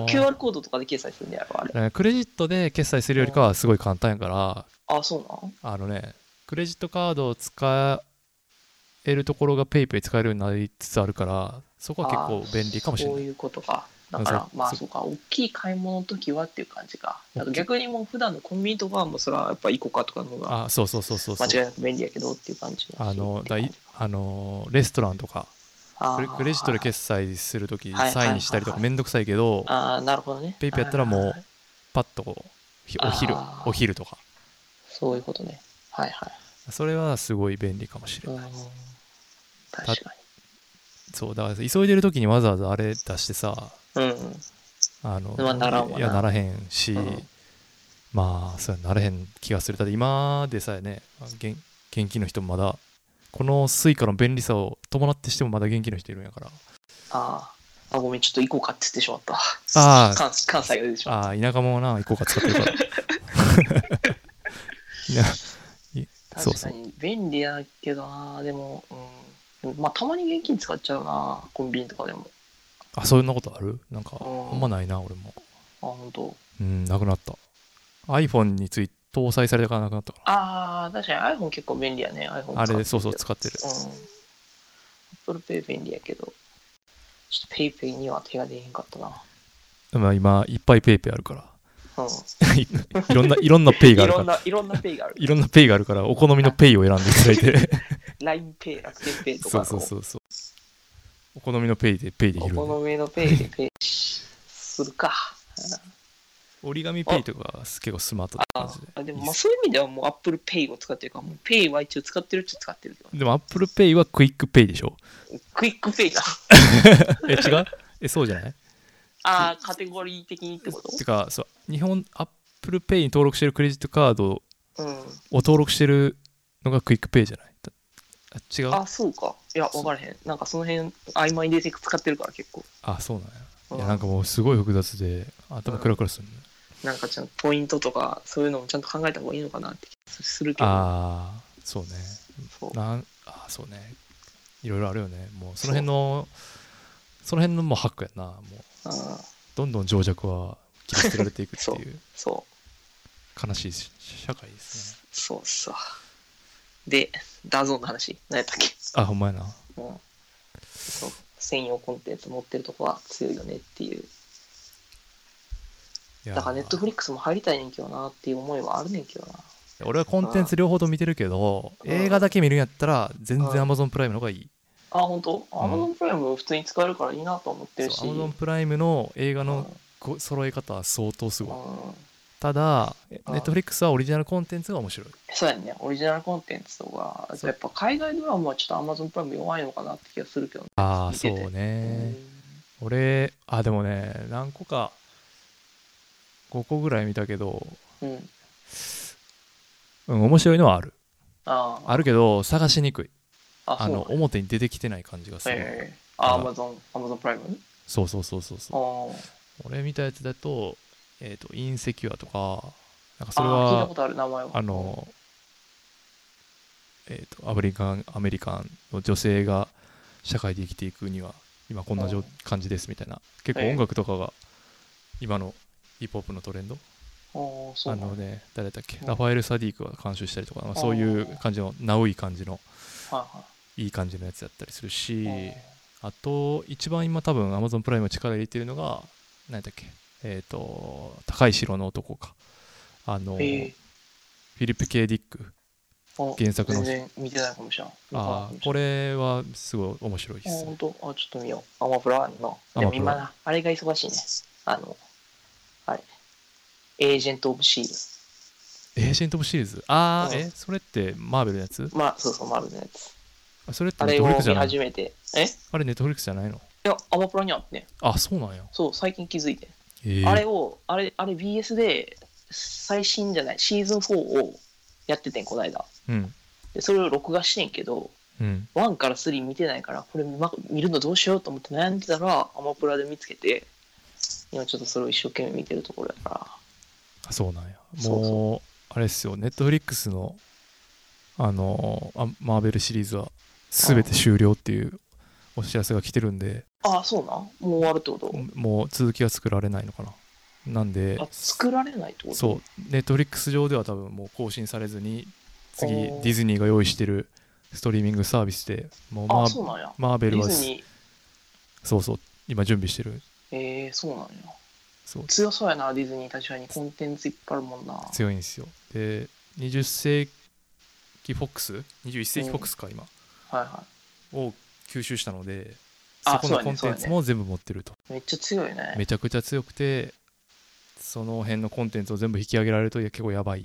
Speaker 1: も
Speaker 2: QR コードとかで決済するんやろ、あれ。
Speaker 1: えークレジットで決済するよりかはすごい簡単やから
Speaker 2: あ、そう
Speaker 1: あのねクレジットカードを使えるところが PayPay 使えるようになりつつあるからそこ
Speaker 2: なん
Speaker 1: は結構便利かもしれ
Speaker 2: そ
Speaker 1: な
Speaker 2: う
Speaker 1: い
Speaker 2: いうことか。だから
Speaker 1: そ、う
Speaker 2: まあ
Speaker 1: そう
Speaker 2: そうか、大きい買い物の時はっていう感じか。
Speaker 1: 大きい
Speaker 2: だから逆にもう普段のコンビニとかはもうそれはやっぱイコカとかの方が
Speaker 1: あそうそうそうそうそ
Speaker 2: 間
Speaker 1: う
Speaker 2: 違いなく便利やけどっていう感じ
Speaker 1: あのだい
Speaker 2: い
Speaker 1: あのレストランとかクレクレジットで決済するとき
Speaker 2: はいはいはいはい
Speaker 1: サインしたりとかめんどくさいけど
Speaker 2: あーなるほどね。
Speaker 1: ペイペイやったらもう
Speaker 2: はいはいはい
Speaker 1: パッとこうひお昼
Speaker 2: あー
Speaker 1: お昼とか
Speaker 2: そういうことね。はいはい。
Speaker 1: それはすごい便利かもしれ
Speaker 2: う
Speaker 1: ない
Speaker 2: ん確か
Speaker 1: そうだから急いでるときにわざわざあれ出してさ
Speaker 2: に。うんうん。
Speaker 1: あの
Speaker 2: まあならんわない
Speaker 1: やならへんし、
Speaker 2: うん
Speaker 1: まあそうやならへん気がするだって今でさえねあ現現金の人もまだこのスイカの便利さを伴ってしてもまだ現金の人いるんやから
Speaker 2: あーあ、ごめん、ちょっとイコカって言ってしまった。
Speaker 1: あー
Speaker 2: 関関西が出てしまっ
Speaker 1: ああ田舎もな行こうか使ってるから いやい
Speaker 2: た。
Speaker 1: そう
Speaker 2: 確
Speaker 1: そ
Speaker 2: か
Speaker 1: う
Speaker 2: に便利やけどな、でも、うん。まあ、たまに現金使っちゃうな、コンビニとかでも。
Speaker 1: あそんなことあるなんか
Speaker 2: うん
Speaker 1: あんまないな俺も
Speaker 2: あ、本当。
Speaker 1: うんなくなった iPhone につい搭載されたからなくなったか
Speaker 2: ああ、確かに iPhone 結構便利やね。iPhone
Speaker 1: らあれそうそう
Speaker 2: 使
Speaker 1: 使ってる
Speaker 2: うん。Apple Pay 便利やけど、ちょっと PayPay には手が出へんかったな。
Speaker 1: まあ今いっぱいペイペイあるから
Speaker 2: うん。
Speaker 1: いいろんないろんなペイがあ
Speaker 2: い
Speaker 1: るか
Speaker 2: ろ
Speaker 1: ら
Speaker 2: んな、いろんなペイがある。
Speaker 1: いろんなペイがあるから、お好みのペイを選んでいただいて、
Speaker 2: LINEPay、楽天ペイとか
Speaker 1: そう
Speaker 2: の
Speaker 1: そうそうそう。お好みのペイでペイでき
Speaker 2: お
Speaker 1: るんで。
Speaker 2: 好みのペイでペイするか。
Speaker 1: 折り紙ペイとかす結構スマートな感
Speaker 2: あ
Speaker 1: じで。
Speaker 2: あでも
Speaker 1: いい
Speaker 2: ま
Speaker 1: っ
Speaker 2: あ
Speaker 1: す
Speaker 2: そういう意味ではもう ApplePay を使ってるから、もう Pay は一応使ってるっちゃ使ってるけど、
Speaker 1: でも Apple Pay はクイックペイでしょ
Speaker 2: クイックペイだ。
Speaker 1: え、違うえ、そうじゃない
Speaker 2: ああ、カテゴリー的にってこ
Speaker 1: てか、そう、日本 Apple Pay に登録してるクレジットカードを
Speaker 2: とうん。
Speaker 1: 登録してるのがクイックペイじゃないだあ違う
Speaker 2: あ、そうか。いや、分からへん。なんかその辺、曖昧に出て使ってるから結構。
Speaker 1: あ、そうなんや。
Speaker 2: うん
Speaker 1: いや、なんかもうすごい複雑で、頭クラクラするね。
Speaker 2: なんかちゃんとポイントとか、そういうのもちゃんと考えた方がいいのかなって気がするけど、
Speaker 1: ああ、そうね。
Speaker 2: そう
Speaker 1: なんあそうねいろいろあるよねもうその辺のその辺のもうハックやなもう
Speaker 2: うん
Speaker 1: どんどん情弱は切り捨てられていくっていう
Speaker 2: そう、
Speaker 1: 悲しいし社会ですね
Speaker 2: そうっすわ。で、ダゾーンの話、何やったっけ
Speaker 1: あほんまやな
Speaker 2: うん、そう専用コンテンツ持ってるとこは強いよねっていう
Speaker 1: いや
Speaker 2: だからネットフリックスも入りたいねんけどなっていう思いはあるねんけどな
Speaker 1: 俺はコンテンツ両方と見てるけど
Speaker 2: うん
Speaker 1: 映画だけ見るんやったら全然
Speaker 2: うん
Speaker 1: Amazon プライムの方がいい
Speaker 2: あ本当アマゾンプライム普通に使えるからいいなと思ってるし
Speaker 1: そう Amazon プライムの映画
Speaker 2: うん
Speaker 1: のご揃え方は相当すごい
Speaker 2: うん
Speaker 1: ただネ
Speaker 2: うん
Speaker 1: ットフリックスはオリジナルコンテンツが面白い
Speaker 2: そうやねオリジナルコンテンツとか
Speaker 1: そう
Speaker 2: やっぱ海外ドラマはちょっとアマゾンプライム弱いのかなって気がするけどね
Speaker 1: ああ
Speaker 2: 見
Speaker 1: そ
Speaker 2: てて
Speaker 1: うね俺あでもね何個か5個ぐらい見たけど
Speaker 2: うん、うん
Speaker 1: うん面白いのはある
Speaker 2: あー
Speaker 1: あるけど探しにくい
Speaker 2: あ
Speaker 1: あ
Speaker 2: そう
Speaker 1: の表に出てきてない感じがする、
Speaker 2: ええあアマゾンアマゾンプライム
Speaker 1: そうそうそうそう
Speaker 2: あ
Speaker 1: そう
Speaker 2: ー
Speaker 1: 俺見たやつだとえっ、とインセキュアとかなんかそれ
Speaker 2: あー聞いた
Speaker 1: は
Speaker 2: ことある名前は
Speaker 1: あのえっ、とアメリカンアメリカンの女性が社会で生きていくには今こんなじょ
Speaker 2: うん
Speaker 1: 感じですみたいな結構
Speaker 2: ええ
Speaker 1: 音楽とかが今のヒップホップのトレンド
Speaker 2: あーそう
Speaker 1: あ
Speaker 2: な
Speaker 1: の
Speaker 2: んだ
Speaker 1: ね誰だっけ
Speaker 2: うん
Speaker 1: ラファエル・サディークが監修したりとかなんかそういう感じのナウい感じの
Speaker 2: はい
Speaker 1: い感じのやつだったりする
Speaker 2: い
Speaker 1: し
Speaker 2: はい
Speaker 1: あと一番今多分 Amazon プライムが力入れてるのが何だっけえっ、と高い城の男かあの、
Speaker 2: ええ
Speaker 1: フィリップ・ケディック
Speaker 2: あ
Speaker 1: 原作の
Speaker 2: 全然見てないかもしれん。
Speaker 1: あーこ
Speaker 2: れ。
Speaker 1: れはすごい面白いです
Speaker 2: 本当あ、ちょっと見よう。アマプラあるな。
Speaker 1: ア
Speaker 2: で
Speaker 1: マプ
Speaker 2: も
Speaker 1: ラ
Speaker 2: 今な、あれが忙しいね。あの、あれ。エージェント・オブ・シールズ。
Speaker 1: エージェント・オブ・シリーズああ
Speaker 2: うん
Speaker 1: えそれってマーベルのやつ
Speaker 2: まあ、そうそう、マルのやつ。
Speaker 1: あそれって
Speaker 2: あ
Speaker 1: ネッ
Speaker 2: れ
Speaker 1: ト
Speaker 2: を
Speaker 1: フリッ
Speaker 2: 見
Speaker 1: クスじゃない
Speaker 2: 始めて。えい
Speaker 1: あれネットフリックスじゃないの
Speaker 2: や、アマプラにあってね。
Speaker 1: あそうなんや
Speaker 2: そう、最近気づいて。
Speaker 1: ええ
Speaker 2: あれを、あれ、あれ BS で、最新じゃない、シーズン4をやっててん、この間。
Speaker 1: うん
Speaker 2: で、それを録画してんけど、
Speaker 1: うん
Speaker 2: 1から3見てないからこれ見,、ま、見るのどうしようと思って悩んでたらアマプラで見つけて今ちょっとそれを一生懸命見てるところやか
Speaker 1: あそうなんやもう
Speaker 2: そうそ
Speaker 1: あれっすよネットフリックスのあのーあマーベルシリーズは全て終了っていうお知らせが来てるんで
Speaker 2: ああ、そうなんもう終わるってこと、
Speaker 1: もう続きが作られないのかななんで
Speaker 2: あ、作られないってこと
Speaker 1: そうネットフリックス上では多分もう更新されずに次デ
Speaker 2: おー
Speaker 1: ィズニーが用意してるストリーミングサービスでもう
Speaker 2: あ
Speaker 1: マー
Speaker 2: あ、そうなんや。
Speaker 1: マーベ
Speaker 2: デ
Speaker 1: ル
Speaker 2: ィ
Speaker 1: は
Speaker 2: ズニー、
Speaker 1: そうそう今準備してる
Speaker 2: ええそうなんや。
Speaker 1: そう
Speaker 2: 強そうやな、ディズニー。確かにコンテンツいっぱいあるもんな。
Speaker 1: 強いんですよで20世紀フォックス21世紀フォックスか今
Speaker 2: はいは
Speaker 1: を吸収したのでそ
Speaker 2: あ
Speaker 1: こ
Speaker 2: そ
Speaker 1: の
Speaker 2: うやね
Speaker 1: コンテンツも全部持ってると
Speaker 2: い。めっちゃ強いね。
Speaker 1: めちゃくちゃ強くてその辺のコンテンツを全部引き上げられるといや結構やばい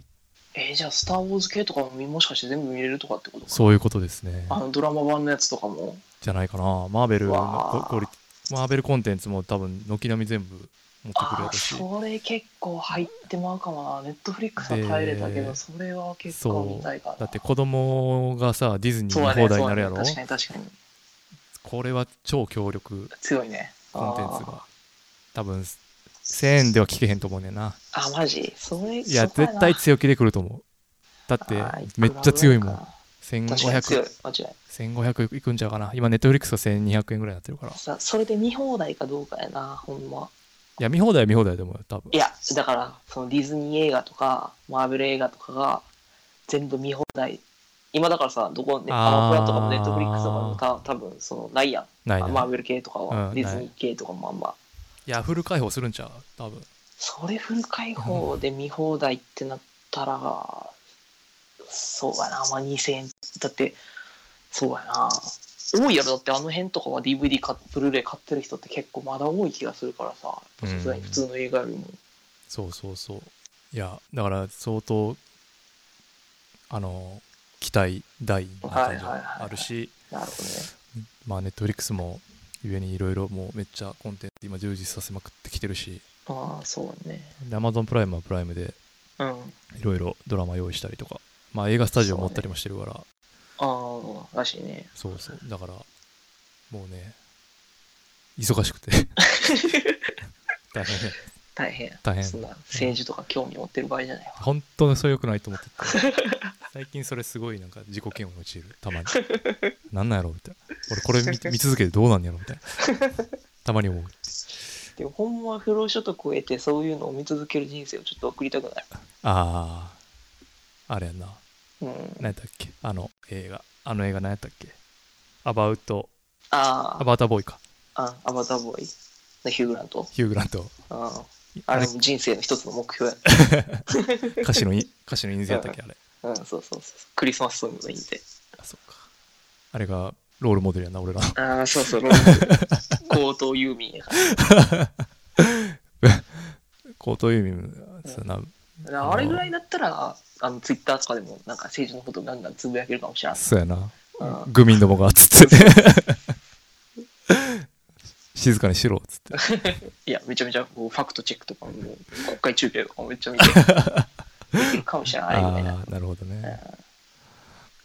Speaker 2: えー、じゃあ、スター・ウォーズ系とかもみもしかして全部見れるとかってことか
Speaker 1: そういうことですね
Speaker 2: あのドラマ版のやつとかも。
Speaker 1: じゃないかなマーベルの
Speaker 2: わあ
Speaker 1: クオリティマーベルコンテンツも多分軒並み全部持ってくる
Speaker 2: あ
Speaker 1: や
Speaker 2: あ、
Speaker 1: ろし
Speaker 2: それ結構入ってまうかもな。ネットフリックスは耐えれたけ
Speaker 1: で
Speaker 2: ど、それは結構見たいかな。
Speaker 1: だって子供がさディズニー
Speaker 2: そうや
Speaker 1: 見
Speaker 2: ね
Speaker 1: 放題になるやろ
Speaker 2: そうやね確かに確かに。
Speaker 1: これは超強力
Speaker 2: 強いね。
Speaker 1: コンテンツ
Speaker 2: あー
Speaker 1: が多分1000円では聞けへんと思うねんな
Speaker 2: あ、マジそれ、
Speaker 1: いや絶対強気で来ると思うだってめっちゃ強いもん。
Speaker 2: 確かに強い
Speaker 1: 1500。
Speaker 2: 間違いない。
Speaker 1: 1500いくんちゃうかな今ネットフリックスが1200円ぐらいになってるからい
Speaker 2: さ、それで見放題かどうかやな、ほんま。
Speaker 1: や見放題は見放題でも多分
Speaker 2: いや、だから、そのディズニー映画とか、マーベル映画とかが、全部見放題。今だからさ、どこ、ね、アマプラとかもネットフリックスとかもた多分そのないやん。
Speaker 1: ないね
Speaker 2: マーベル系とかは、
Speaker 1: うん
Speaker 2: ディズニー系とかもあんま。
Speaker 1: いやフル開放するんちゃう多分
Speaker 2: それフル開放で見放題ってなったら、そうやな、まあ、2000円。だって、そうやな。多いやろ、だってあの辺とかは DVD か、ブルーレイ買ってる人って結構まだ多い気がするからさ、やっぱさすがに普通の映画よりも。
Speaker 1: そうそうそういやだから相当あの期待大な感じはあるし
Speaker 2: なるほどね。
Speaker 1: まあネットフリックスもゆえにいろいろもうめっちゃコンテンツ今充実させまくってきてるし
Speaker 2: ああ、そうね。
Speaker 1: で Amazon プライムはプライムで
Speaker 2: うん。あ
Speaker 1: いろいろドラマ用意したりとかまあ映画スタジオ持ったりもしてるから
Speaker 2: あ、らしいね。
Speaker 1: そうそうだからもうね忙しく て大変ね
Speaker 2: 大変。
Speaker 1: 大変
Speaker 2: そんな政治とか興味持ってる場合じゃないわ。
Speaker 1: 本当にそれ良くないと思ってて 最近それすごいなんか自己嫌悪に陥るたまになんなんやろみたいな俺これ 見見続けてどうなんやろみたいなたまに思う
Speaker 2: でも、ほんまは不労所得を得て、そういうのを見続ける人生をちょっと送りたくない。
Speaker 1: あああれやんな
Speaker 2: うん。
Speaker 1: 何やったっけあの映画あの映画何やったっけアバウト
Speaker 2: あ
Speaker 1: ア
Speaker 2: あ
Speaker 1: バターボーイか
Speaker 2: あ、アバターボーイのヒュー・グラント。
Speaker 1: ヒュー・グラント
Speaker 2: ああ
Speaker 1: あ
Speaker 2: あれ
Speaker 1: れ
Speaker 2: も人生の一つの目標や。
Speaker 1: 歌詞のい歌詞の印税やったっけあれ
Speaker 2: うん、そうそうそうそう。クリスマスソングの印税。
Speaker 1: あそうかあれがロールモデルやな俺ら の
Speaker 2: ああ、そうそう、ローン高等遊民やか
Speaker 1: コートユーミンそうやな
Speaker 2: ら。あれぐらいだったら、あの、ツイッターとかでも、なんか政治のことガンガンつぶやけるかもしれない。
Speaker 1: そうやな
Speaker 2: うん
Speaker 1: グミンどもがっつって 静かにしろっつって
Speaker 2: いや、めちゃめちゃこうファクトチェックとかも、国会中継とかもめっちゃ見て、できるかもしれないみたいな
Speaker 1: あ。ーなるほどね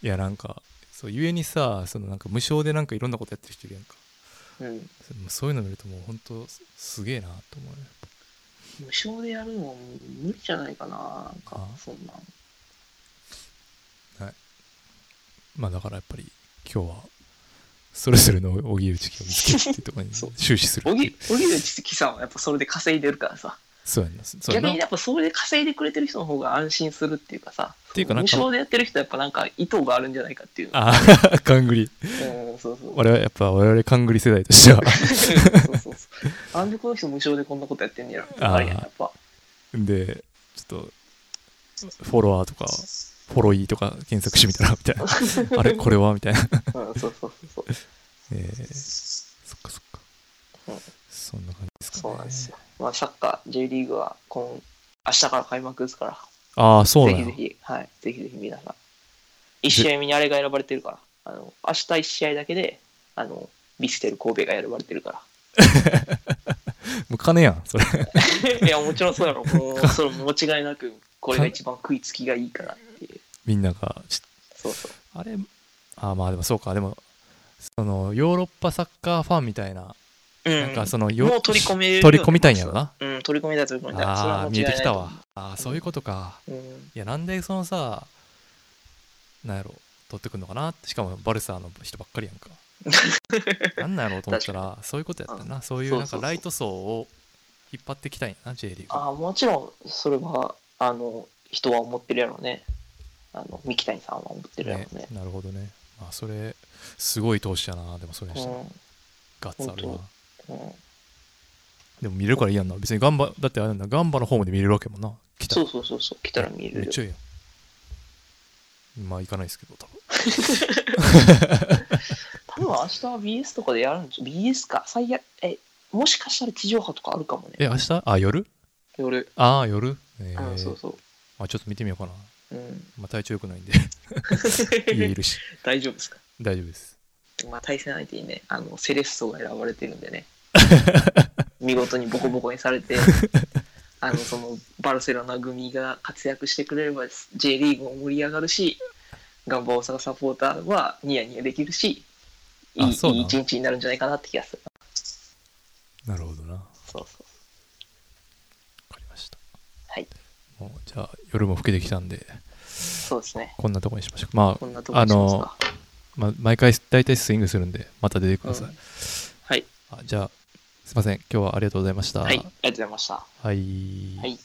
Speaker 1: いやなんかそうゆえにさそのなんか無償でなんかいろんなことやってる人いるやんか
Speaker 2: うん。
Speaker 1: そそういうの見るともう本当すすげえなと思うね
Speaker 2: 無償でやるの無理じゃないかな。なんか
Speaker 1: あ、ー
Speaker 2: そんなん。
Speaker 1: まあだからやっぱり今日はそれぞれの荻上チキを見つけるっていうところに
Speaker 2: そう
Speaker 1: 終始する
Speaker 2: 小木、小木内月さんはやっぱそれで稼いでるからさ。
Speaker 1: そうやんなそうや
Speaker 2: 逆
Speaker 1: な
Speaker 2: にやっぱそれで稼いでくれてる人の方が安心するっていうかさ
Speaker 1: ていうかなんか
Speaker 2: 無償でやってる人はやっぱなんか意図があるんじゃないかっていう
Speaker 1: ああ勘繰り
Speaker 2: うんそうそう
Speaker 1: 我々やっぱ我々勘繰り世代と しては
Speaker 2: そうそうそうなんでこの人無償でこんなことやってんねやろ
Speaker 1: あー
Speaker 2: あれやんやっぱ
Speaker 1: でちょっとフォロワーとかフォロイーとか検索してみたらみたい なあれこれはみたいな、
Speaker 2: うんそうそうそうそう
Speaker 1: えーそっかそっか、
Speaker 2: うん
Speaker 1: そんな感じですか、ね、
Speaker 2: そうなんですよまあサッカー J リーグは今明日から開幕ですから
Speaker 1: ああそう
Speaker 2: ぜ
Speaker 1: なん
Speaker 2: ひ
Speaker 1: や
Speaker 2: ぜひはいぜひぜひ皆さん一試合目にあれが選ばれてるからあの明日一試合だけであのビステル神戸が選ばれてるから
Speaker 1: もう金やんそれ
Speaker 2: いや、もちろんそうや ろ。もう、それ間違いなく、これが一番食いつきがいいからっていう。
Speaker 1: みんながち
Speaker 2: そうそう。
Speaker 1: あれああまあでもそうかでもそのヨーロッパサッカーファンみたいな、
Speaker 2: うん。
Speaker 1: なんかそのよ
Speaker 2: もう取り込めるよね
Speaker 1: 取り込みたいんやろな
Speaker 2: うん、取り込みだ、取り込みだ。それ
Speaker 1: あ
Speaker 2: は
Speaker 1: あ
Speaker 2: 間違
Speaker 1: 見
Speaker 2: い
Speaker 1: え
Speaker 2: な
Speaker 1: て
Speaker 2: い
Speaker 1: き
Speaker 2: と
Speaker 1: た
Speaker 2: 思う
Speaker 1: わああそういうことか
Speaker 2: うん。
Speaker 1: いやなんでそのさ なんやろ取ってくんのかなってしかもバルサーの人ばっかりやんかなんなんやろうと思ったらそういうことやったなそういうなんか
Speaker 2: そうそうそう
Speaker 1: ライト層を引っ張ってきたいんやな J リーグ
Speaker 2: ああもちろんそれはあの人は思ってるやろうねあの三木谷さんは思ってるやろうね
Speaker 1: なるほどねまあそれすごい投資やなでもそれにしたらガッツあるな
Speaker 2: 本うんうん、
Speaker 1: でも見れるからいいやんな別にガンバだってあれなんだガンバのホームで見れるわけやもんな来た
Speaker 2: そ
Speaker 1: ら
Speaker 2: うそうそうそう来たら見え
Speaker 1: め
Speaker 2: る
Speaker 1: っちゃいいやんまあ行かないですけど多分
Speaker 2: 多分明日は BS とかでやるんです BS か最悪えもしかしたら地上波とかあるかもね
Speaker 1: え明日あ夜
Speaker 2: 夜、
Speaker 1: ああ夜えー
Speaker 2: うんそうそ
Speaker 1: あちょっと見てみようかな、
Speaker 2: う、うん、
Speaker 1: まあ、体調良くないんで家いるし
Speaker 2: 大丈夫ですか
Speaker 1: 大丈夫です
Speaker 2: まあ、対戦相手にねあのセレッソが選ばれてるん でね見事にボコボコにされてあのそのバルセロナ組が活躍してくれれば J リーグも盛り上がるしガンバ大阪サポーターはニヤニヤできるしいい
Speaker 1: あそうない
Speaker 2: い一日になるんじゃないかなって気がする
Speaker 1: なるほどなわ
Speaker 2: そうそう
Speaker 1: かりました
Speaker 2: はい
Speaker 1: もうじゃあ夜も更けてきたんで
Speaker 2: そうですね
Speaker 1: こんなとこにしましょうまあ
Speaker 2: こんなとこにしますか
Speaker 1: まあ、毎回大体スイングするんでまた出てください、
Speaker 2: うんはい
Speaker 1: あじゃあすいません今日はありがとうございました
Speaker 2: はいありがとうございました
Speaker 1: はい
Speaker 2: はい